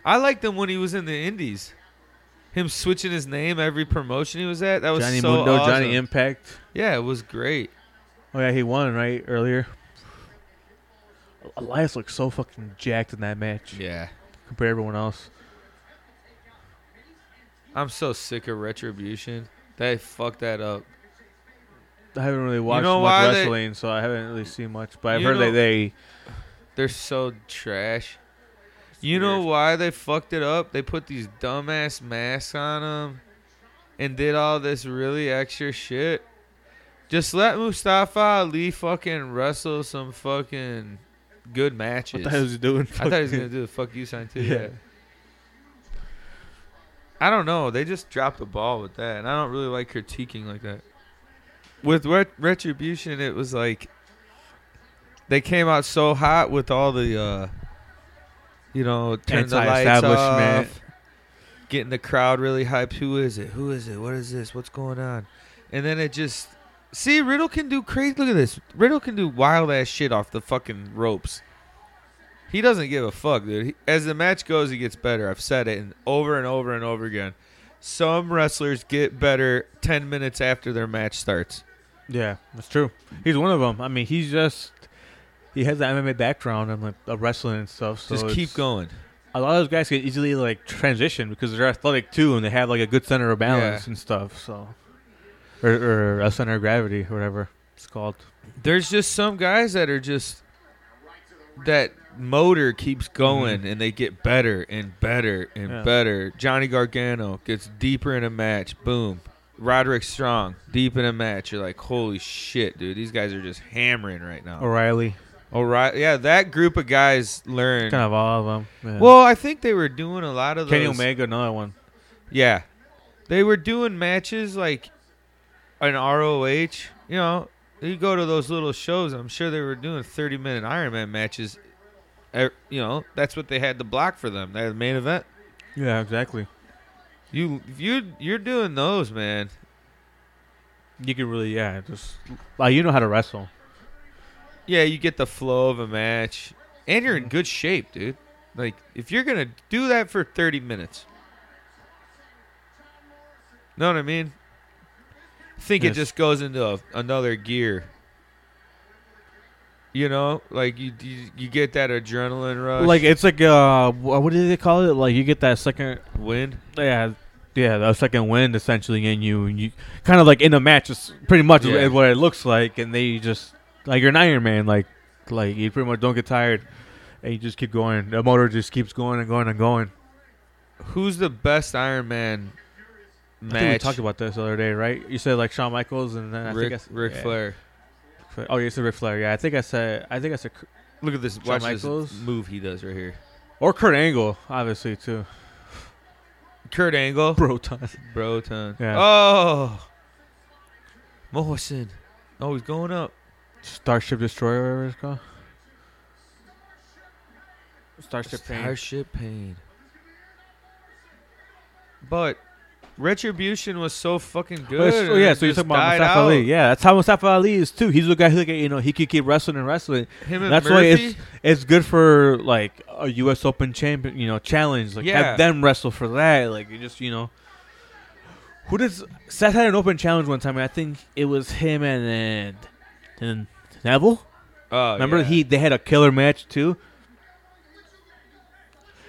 Speaker 2: I liked him when he was in the Indies. Him switching his name every promotion he was at. That was
Speaker 1: Johnny
Speaker 2: so
Speaker 1: Mundo,
Speaker 2: awesome.
Speaker 1: Johnny Impact.
Speaker 2: Yeah, it was great.
Speaker 1: Oh yeah, he won right earlier. Elias looked so fucking jacked in that match
Speaker 2: Yeah,
Speaker 1: compared to everyone else.
Speaker 2: I'm so sick of Retribution. They fucked that up.
Speaker 1: I haven't really watched
Speaker 2: know
Speaker 1: much
Speaker 2: why they-
Speaker 1: wrestling, so I haven't really seen much. But I've
Speaker 2: You
Speaker 1: heard
Speaker 2: know-
Speaker 1: that they
Speaker 2: They're so trash. You
Speaker 1: weird.
Speaker 2: know why they fucked it up? They put these dumbass masks on them and did all this really extra shit. Just let Mustafa Ali fucking wrestle some fucking good matches.
Speaker 1: what the hell is he doing?
Speaker 2: I thought he was gonna do the fuck you sign too.
Speaker 1: Yeah.
Speaker 2: Yeah. I don't know. They just dropped the ball with that, and I don't really like critiquing like that. With Ret- retribution, it was like they came out so hot with all the, uh, you know, turn the lights
Speaker 1: Anti-establishment.
Speaker 2: off, getting the crowd really hyped. Who is it? Who is it? What is this? What's going on? And then it just see Riddle can do crazy. Look at this. Riddle can do wild ass shit off the fucking ropes. He doesn't give a fuck, dude. He, as the match goes, he gets better. I've said it and over and over and over again. Some wrestlers get better 10 minutes after their match starts.
Speaker 1: Yeah, that's true. He's one of them. I mean, he's just he has that MMA background and like uh, wrestling and stuff. So
Speaker 2: Just keep
Speaker 1: it's-
Speaker 2: going.
Speaker 1: A lot of those guys can easily like transition because they're athletic too, and they have like a good center of balance and stuff. So, or, or a center of gravity, whatever it's called.
Speaker 2: There's just some guys that are just that motor keeps going and they get better and better and
Speaker 1: Mm-hmm. Yeah.
Speaker 2: better. Johnny Gargano gets deeper in a match. Boom. Roderick Strong, deep in a match. You're like, holy shit, dude. These guys are just hammering right now.
Speaker 1: O'Reilly,
Speaker 2: All right. Yeah, that group of guys learn.
Speaker 1: kind of all of them. Yeah.
Speaker 2: Well, I think they were doing a lot of
Speaker 1: Kenny
Speaker 2: those.
Speaker 1: Omega, another one.
Speaker 2: Yeah, they were doing matches like an ROH. You know, you go to those little shows. I'm sure they were doing 30 minute Iron Man matches. Eh, You know, that's what they had to block for them. They're the main event.
Speaker 1: Yeah, exactly.
Speaker 2: You you you're doing those, man.
Speaker 1: You could really, yeah, just like you know how to wrestle.
Speaker 2: Yeah, you get the flow of a match, and you're in good shape, dude. Like if you're gonna do that for 30 minutes, know what I mean? I think
Speaker 1: Yes.
Speaker 2: it just goes into a, another gear. You know, like you, you you get that adrenaline rush.
Speaker 1: Like it's like uh, wh- what do they call it? Like you get that second
Speaker 2: win.
Speaker 1: Yeah, yeah, the second wind essentially in you, and you kind of like in a match is pretty much
Speaker 2: Yeah.
Speaker 1: what it looks like, and they just like you're an Iron Man, like like you pretty much don't get tired, and you just keep going. The motor just keeps going and going and going.
Speaker 2: Who's the best Iron Man
Speaker 1: I think we
Speaker 2: match?
Speaker 1: talked about this the other day, right? You said like Shawn Michaels, and then I
Speaker 2: Rick,
Speaker 1: think I, s-
Speaker 2: Ric
Speaker 1: yeah.
Speaker 2: Flair.
Speaker 1: Oh, yeah, you said Ric Flair. Yeah, I think I said I think I said Cur-
Speaker 2: Look at this.
Speaker 1: Shawn
Speaker 2: Watch
Speaker 1: Michaels?
Speaker 2: this move he does right here.
Speaker 1: or Kurt Angle, obviously too.
Speaker 2: Kurt Angle.
Speaker 1: Broton.
Speaker 2: Broton.
Speaker 1: Yeah.
Speaker 2: Oh. Morrison. Oh, he's going up.
Speaker 1: Starship Destroyer, whatever it's called. Starship Pain.
Speaker 2: Starship pain. But Retribution was so fucking good.
Speaker 1: Well, it's- oh, yeah,
Speaker 2: and
Speaker 1: so you're
Speaker 2: just
Speaker 1: talking about
Speaker 2: died
Speaker 1: Mustafa Ali.
Speaker 2: out.
Speaker 1: Yeah, that's how Mustafa Ali is too. He's the guy who, like, you know, he could keep wrestling and wrestling.
Speaker 2: Him and
Speaker 1: that's why
Speaker 2: Murphy.
Speaker 1: it's it's good for like a U.S. Open champion, you know, challenge. Like
Speaker 2: Yeah.
Speaker 1: have them wrestle for that. Like you just you know, who does Seth had an open challenge one time, and I think it was him and and, and Neville.
Speaker 2: oh,
Speaker 1: Remember
Speaker 2: yeah.
Speaker 1: he they had a killer match too.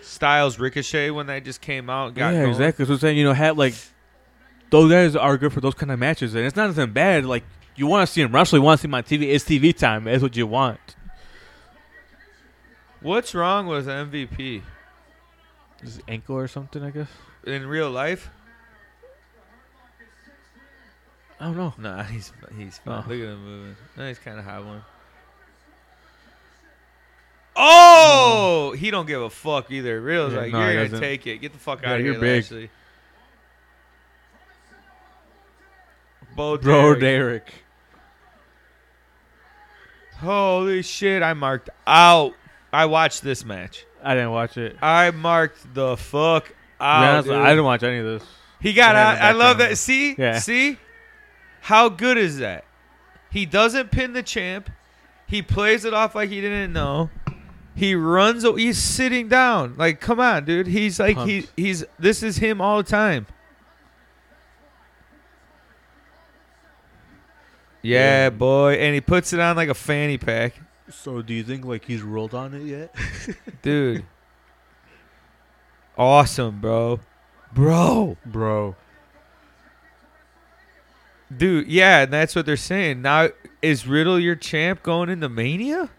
Speaker 2: Styles Ricochet when they just came out. and Got
Speaker 1: yeah,
Speaker 2: going.
Speaker 1: exactly. So I'm saying you know, have like those guys are good for those kind of matches, and it's not even bad. Like you want to see him wrestle, you want to see him on TV. It's TV time. That's what you want.
Speaker 2: What's wrong with MVP
Speaker 1: His ankle or something, I guess.
Speaker 2: in real life?
Speaker 1: I don't know.
Speaker 2: Nah, he's he's fine.
Speaker 1: Oh.
Speaker 2: Look at him moving. No, he's kind of high one. Oh, he don't give a fuck either. Real's
Speaker 1: Yeah,
Speaker 2: like,
Speaker 1: no, he
Speaker 2: you're gonna
Speaker 1: doesn't.
Speaker 2: take it. Get the fuck
Speaker 1: Yeah,
Speaker 2: out of
Speaker 1: you're
Speaker 2: here,
Speaker 1: big.
Speaker 2: Lashley. Bo
Speaker 1: Bro,
Speaker 2: Derek.
Speaker 1: Derek.
Speaker 2: Holy shit! I marked out. I watched this match.
Speaker 1: I didn't watch it.
Speaker 2: I marked the fuck out.
Speaker 1: Honestly, I
Speaker 2: dude.
Speaker 1: didn't watch any of this.
Speaker 2: He got
Speaker 1: Yeah, in
Speaker 2: out.
Speaker 1: the
Speaker 2: I love
Speaker 1: background.
Speaker 2: that. See?
Speaker 1: Yeah.
Speaker 2: See? How good is that? He doesn't pin the champ. He plays it off like he didn't know. He runs. o- He's sitting down. Like, come on, dude. He's like he,
Speaker 1: Punks.
Speaker 2: he's. This is him all the time. Yeah, boy. And he puts it on like a fanny pack,
Speaker 1: So, do you think like he's rolled on it yet?
Speaker 2: dude. awesome, bro. Bro.
Speaker 1: Bro,
Speaker 2: Dude, yeah, and that's what they're saying. Now is Riddle your champ going into Mania?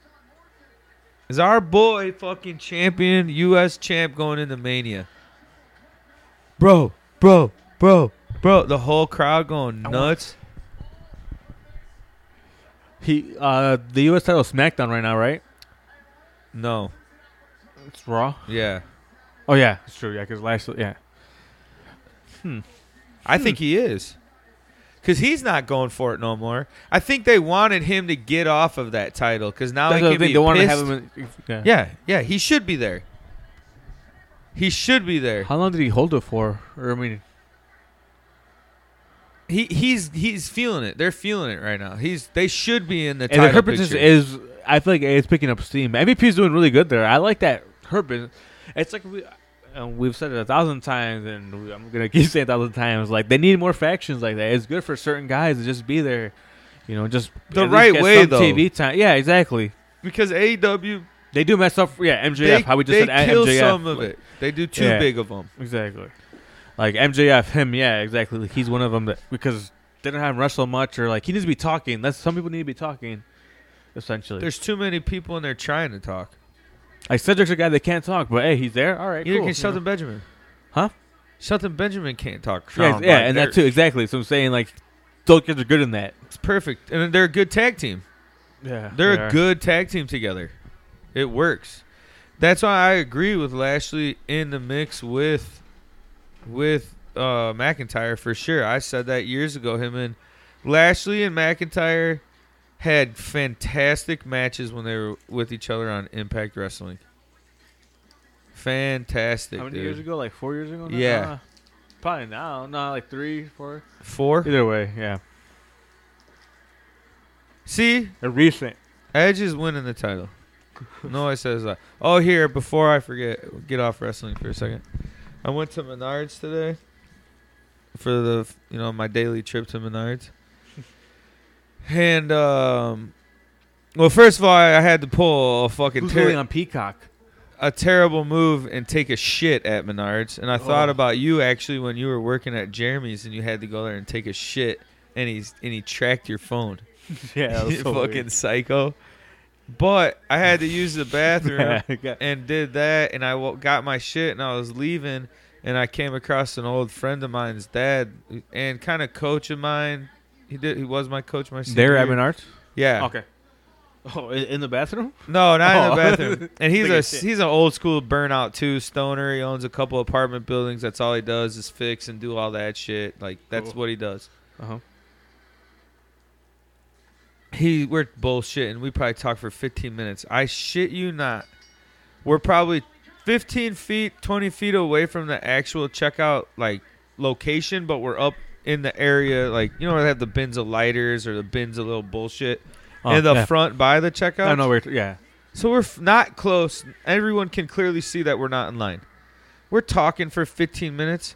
Speaker 2: Is our boy fucking champion, US champ going into Mania? Bro, bro, bro, bro. The whole crowd going nuts.
Speaker 1: he uh the U.S. title SmackDown right now, right?
Speaker 2: No.
Speaker 1: It's Raw.
Speaker 2: Yeah.
Speaker 1: Oh yeah, it's true. Yeah, because last yeah,
Speaker 2: I think he is. Cause he's not going for it no more. I think they wanted him to get off of that title because now
Speaker 1: that's
Speaker 2: he
Speaker 1: the
Speaker 2: can
Speaker 1: thing.
Speaker 2: be
Speaker 1: They want to
Speaker 2: pissed.
Speaker 1: have him. In, yeah.
Speaker 2: yeah, yeah, he should be there. He should be there.
Speaker 1: How long did he hold it for? Or I mean,
Speaker 2: He he's he's feeling it. They're feeling it right now. He's they should be in the
Speaker 1: and the
Speaker 2: title
Speaker 1: hurt business
Speaker 2: picture.
Speaker 1: is. I feel like it's picking up steam. MVP is doing really good there. I like that hurt business. It's like we. And we've said it a thousand times, and we- I'm gonna keep saying it a thousand times. Like they need more factions like that. It's good for certain guys to just be there, you know, just at
Speaker 2: The
Speaker 1: least
Speaker 2: right
Speaker 1: get
Speaker 2: way,
Speaker 1: some
Speaker 2: though.
Speaker 1: TV time. Yeah, exactly.
Speaker 2: because AEW
Speaker 1: They do mess up. Yeah, MJF.
Speaker 2: they,
Speaker 1: how we just
Speaker 2: they
Speaker 1: said uh,
Speaker 2: kill
Speaker 1: MJF.
Speaker 2: some of it. They do too
Speaker 1: Yeah.
Speaker 2: big of them.
Speaker 1: Exactly. Like MJF, him, yeah, exactly. Like he's one of them that because they don't have him wrestle much or like he needs to be talking. That's some people need to be talking. Essentially,
Speaker 2: There's too many people in there trying to talk.
Speaker 1: like Cedric's a guy that can't talk, but hey, he's there. All right,
Speaker 2: Either
Speaker 1: cool.
Speaker 2: can
Speaker 1: you
Speaker 2: Shelton
Speaker 1: know?
Speaker 2: Benjamin,
Speaker 1: Huh?
Speaker 2: Shelton Benjamin can't talk.
Speaker 1: Yeah,
Speaker 2: Sean
Speaker 1: yeah,
Speaker 2: Rock.
Speaker 1: and
Speaker 2: They're-
Speaker 1: that too. Exactly. So I'm saying like, those kids are good in that.
Speaker 2: It's perfect, and they're a good tag team.
Speaker 1: Yeah,
Speaker 2: They're a good tag team together. It works. That's why I agree with Lashley in the mix with with uh, McIntyre for sure. I said that years ago. Him and Lashley and McIntyre had fantastic matches when they were with each other on Impact Wrestling. Fantastic,
Speaker 1: How many
Speaker 2: dude.
Speaker 1: years ago? Like four years ago. now?
Speaker 2: Yeah.
Speaker 1: Uh, probably now. No, like three, four.
Speaker 2: Four.
Speaker 1: Either way, yeah.
Speaker 2: See,
Speaker 1: They're recent.
Speaker 2: Edge is winning the title. No, it says that. Oh, here before I forget, get off wrestling for a second. I went to Menards today for the you know my daily trip to Menards, and um, well, first of all, I I had to pull a fucking
Speaker 1: Who's
Speaker 2: ter-
Speaker 1: really on Peacock?
Speaker 2: a terrible move and take a shit at Menards. And I thought
Speaker 1: Oh.
Speaker 2: about you actually when you were working at Jeremy's and you had to go there and take a shit, and he's and he tracked your phone.
Speaker 1: yeah, that was
Speaker 2: You
Speaker 1: so
Speaker 2: fucking
Speaker 1: weird.
Speaker 2: psycho. But I had to use the bathroom
Speaker 1: Yeah.
Speaker 2: and did that, and I wa- got my shit, and I was leaving, and I came across an old friend of mine's dad, and kind of coach of mine. He did. He was my coach. My senior.
Speaker 1: They're
Speaker 2: year.
Speaker 1: at Menards.
Speaker 2: Yeah.
Speaker 1: Okay. Oh, i- in the bathroom?
Speaker 2: No, not in the
Speaker 1: Oh.
Speaker 2: bathroom. And he's
Speaker 1: Thinking
Speaker 2: a
Speaker 1: shit.
Speaker 2: he's an old school burnout too. Stoner. He owns a couple apartment buildings. That's all he does is fix and do all that shit. Like that's
Speaker 1: Cool.
Speaker 2: what he does.
Speaker 1: Uh huh.
Speaker 2: he we're bullshit and we probably talked for 15 minutes i shit you not we're probably 15 feet 20 feet away from the actual checkout like location but we're up in the area like you know where they have the bins of lighters or the bins of little bullshit
Speaker 1: Uh,
Speaker 2: in the front by the checkout
Speaker 1: Oh, I know where. Yeah.
Speaker 2: so we're f- not close. Everyone can clearly see that we're not in line. We're talking for 15 minutes.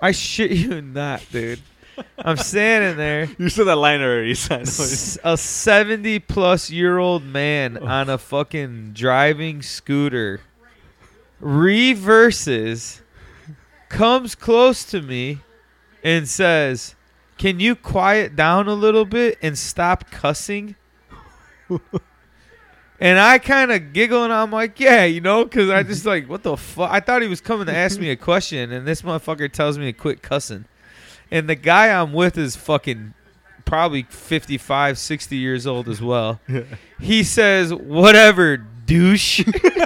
Speaker 2: I shit you not, dude. I'm standing there.
Speaker 1: You said that line already.
Speaker 2: S- a 70 plus year old man on a fucking driving scooter reverses comes close to me and says can you quiet down a little bit and stop cussing And I kind of giggle and I'm like, yeah, you know, because I just like, what the fuck? I thought he was coming to ask me a question, and this motherfucker tells me to quit cussing. And the guy I'm with is fucking probably 55, 60 years old as well. He says, whatever, douche. I'm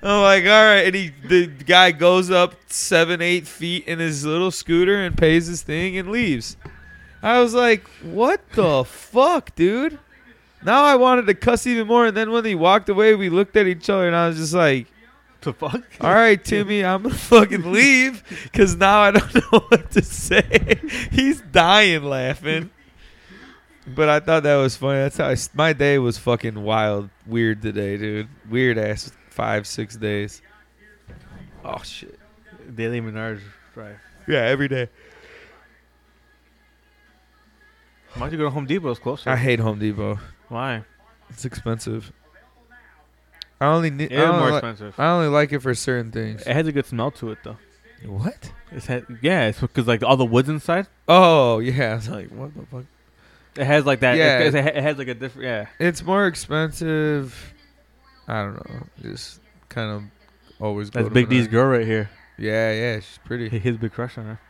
Speaker 2: like, all right. And he, the guy goes up seven, eight feet in his little scooter and pays his thing and leaves. I was like, what the fuck, dude? Now I wanted to cuss even more. And then when he walked away, we looked at each other and I was just like,
Speaker 1: The fuck?
Speaker 2: all right, Timmy, I'm going to fucking leave because now I don't know what to say. He's dying laughing. But I thought that was funny. That's how I s my day was fucking wild, weird today, dude. Weird ass five, six days. Oh, shit.
Speaker 1: Daily Menards drive.
Speaker 2: Yeah, every day.
Speaker 1: Why don't you go to Home Depot? It's closer.
Speaker 2: I hate Home Depot.
Speaker 1: Why?
Speaker 2: It's expensive. I only need.
Speaker 1: It
Speaker 2: I
Speaker 1: is
Speaker 2: only,
Speaker 1: more
Speaker 2: li-
Speaker 1: expensive.
Speaker 2: Uh, I only like it for certain things.
Speaker 1: It has a good smell to it though.
Speaker 2: What?
Speaker 1: It's had, yeah, it's because like all the woods inside.
Speaker 2: Oh yeah, I was like, what the fuck?
Speaker 1: It has like that.
Speaker 2: Yeah.
Speaker 1: Yeah. It, it has like a different. Yeah.
Speaker 2: It's more expensive. I don't know. Just kind of always. go
Speaker 1: That's
Speaker 2: to
Speaker 1: Big D's
Speaker 2: Menards.
Speaker 1: girl right here.
Speaker 2: Yeah, yeah, she's pretty.
Speaker 1: His big crush on her.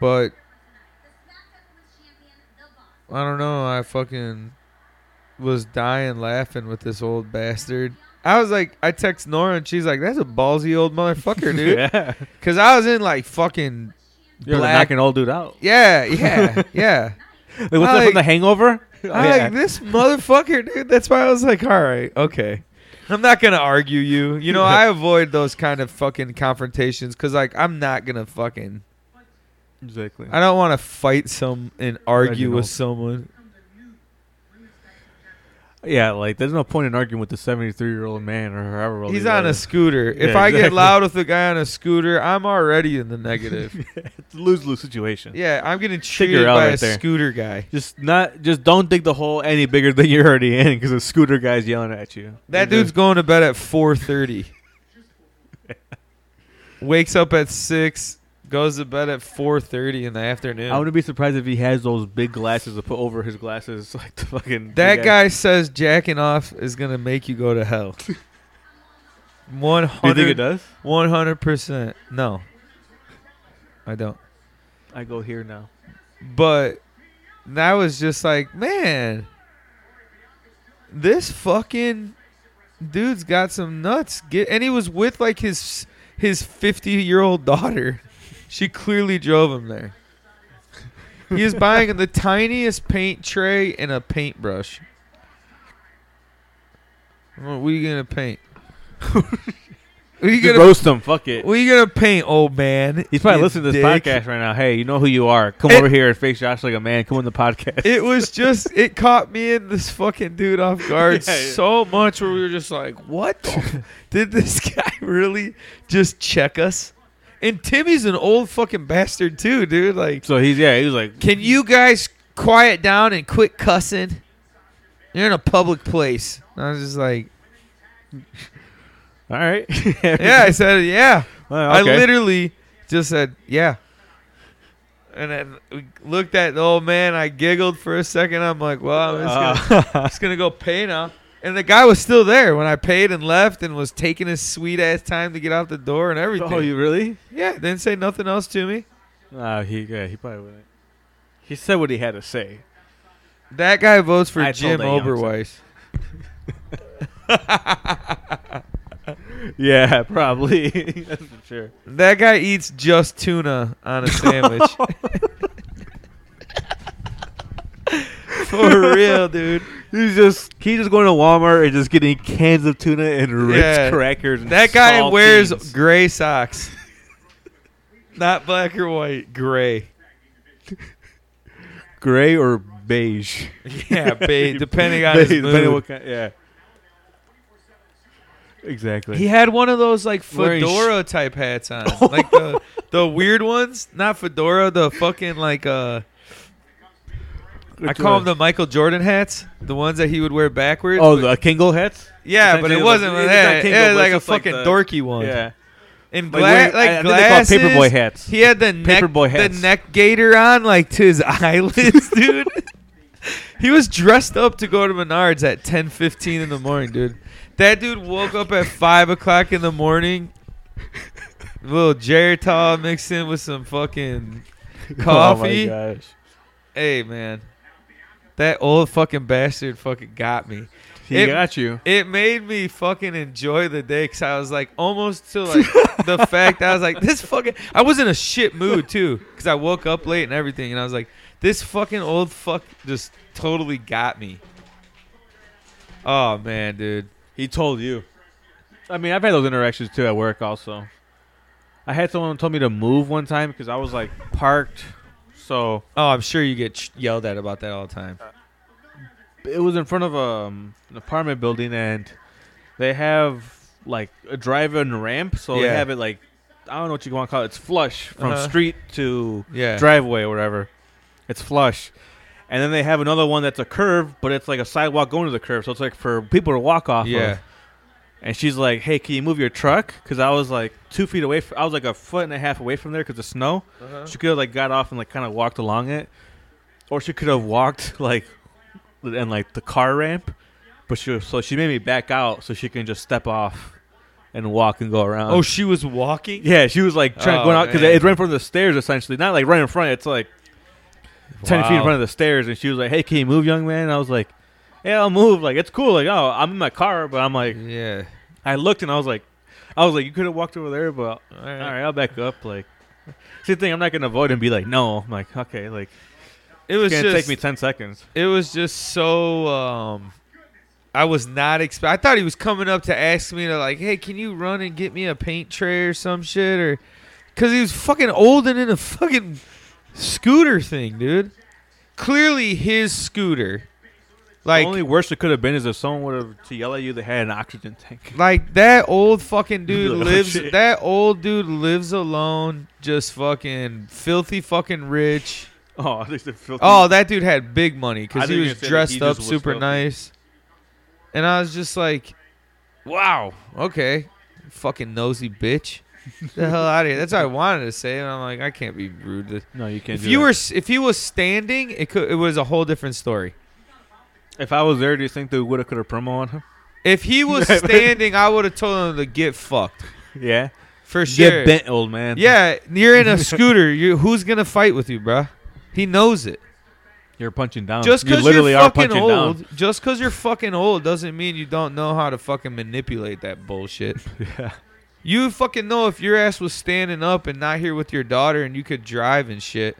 Speaker 2: But I don't know. I fucking was dying laughing with this old bastard. I was like, I text Nora and she's like, "That's a ballsy old motherfucker, dude."
Speaker 1: yeah.
Speaker 2: Because I was in like fucking
Speaker 1: You're
Speaker 2: black
Speaker 1: knocking old dude out.
Speaker 2: Yeah, yeah, yeah.
Speaker 1: Like, what's that
Speaker 2: like-
Speaker 1: from The Hangover?
Speaker 2: I like this motherfucker, dude. That's why I was like, all right, okay. I'm not gonna argue you. You know, I avoid those kind of fucking confrontations because, like, I'm not gonna fucking.
Speaker 1: Exactly.
Speaker 2: I don't want to fight some and argue with
Speaker 1: Reginald.
Speaker 2: someone.
Speaker 1: Yeah, like there's no point in arguing with the 73 year old man or however old
Speaker 2: He's
Speaker 1: he
Speaker 2: on a
Speaker 1: was.
Speaker 2: scooter. If
Speaker 1: Yeah,
Speaker 2: I get
Speaker 1: exactly.
Speaker 2: loud with a guy on a scooter, I'm already in the negative.
Speaker 1: it's a lose lose situation.
Speaker 2: yeah, I'm getting
Speaker 1: Figure
Speaker 2: treated
Speaker 1: out
Speaker 2: by
Speaker 1: right
Speaker 2: a
Speaker 1: there.
Speaker 2: scooter guy.
Speaker 1: Just not, just don't dig the hole any bigger than you're already in because the scooter guy's yelling at you.
Speaker 2: That
Speaker 1: You're
Speaker 2: dude's going to bed at 4:30. Wakes up at 6, goes to bed at 4:30 in the afternoon.
Speaker 1: I wouldn't be surprised if he has those big glasses to put over his glasses, like the fucking.
Speaker 2: that
Speaker 1: big ass-
Speaker 2: guy says jacking off is going to make you go to hell.
Speaker 1: Do you think it
Speaker 2: 100
Speaker 1: does?
Speaker 2: 100%. No. I don't.
Speaker 1: I go here now.
Speaker 2: But that was just like, man, this fucking dude's got some nuts. Get and he was with like his his fifty year old daughter. She clearly drove him there. He is buying the tiniest paint tray and a paintbrush. What are you gonna paint? what are you
Speaker 1: Just
Speaker 2: gonna
Speaker 1: roast him. Fuck it.
Speaker 2: What are you gonna paint, old man?
Speaker 1: He's probably
Speaker 2: you
Speaker 1: listening to this
Speaker 2: dick?
Speaker 1: podcast right now. Hey, you know who you are. Come
Speaker 2: It-
Speaker 1: over here and face Josh like a man. Come on the podcast.
Speaker 2: it was just it caught me and this fucking dude off guard
Speaker 1: Yeah, yeah.
Speaker 2: so much where we were just like, what? the f- Did this guy really just check us? And Timmy's an old fucking bastard too, dude. Like,
Speaker 1: so he's yeah. He was like,
Speaker 2: can you guys quiet down and quit cussing? You're in a public place. And I was just like,
Speaker 1: all right.
Speaker 2: yeah. I said, yeah.
Speaker 1: Well, okay.
Speaker 2: I literally just said, yeah. And then we looked at the old man. I giggled for a second. I'm like, well, I'm just gonna
Speaker 1: Uh,
Speaker 2: just gonna go pay now. And the guy was still there when I paid and left and was taking his sweet ass time to get out the door and everything.
Speaker 1: oh, you really?
Speaker 2: yeah, didn't say nothing else to me.
Speaker 1: Uh, he yeah, he probably wouldn't. He said what he had to say.
Speaker 2: That guy votes for
Speaker 1: I told
Speaker 2: Jim
Speaker 1: that young
Speaker 2: Oberweis.
Speaker 1: Yeah, probably. That's for sure.
Speaker 2: That guy eats just tuna on a sandwich. for real, dude.
Speaker 1: He's just he's just going to Walmart and just getting cans of tuna and Ritz
Speaker 2: Yeah.
Speaker 1: crackers. And
Speaker 2: That guy wears
Speaker 1: saltines.
Speaker 2: gray socks. Not black or white, gray.
Speaker 1: gray or beige.
Speaker 2: Yeah, babe, depending on his
Speaker 1: Beige, depending on
Speaker 2: mood.
Speaker 1: what kind. Yeah. Exactly.
Speaker 2: He had one of those like
Speaker 1: Wearing sh-
Speaker 2: fedora type hats on, like the the weird ones, not fedora, the fucking like uh, I call them the Michael Jordan hats, the ones that he would wear backwards.
Speaker 1: oh
Speaker 2: but-
Speaker 1: the Kingle hats.
Speaker 2: yeah, but
Speaker 1: essentially,
Speaker 2: it
Speaker 1: like,
Speaker 2: wasn't
Speaker 1: it's
Speaker 2: like
Speaker 1: not
Speaker 2: that.
Speaker 1: Kingle,
Speaker 2: it was
Speaker 1: but it's
Speaker 2: like a
Speaker 1: just like
Speaker 2: fucking
Speaker 1: the-
Speaker 2: dorky one.
Speaker 1: Yeah.
Speaker 2: and
Speaker 1: Like,
Speaker 2: gla-
Speaker 1: wearing- I- I
Speaker 2: like
Speaker 1: think they call
Speaker 2: glasses.
Speaker 1: it paperboy hats.
Speaker 2: He had the neck,
Speaker 1: Paperboy hats.
Speaker 2: the neck gaiter on, like to his eyelids, dude. He was dressed up to go to Menards at ten fifteen in the morning, dude. That dude woke up at five o'clock in the morning. Little Geritol mixed in with some fucking coffee.
Speaker 1: Oh my gosh.
Speaker 2: hey man, that old fucking bastard fucking got me.
Speaker 4: He
Speaker 2: It-
Speaker 4: got you.
Speaker 2: It made me fucking enjoy the day because I was like almost to like the fact that I was like this fucking. I was in a shit mood too because I woke up late and everything, and I was like this fucking old fuck just totally got me. Oh man, dude.
Speaker 1: He told you. I mean, I've had those interactions too at work. Also, I had someone told me to move one time because I was like parked, so
Speaker 2: Oh, I'm sure you get ch- yelled at about that all the time.
Speaker 1: Uh, it was in front of um, an apartment building, and they have like a drive-in ramp, so they
Speaker 2: Yeah.
Speaker 1: have it like I don't know what you want to call it. It's flush from
Speaker 2: Uh-huh.
Speaker 1: street to
Speaker 2: Yeah.
Speaker 1: driveway or whatever. It's flush. And then they have another one that's a curve, but it's like a sidewalk going to the curve. So it's like for people to walk off
Speaker 2: yeah.
Speaker 1: of. And she's like, "Hey, can you move your truck?" Because I was like two feet away. From, I was like a foot and a half away from there because of snow. She could have like got off and like kind of walked along it, or she could have walked like and like the car ramp. But she was, so she made me back out so she can just step off and walk and go around.
Speaker 2: Oh, she was walking.
Speaker 1: yeah, she was like trying
Speaker 2: Oh,
Speaker 1: going out because
Speaker 2: man.
Speaker 1: it's right in front of the stairs essentially. Not like right in front. It's like ten feet in
Speaker 2: Wow.
Speaker 1: front of the stairs, and she was like, "Hey, can you move, young man?" And I was like, "Yeah, I'll move." Like it's cool. Like oh, I'm in my car, but I'm like.
Speaker 2: Yeah.
Speaker 1: I looked and I was like, I was like, you could have walked over there, but
Speaker 2: All
Speaker 1: all right, I'll back up. Like, see, the thing, I'm not gonna avoid and be like, no. I'm like, okay, like
Speaker 2: It was
Speaker 1: it's gonna
Speaker 2: just
Speaker 1: take me ten seconds.
Speaker 2: it was just so um I was not expect. I thought he was coming up to ask me to like, hey, can you run and get me a paint tray or some shit, or because he was fucking old and in a fucking scooter thing, dude. Clearly, his scooter, like,
Speaker 1: the only worst it could have been is if someone would have to yell at you. They had an oxygen tank.
Speaker 2: like that old fucking dude
Speaker 1: Oh,
Speaker 2: lives.
Speaker 1: shit.
Speaker 2: That old dude lives alone, just fucking filthy, fucking rich.
Speaker 1: Oh, at least it filthy.
Speaker 2: Oh, that dude had big money
Speaker 1: I
Speaker 2: because
Speaker 1: think
Speaker 2: he
Speaker 1: you
Speaker 2: was
Speaker 1: said that he
Speaker 2: dressed
Speaker 1: just
Speaker 2: up
Speaker 1: was
Speaker 2: super
Speaker 1: filthy.
Speaker 2: nice. And I was just like, wow, okay. Fucking nosy bitch. Get the hell out of here. That's what I wanted to say. And I'm like, I can't be rude. To-
Speaker 1: no, you can't.
Speaker 2: if
Speaker 1: do
Speaker 2: you
Speaker 1: that.
Speaker 2: were s- if he was standing, it could it was a whole different story.
Speaker 1: if I was there, do you think they would have could have promo on him?
Speaker 2: If he was standing, I would have told him to get fucked.
Speaker 1: Yeah,
Speaker 2: For sure.
Speaker 1: get bent, old man.
Speaker 2: yeah, you're in a scooter. You who's gonna fight with you, bruh? He knows it.
Speaker 1: you're punching down.
Speaker 2: Just
Speaker 1: you
Speaker 2: because you
Speaker 1: literally
Speaker 2: are
Speaker 1: are
Speaker 2: fucking
Speaker 1: punching
Speaker 2: old,
Speaker 1: down.
Speaker 2: just because you're fucking old doesn't mean you don't know how to fucking manipulate that bullshit.
Speaker 1: Yeah.
Speaker 2: You fucking know if your ass was standing up and not here with your daughter and you could drive and shit,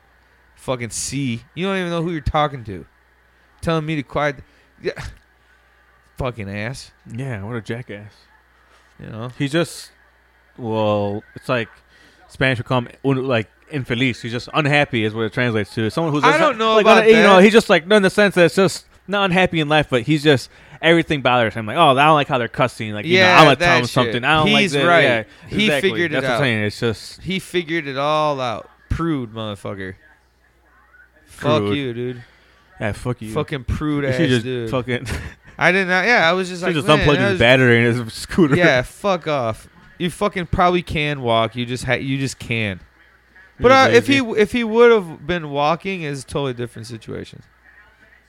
Speaker 2: fucking see. You don't even know who you're talking to. Telling me to quiet. Yeah. Fucking ass.
Speaker 1: Yeah, what a jackass.
Speaker 2: You know?
Speaker 1: He's just, well, it's like Spanish would call him un- like infeliz. He's just unhappy, is what it translates to. Someone who's
Speaker 2: I
Speaker 1: just-
Speaker 2: don't know
Speaker 1: like,
Speaker 2: about
Speaker 1: you know,
Speaker 2: that.
Speaker 1: he's just like no, in the sense that it's just not unhappy in life, but he's just everything bothers him. Like, oh, I don't like how they're cussing. Like, you know,
Speaker 2: Yeah,
Speaker 1: I'm gonna tell
Speaker 2: that
Speaker 1: him something.
Speaker 2: shit.
Speaker 1: I don't
Speaker 2: He's
Speaker 1: like that.
Speaker 2: right.
Speaker 1: Yeah,
Speaker 2: He
Speaker 1: exactly.
Speaker 2: figured it
Speaker 1: That's
Speaker 2: out.
Speaker 1: What I'm saying. It's just
Speaker 2: He figured it all out. Prude, motherfucker. Fuck
Speaker 1: Prude.
Speaker 2: you, dude.
Speaker 1: yeah, fuck you.
Speaker 2: Fucking prude
Speaker 1: You
Speaker 2: ass,
Speaker 1: should just
Speaker 2: dude.
Speaker 1: fucking. She
Speaker 2: I did not. Yeah, I was just like,
Speaker 1: just
Speaker 2: man,
Speaker 1: unplugged
Speaker 2: I
Speaker 1: his
Speaker 2: was-
Speaker 1: battery in his scooter.
Speaker 2: Yeah, fuck off. You fucking probably can walk. You just ha- you just can. But
Speaker 1: You're
Speaker 2: uh, if he
Speaker 1: lazy.
Speaker 2: if he would have been walking, is totally different situation.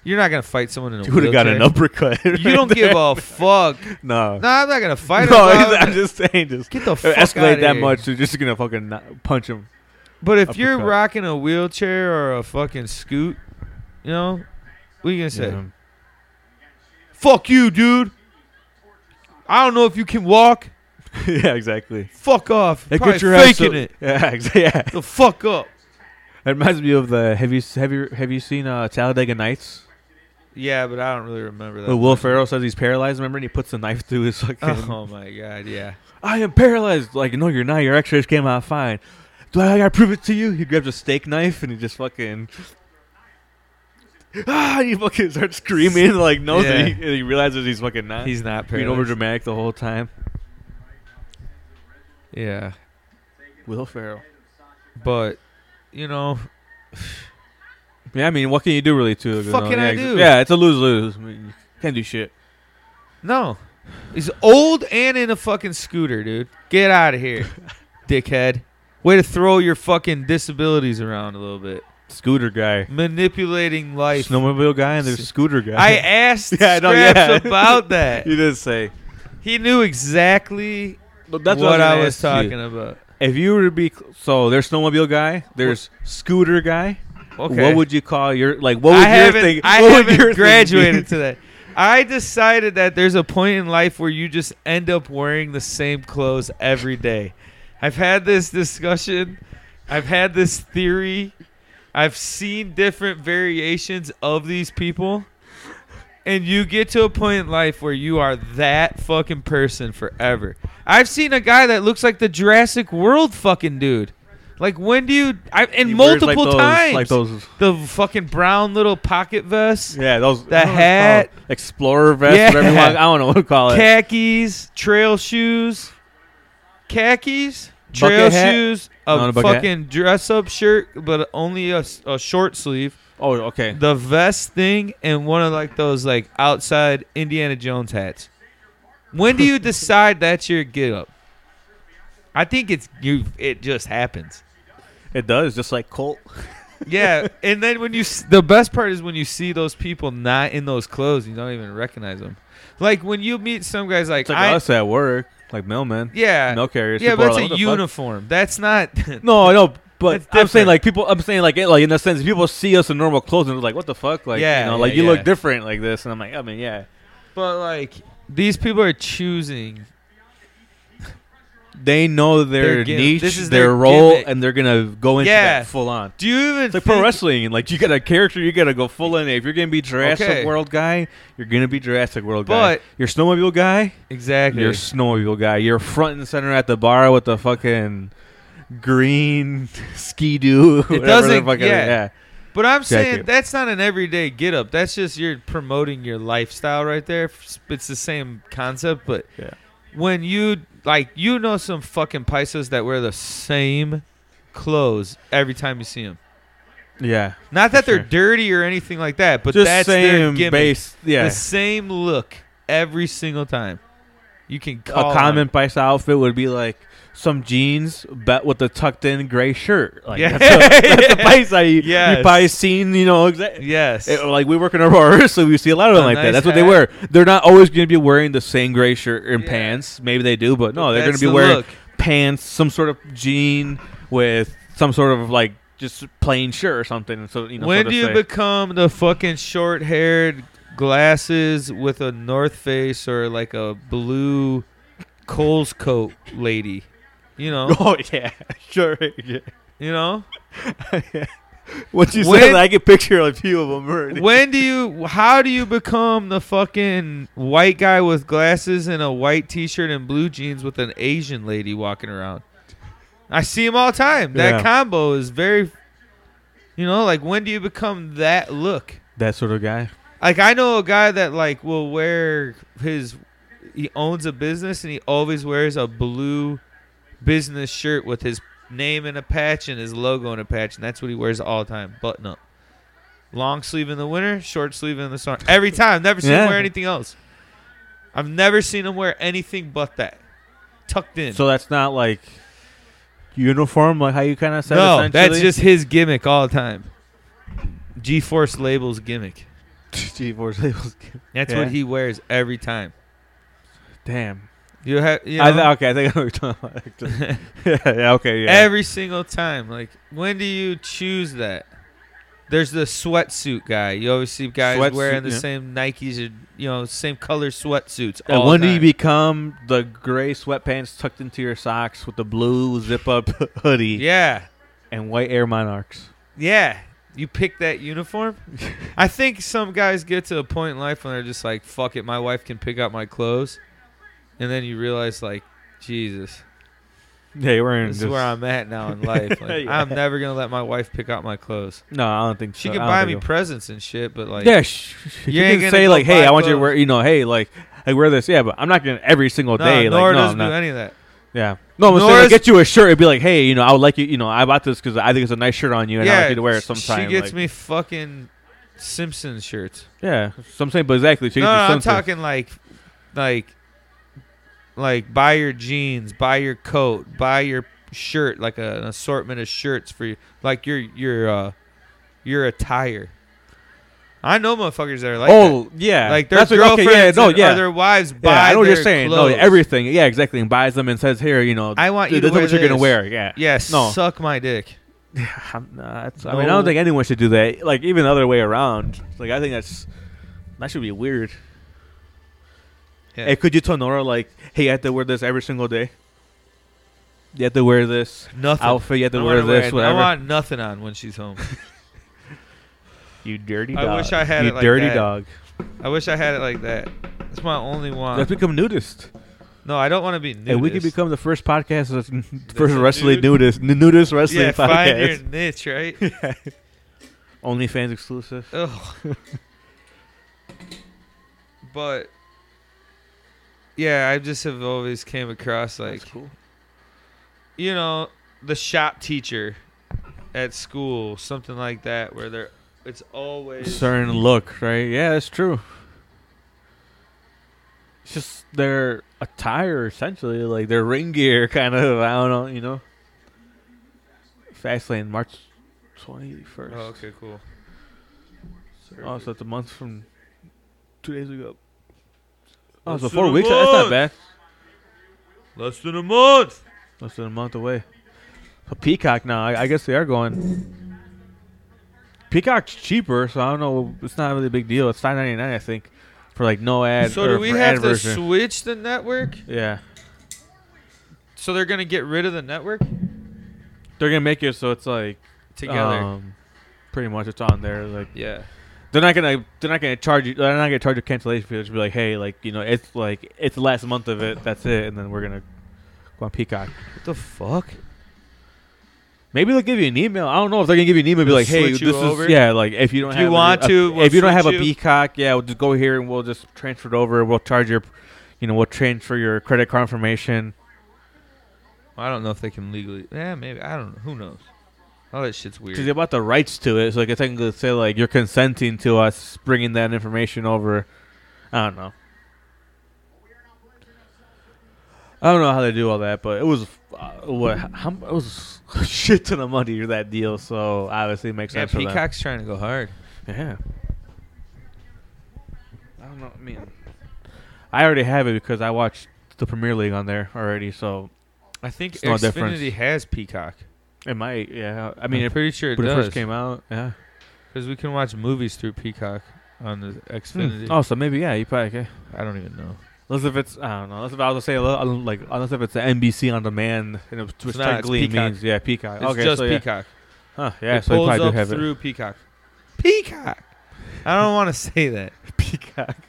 Speaker 2: You're not gonna fight someone in a
Speaker 1: you would have got an
Speaker 2: wheelchair.
Speaker 1: uppercut.
Speaker 2: You don't give a fuck.
Speaker 1: No.
Speaker 2: No, I'm not gonna
Speaker 1: no,
Speaker 2: fight. him. I
Speaker 1: I'm
Speaker 2: would-
Speaker 1: just saying, just
Speaker 2: get the fuck
Speaker 1: escalate
Speaker 2: outta
Speaker 1: that
Speaker 2: here.
Speaker 1: much. You're just gonna fucking not- punch him.
Speaker 2: But if you're
Speaker 1: uppercut.
Speaker 2: rocking a wheelchair or a fucking scoot, you know, what you gonna say?
Speaker 1: Yeah.
Speaker 2: Fuck you, dude. I don't know if you can walk.
Speaker 1: yeah, exactly.
Speaker 2: Fuck off.
Speaker 1: Like
Speaker 2: Probably
Speaker 1: get your ass
Speaker 2: faking
Speaker 1: up-
Speaker 2: it.
Speaker 1: Yeah, exactly. Yeah.
Speaker 2: The fuck up.
Speaker 1: It reminds me of the have you have you have you seen uh, Talladega Nights?
Speaker 2: Yeah, but I don't really remember that.
Speaker 1: Where Will Ferrell says he's paralyzed. Remember, and he puts a knife through his fucking.
Speaker 2: Oh my god, yeah.
Speaker 1: I am paralyzed. Like, no, you're not. Your X-rays came out fine. Do I gotta prove it to you? He grabs a steak knife and he just fucking. Ah! He fucking starts screaming like no,
Speaker 2: Yeah.
Speaker 1: and he, and he realizes he's fucking not.
Speaker 2: He's not
Speaker 1: being
Speaker 2: paralyzed.
Speaker 1: over dramatic the whole time.
Speaker 2: yeah,
Speaker 1: Will Ferrell.
Speaker 2: but you know,
Speaker 1: Yeah, I mean, what can you do really to? it, you
Speaker 2: Fuck
Speaker 1: know?
Speaker 2: can
Speaker 1: yeah,
Speaker 2: I
Speaker 1: ex-
Speaker 2: do?
Speaker 1: Yeah, it's a lose lose. I mean, you can't do shit.
Speaker 2: no. He's old and in a fucking scooter, dude. Get out of here, dickhead. Way to throw your fucking disabilities around a little bit.
Speaker 1: scooter guy,
Speaker 2: manipulating life.
Speaker 1: snowmobile guy, and there's scooter guy.
Speaker 2: I asked
Speaker 1: Yeah, I know,
Speaker 2: Scraps
Speaker 1: yeah.
Speaker 2: about that.
Speaker 1: you did say.
Speaker 2: He knew exactly
Speaker 1: that's
Speaker 2: what, I
Speaker 1: gonna
Speaker 2: was
Speaker 1: ask
Speaker 2: talking
Speaker 1: you.
Speaker 2: about.
Speaker 1: If you were to be cl- so, there's snowmobile guy, there's scooter guy.
Speaker 2: Okay.
Speaker 1: What would you call your like? What would
Speaker 2: I
Speaker 1: your
Speaker 2: haven't,
Speaker 1: thing?
Speaker 2: I
Speaker 1: what would
Speaker 2: haven't
Speaker 1: your thing be?
Speaker 2: graduated to that. I decided that there's a point in life where you just end up wearing the same clothes every day. I've had this discussion. I've had this theory. I've seen different variations of these people. And you get to a point in life where you are that fucking person forever. I've seen a guy that looks like the Jurassic World fucking dude. Like when do you? I, and
Speaker 1: He wears,
Speaker 2: multiple
Speaker 1: like those,
Speaker 2: times.
Speaker 1: like those.
Speaker 2: The fucking brown little pocket vest,
Speaker 1: Yeah, those
Speaker 2: The
Speaker 1: I don't know what it's
Speaker 2: hat.
Speaker 1: called. explorer vest,
Speaker 2: Yeah.
Speaker 1: whatever you want. I don't know what to call it.
Speaker 2: khakis, trail shoes, khakis, trail
Speaker 1: Bucket hat?
Speaker 2: shoes,
Speaker 1: No,
Speaker 2: a
Speaker 1: not a bucket hat.
Speaker 2: fucking dress up shirt, but only a, s- a short sleeve,
Speaker 1: oh, okay.
Speaker 2: the vest thing, and one of like those like outside Indiana Jones hats. When do you decide that's your get up? I think it's you. It just happens.
Speaker 1: It does, just like Colt.
Speaker 2: Yeah, and then when you s- the best part is when you see those people not in those clothes, you don't even recognize them. Like when you meet some guys like,
Speaker 1: It's like
Speaker 2: I,
Speaker 1: us at work, like mailmen.
Speaker 2: yeah,
Speaker 1: Mail carriers.
Speaker 2: yeah,
Speaker 1: People
Speaker 2: but
Speaker 1: are like, "What
Speaker 2: that's a
Speaker 1: the fuck?"
Speaker 2: uniform. That's not.
Speaker 1: No, I know,
Speaker 2: That's
Speaker 1: but I'm
Speaker 2: different.
Speaker 1: saying like people. I'm saying like it, like in the sense people see us in normal clothes and they're like, "What the fuck?" Like
Speaker 2: Yeah,
Speaker 1: you know,
Speaker 2: yeah,
Speaker 1: like you
Speaker 2: yeah.
Speaker 1: look different like this, and I'm like, I mean, yeah,
Speaker 2: but like these people are choosing.
Speaker 1: they know
Speaker 2: their
Speaker 1: their,
Speaker 2: Their gimmick.
Speaker 1: niche,
Speaker 2: niche, This is their
Speaker 1: their,
Speaker 2: their role,
Speaker 1: role,
Speaker 2: gimmick.
Speaker 1: and they're gonna go into
Speaker 2: Yeah. that
Speaker 1: that full on.
Speaker 2: Do you even
Speaker 1: It's like pro
Speaker 2: think-
Speaker 1: wrestling. Like you got a character, you gotta go full in. If you're gonna be Jurassic
Speaker 2: Okay.
Speaker 1: World guy, you're gonna be Jurassic World
Speaker 2: But-
Speaker 1: guy. You're snowmobile guy,
Speaker 2: Exactly.
Speaker 1: you're snowmobile guy. You're front and center at the bar with the fucking green ski doo.
Speaker 2: doesn't-
Speaker 1: Fucking,
Speaker 2: yeah. But I'm saying
Speaker 1: Jacket.
Speaker 2: that's not an everyday get up. That's just you're promoting your lifestyle right there. It's the same concept, but
Speaker 1: Yeah.
Speaker 2: when you like you know some fucking Pisces that wear the same clothes every time you see them.
Speaker 1: yeah.
Speaker 2: Not that they're
Speaker 1: Sure.
Speaker 2: dirty or anything like that, but
Speaker 1: Just
Speaker 2: that's their
Speaker 1: same
Speaker 2: gimmick.
Speaker 1: base. Yeah.
Speaker 2: The same look every single time. You can call
Speaker 1: a common Paisa outfit would be like some jeans, but with a tucked in gray shirt. Like
Speaker 2: Yeah.
Speaker 1: that's, a, that's a Paisa. You,
Speaker 2: Yes.
Speaker 1: you probably seen, you know, exactly.
Speaker 2: on it. Yes.
Speaker 1: It- oh, like we work in Aurora, so we see a lot of them
Speaker 2: A
Speaker 1: like
Speaker 2: nice
Speaker 1: that. That's what they
Speaker 2: hat.
Speaker 1: wear. They're not always going to be wearing the same gray shirt and
Speaker 2: Yeah.
Speaker 1: pants. Maybe they do, but no, they're going
Speaker 2: That's
Speaker 1: to be
Speaker 2: the
Speaker 1: wearing
Speaker 2: look.
Speaker 1: pants, some sort of jean with some sort of like just plain shirt or something. So you know,
Speaker 2: when
Speaker 1: so
Speaker 2: do
Speaker 1: to
Speaker 2: you
Speaker 1: say.
Speaker 2: become the fucking short haired glasses with a North Face or like a blue Coles coat lady? You know,
Speaker 1: Oh yeah, sure. Yeah.
Speaker 2: you know.
Speaker 1: What you
Speaker 2: When-
Speaker 1: said, I can picture a few of them already.
Speaker 2: When do you? How do you become the fucking white guy with glasses and a white T-shirt and blue jeans with an Asian lady walking around? I see him all the time. That
Speaker 1: Yeah.
Speaker 2: combo is very, you know, like when do you become that look?
Speaker 1: that sort of guy.
Speaker 2: Like I know a guy that like will wear his he owns a business and he always wears a blue business shirt with his name in a patch and his logo in a patch and that's what he wears all the time, button up. Long sleeve in the winter, short sleeve in the summer. Every time, never seen
Speaker 1: Yeah.
Speaker 2: him wear anything else. I've never seen him wear anything but that. Tucked in.
Speaker 1: So that's not like uniform, like how you kind of said.
Speaker 2: no, that's
Speaker 1: essentially?
Speaker 2: just his gimmick all the time. G Force labels gimmick.
Speaker 1: G-force labels.
Speaker 2: That's
Speaker 1: Yeah.
Speaker 2: what he wears every time.
Speaker 1: Damn.
Speaker 2: You have you know?
Speaker 1: I th- okay, I think I know what you're talking about. yeah, yeah, okay, yeah.
Speaker 2: Every single time. Like, when do you choose that? There's the sweatsuit guy. You always see guys
Speaker 1: Sweatsuit,
Speaker 2: wearing the
Speaker 1: yeah.
Speaker 2: same Nikes or you know same color sweatsuits.
Speaker 1: and E
Speaker 2: all
Speaker 1: Uh, when do you
Speaker 2: time.
Speaker 1: become the gray sweatpants tucked into your socks with the blue zip up hoodie
Speaker 2: Yeah,
Speaker 1: and white Air Monarchs?
Speaker 2: yeah. You pick that uniform. I think some guys get to a point in life when they're just like, "Fuck it, my wife can pick out my clothes," and then you realize like, Jesus,
Speaker 1: Yeah, you're wearing
Speaker 2: this is
Speaker 1: just-
Speaker 2: where I'm at now in life. Like,
Speaker 1: Yeah.
Speaker 2: I'm never gonna let my wife pick out my clothes.
Speaker 1: No, I don't think
Speaker 2: She
Speaker 1: so.
Speaker 2: can
Speaker 1: I don't
Speaker 2: buy me
Speaker 1: think
Speaker 2: presents and shit, but like,
Speaker 1: it'll- yeah, sh- sh-
Speaker 2: You
Speaker 1: you
Speaker 2: ain't
Speaker 1: can
Speaker 2: gonna
Speaker 1: say
Speaker 2: go
Speaker 1: like,
Speaker 2: buy
Speaker 1: "Hey, I want you to
Speaker 2: clothes.
Speaker 1: wear," you know, "Hey, like, I wear this." Yeah, but I'm not gonna every single
Speaker 2: no,
Speaker 1: day.
Speaker 2: Nora
Speaker 1: like, no,
Speaker 2: doesn't
Speaker 1: I'm
Speaker 2: do
Speaker 1: not.
Speaker 2: any of that.
Speaker 1: Yeah. No, I'm
Speaker 2: Nor
Speaker 1: saying
Speaker 2: is-
Speaker 1: like, get you a shirt. It'd be like, hey, you know, I would like you. You know, I bought this because I think it's a nice shirt on you, and I like you to wear it sometime.
Speaker 2: She gets
Speaker 1: like-
Speaker 2: me fucking Simpson shirts.
Speaker 1: Yeah, so I'm saying, but exactly. She
Speaker 2: No,
Speaker 1: gets
Speaker 2: no,
Speaker 1: you
Speaker 2: I'm
Speaker 1: something.
Speaker 2: talking like, like, like buy your jeans, buy your coat, buy your shirt, like a, an assortment of shirts for you, like your your uh, you're a tire. I know motherfuckers that are like that.
Speaker 1: oh yeah,
Speaker 2: Like their
Speaker 1: That's what-
Speaker 2: girlfriends
Speaker 1: okay, yeah, no,
Speaker 2: and-
Speaker 1: yeah.
Speaker 2: or their wives buy
Speaker 1: Yeah, I know what
Speaker 2: their
Speaker 1: you're saying.
Speaker 2: clothes.
Speaker 1: No, everything. Yeah, exactly. And buys them and says, "Here, you know,
Speaker 2: I want
Speaker 1: th-
Speaker 2: you to
Speaker 1: this is
Speaker 2: wear
Speaker 1: what you're gonna
Speaker 2: this.
Speaker 1: wear." Yeah.
Speaker 2: Yes,
Speaker 1: No.
Speaker 2: suck my dick.
Speaker 1: I'm not- I mean, I
Speaker 2: No.
Speaker 1: don't think anyone should do that. Like even the other way around. Like I think that's that should be weird.
Speaker 2: Yeah.
Speaker 1: Hey, could you tell Nora like, "Hey, you have to wear this every single day. You have to wear this
Speaker 2: Nothing.
Speaker 1: outfit. You have
Speaker 2: I
Speaker 1: to
Speaker 2: wanna
Speaker 1: wear
Speaker 2: wear
Speaker 1: this.
Speaker 2: it.
Speaker 1: Whatever."
Speaker 2: I want nothing on when she's home.
Speaker 1: you dirty.
Speaker 2: I
Speaker 1: dog.
Speaker 2: wish I had
Speaker 1: you
Speaker 2: it like
Speaker 1: dirty
Speaker 2: that.
Speaker 1: dog.
Speaker 2: I wish I had it like that. That's my only one.
Speaker 1: Let's become nudist.
Speaker 2: no, I don't want to be nudist.
Speaker 1: And we could become the first podcast, that's- first
Speaker 2: a
Speaker 1: wrestling
Speaker 2: nude-
Speaker 1: nudist, n- nudist wrestling
Speaker 2: yeah, find your
Speaker 1: podcast.
Speaker 2: niche, right?
Speaker 1: Only fans exclusive.
Speaker 2: Ugh. but yeah, I just have always came across like
Speaker 1: That's cool.
Speaker 2: you know the shop teacher at school, something like that, where they're it's always
Speaker 1: certain look, right? Yeah, that's true. It's just their attire, essentially, like their ring gear, kind of. I don't know, you know. Fastlane, March twenty first.
Speaker 2: Oh, okay, cool.
Speaker 1: Oh, so it's a month from two days ago. Oh,
Speaker 2: Less
Speaker 1: so
Speaker 2: than
Speaker 1: four
Speaker 2: a
Speaker 1: weeks. That's not
Speaker 2: month.
Speaker 1: bad.
Speaker 2: Less than a month.
Speaker 1: Less than a month away. But Peacock now, I, I guess they are going. Peacock's cheaper, so I don't know. It's not really a big deal. It's nine ninety nine, I think, for like no ad.
Speaker 2: So
Speaker 1: or
Speaker 2: do we
Speaker 1: for ad
Speaker 2: have to
Speaker 1: version.
Speaker 2: switch the network?
Speaker 1: Yeah,
Speaker 2: So they're gonna get rid of the network
Speaker 1: they're gonna make it so it's like
Speaker 2: together.
Speaker 1: Um, pretty much, it's on there. Like
Speaker 2: yeah.
Speaker 1: they're not gonna they're not gonna charge you. They're not gonna charge you cancellation fee. They'll just be like, hey, like you know, it's like it's the last month of it. That's it, and then we're gonna go on Peacock.
Speaker 2: What the fuck?
Speaker 1: Maybe they'll give you an email. I don't know if they're gonna give you an email. and Be
Speaker 2: They'll
Speaker 1: like, hey, this
Speaker 2: switch you
Speaker 1: is
Speaker 2: over?
Speaker 1: yeah. Like if you don't
Speaker 2: If
Speaker 1: have
Speaker 2: you
Speaker 1: a-
Speaker 2: want
Speaker 1: a-
Speaker 2: to, we'll
Speaker 1: if you don't have a
Speaker 2: switch you.
Speaker 1: Peacock, yeah, we'll just go here and we'll just transfer it over. We'll charge your, you know, we'll transfer your credit card information.
Speaker 2: I don't know if they can legally. Yeah, maybe. I don't know. Who knows? All that shit's weird.
Speaker 1: Because they bought the rights to it, so like I think they say like you're consenting to us bringing that information over. I don't know. I don't know how they do all that, but it was uh, what how, it was a shit ton of money that deal. So obviously it makes
Speaker 2: yeah,
Speaker 1: sense. for them.
Speaker 2: Peacock's trying to go hard.
Speaker 1: Yeah. I don't know. I mean, I already have it because I watched the Premier League on there already, so
Speaker 2: I think
Speaker 1: no
Speaker 2: Xfinity
Speaker 1: difference.
Speaker 2: has Peacock.
Speaker 1: it might. Yeah, I
Speaker 2: I
Speaker 1: mean,
Speaker 2: mean, I'm
Speaker 1: it,
Speaker 2: pretty sure it
Speaker 1: when it
Speaker 2: does.
Speaker 1: first came out, yeah.
Speaker 2: because we can watch movies through Peacock on the Xfinity.
Speaker 1: Hmm. Oh, so maybe yeah, you probably okay.
Speaker 2: I don't even know.
Speaker 1: Unless if it's I don't know. Unless if I was to say lo- un- like unless if it's the NBC on demand, and it, which
Speaker 2: not, it's
Speaker 1: technically it
Speaker 2: Peacock.
Speaker 1: means yeah, Peacock.
Speaker 2: It's
Speaker 1: okay,
Speaker 2: just
Speaker 1: so yeah,
Speaker 2: Peacock.
Speaker 1: huh, yeah.
Speaker 2: it
Speaker 1: so you
Speaker 2: pulls
Speaker 1: probably
Speaker 2: up
Speaker 1: do have it.
Speaker 2: through Peacock. Peacock. I don't want to say that.
Speaker 1: Peacock.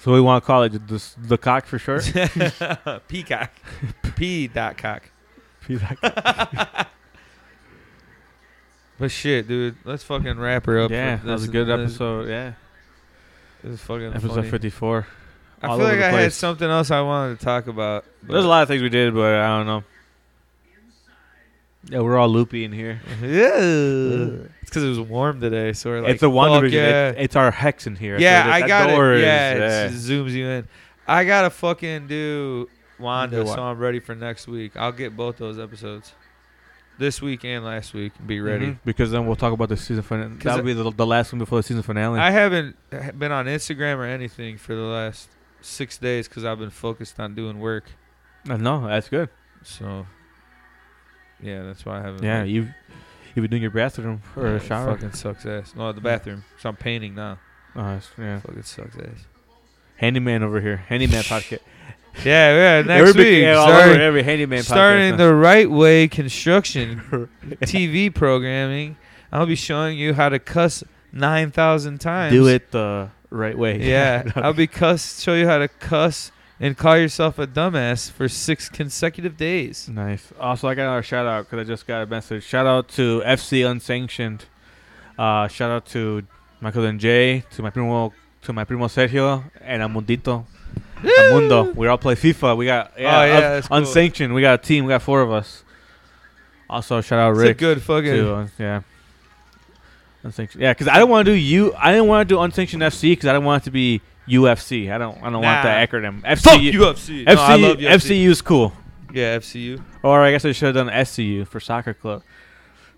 Speaker 1: So we want to call it just the cock for sure.
Speaker 2: Peacock. P dot cock.
Speaker 1: Peacock.
Speaker 2: But shit, dude, let's fucking wrap her up.
Speaker 1: Yeah,
Speaker 2: for
Speaker 1: that was a
Speaker 2: this-
Speaker 1: good
Speaker 2: this-
Speaker 1: episode. Yeah,
Speaker 2: This is fucking
Speaker 1: episode
Speaker 2: funny.
Speaker 1: fifty-four.
Speaker 2: I
Speaker 1: all
Speaker 2: feel
Speaker 1: over
Speaker 2: like
Speaker 1: the
Speaker 2: I had
Speaker 1: place.
Speaker 2: something else I wanted to talk about.
Speaker 1: There's a lot of things we did, but I don't know. Yeah, we're all loopy in here.
Speaker 2: Yeah. It's because it was warm today, so we're like.
Speaker 1: it's a one
Speaker 2: fuck
Speaker 1: division.
Speaker 2: Yeah,
Speaker 1: It's, it's our hex in here.
Speaker 2: yeah
Speaker 1: So that-
Speaker 2: I
Speaker 1: that
Speaker 2: got
Speaker 1: door
Speaker 2: it.
Speaker 1: is-
Speaker 2: Yeah,
Speaker 1: yeah.
Speaker 2: it zooms you in. I gotta fucking do Wanda,
Speaker 1: Do what?
Speaker 2: so I'm ready for next week. I'll get both those episodes, this week and last week. and Be ready.
Speaker 1: Mhm, Because then we'll talk about the season finale.
Speaker 2: 'Cause
Speaker 1: That'll be the, the last one before the season finale.
Speaker 2: I haven't been on Instagram or anything for the last six days because I've been focused on doing work.
Speaker 1: I know that's good.
Speaker 2: So, yeah, that's why I haven't.
Speaker 1: Yeah,
Speaker 2: like,
Speaker 1: you you've been doing your bathroom or
Speaker 2: yeah, it
Speaker 1: shower.
Speaker 2: Fucking sucks ass. No, the bathroom. So I'm painting now.
Speaker 1: Oh, that's- yeah,
Speaker 2: Fucking sucks ass.
Speaker 1: handyman over here. Handyman podcast.
Speaker 2: Yeah, yeah. Next
Speaker 1: every, big-
Speaker 2: week,
Speaker 1: yeah, all over
Speaker 2: starting,
Speaker 1: every handyman
Speaker 2: starting
Speaker 1: podcast.
Speaker 2: the right way construction TV programming. I'll be showing you how to cuss nine thousand times.
Speaker 1: do it the right way.
Speaker 2: Yeah, I'll be cuss. Show you how to cuss and call yourself a dumbass for six consecutive days.
Speaker 1: Nice. Also, I got another shout out because I just got a message. Shout out to FC Unsanctioned. Uh, shout out to my cousin Jay, to my primo, to my primo Sergio, and Amundito. Amundo. We all play FIFA. We got yeah,
Speaker 2: Oh, yeah,
Speaker 1: un-
Speaker 2: that's cool.
Speaker 1: unsanctioned. We got a team. We got four of us. Also, shout out
Speaker 2: It's a
Speaker 1: Rick.
Speaker 2: good fucking.
Speaker 1: too, uh, yeah. Unsanctioned. Yeah, because I don't want to do you. I didn't want to do unsanctioned FC because I don't want it to be UFC. I don't. I don't want that
Speaker 2: Nah.
Speaker 1: acronym. FC.
Speaker 2: Fuck UFC. No, I love
Speaker 1: FC.
Speaker 2: UFC.
Speaker 1: FCU is cool.
Speaker 2: Yeah, FCU.
Speaker 1: Or I guess I should have done SCU for soccer club.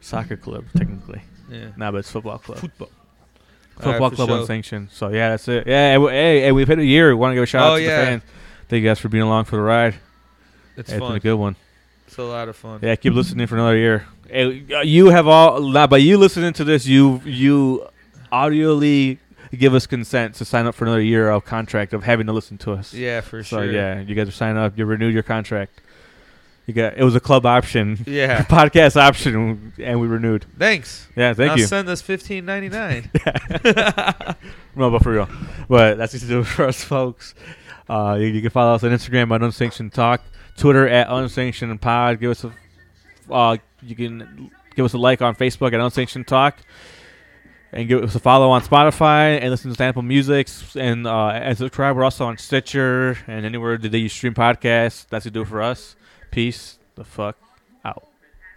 Speaker 1: Soccer club, technically.
Speaker 2: Yeah.
Speaker 1: Nah, but it's football club.
Speaker 2: Football.
Speaker 1: Football
Speaker 2: for
Speaker 1: club
Speaker 2: sure.
Speaker 1: unsanctioned. So yeah, that's it. Yeah, hey, hey, hey, we've hit a year. We want to give a shout
Speaker 2: Oh,
Speaker 1: out to
Speaker 2: yeah.
Speaker 1: the fans. Thank you guys for being along for the ride.
Speaker 2: It's
Speaker 1: It's been
Speaker 2: fun.
Speaker 1: a good one.
Speaker 2: It's a lot of fun.
Speaker 1: Yeah, keep listening for another year. Hey, uh, you have all nah, by you listening to this, you you audioly give us consent to sign up for another year of contract of having to listen to us.
Speaker 2: Yeah, for
Speaker 1: so
Speaker 2: sure.
Speaker 1: yeah, you guys are signing up. You renewed your contract. You got it was a club option,
Speaker 2: Yeah.
Speaker 1: podcast option, and we renewed.
Speaker 2: Thanks.
Speaker 1: Yeah, thank
Speaker 2: now
Speaker 1: you.
Speaker 2: Send us fifteen ninety nine.
Speaker 1: No, but for real. But that's easy to do for us, folks. Uh, you, you can follow us on Instagram at Unsanctioned Talk, Twitter at Unsanctioned Pod. Give us a uh, you can give us a like on Facebook at Unsanctioned Talk, and give us a follow on Spotify and listen to Sample Music and uh, and subscribe. We're also on Stitcher and anywhere that you stream podcasts. That's to do for us. Peace. The fuck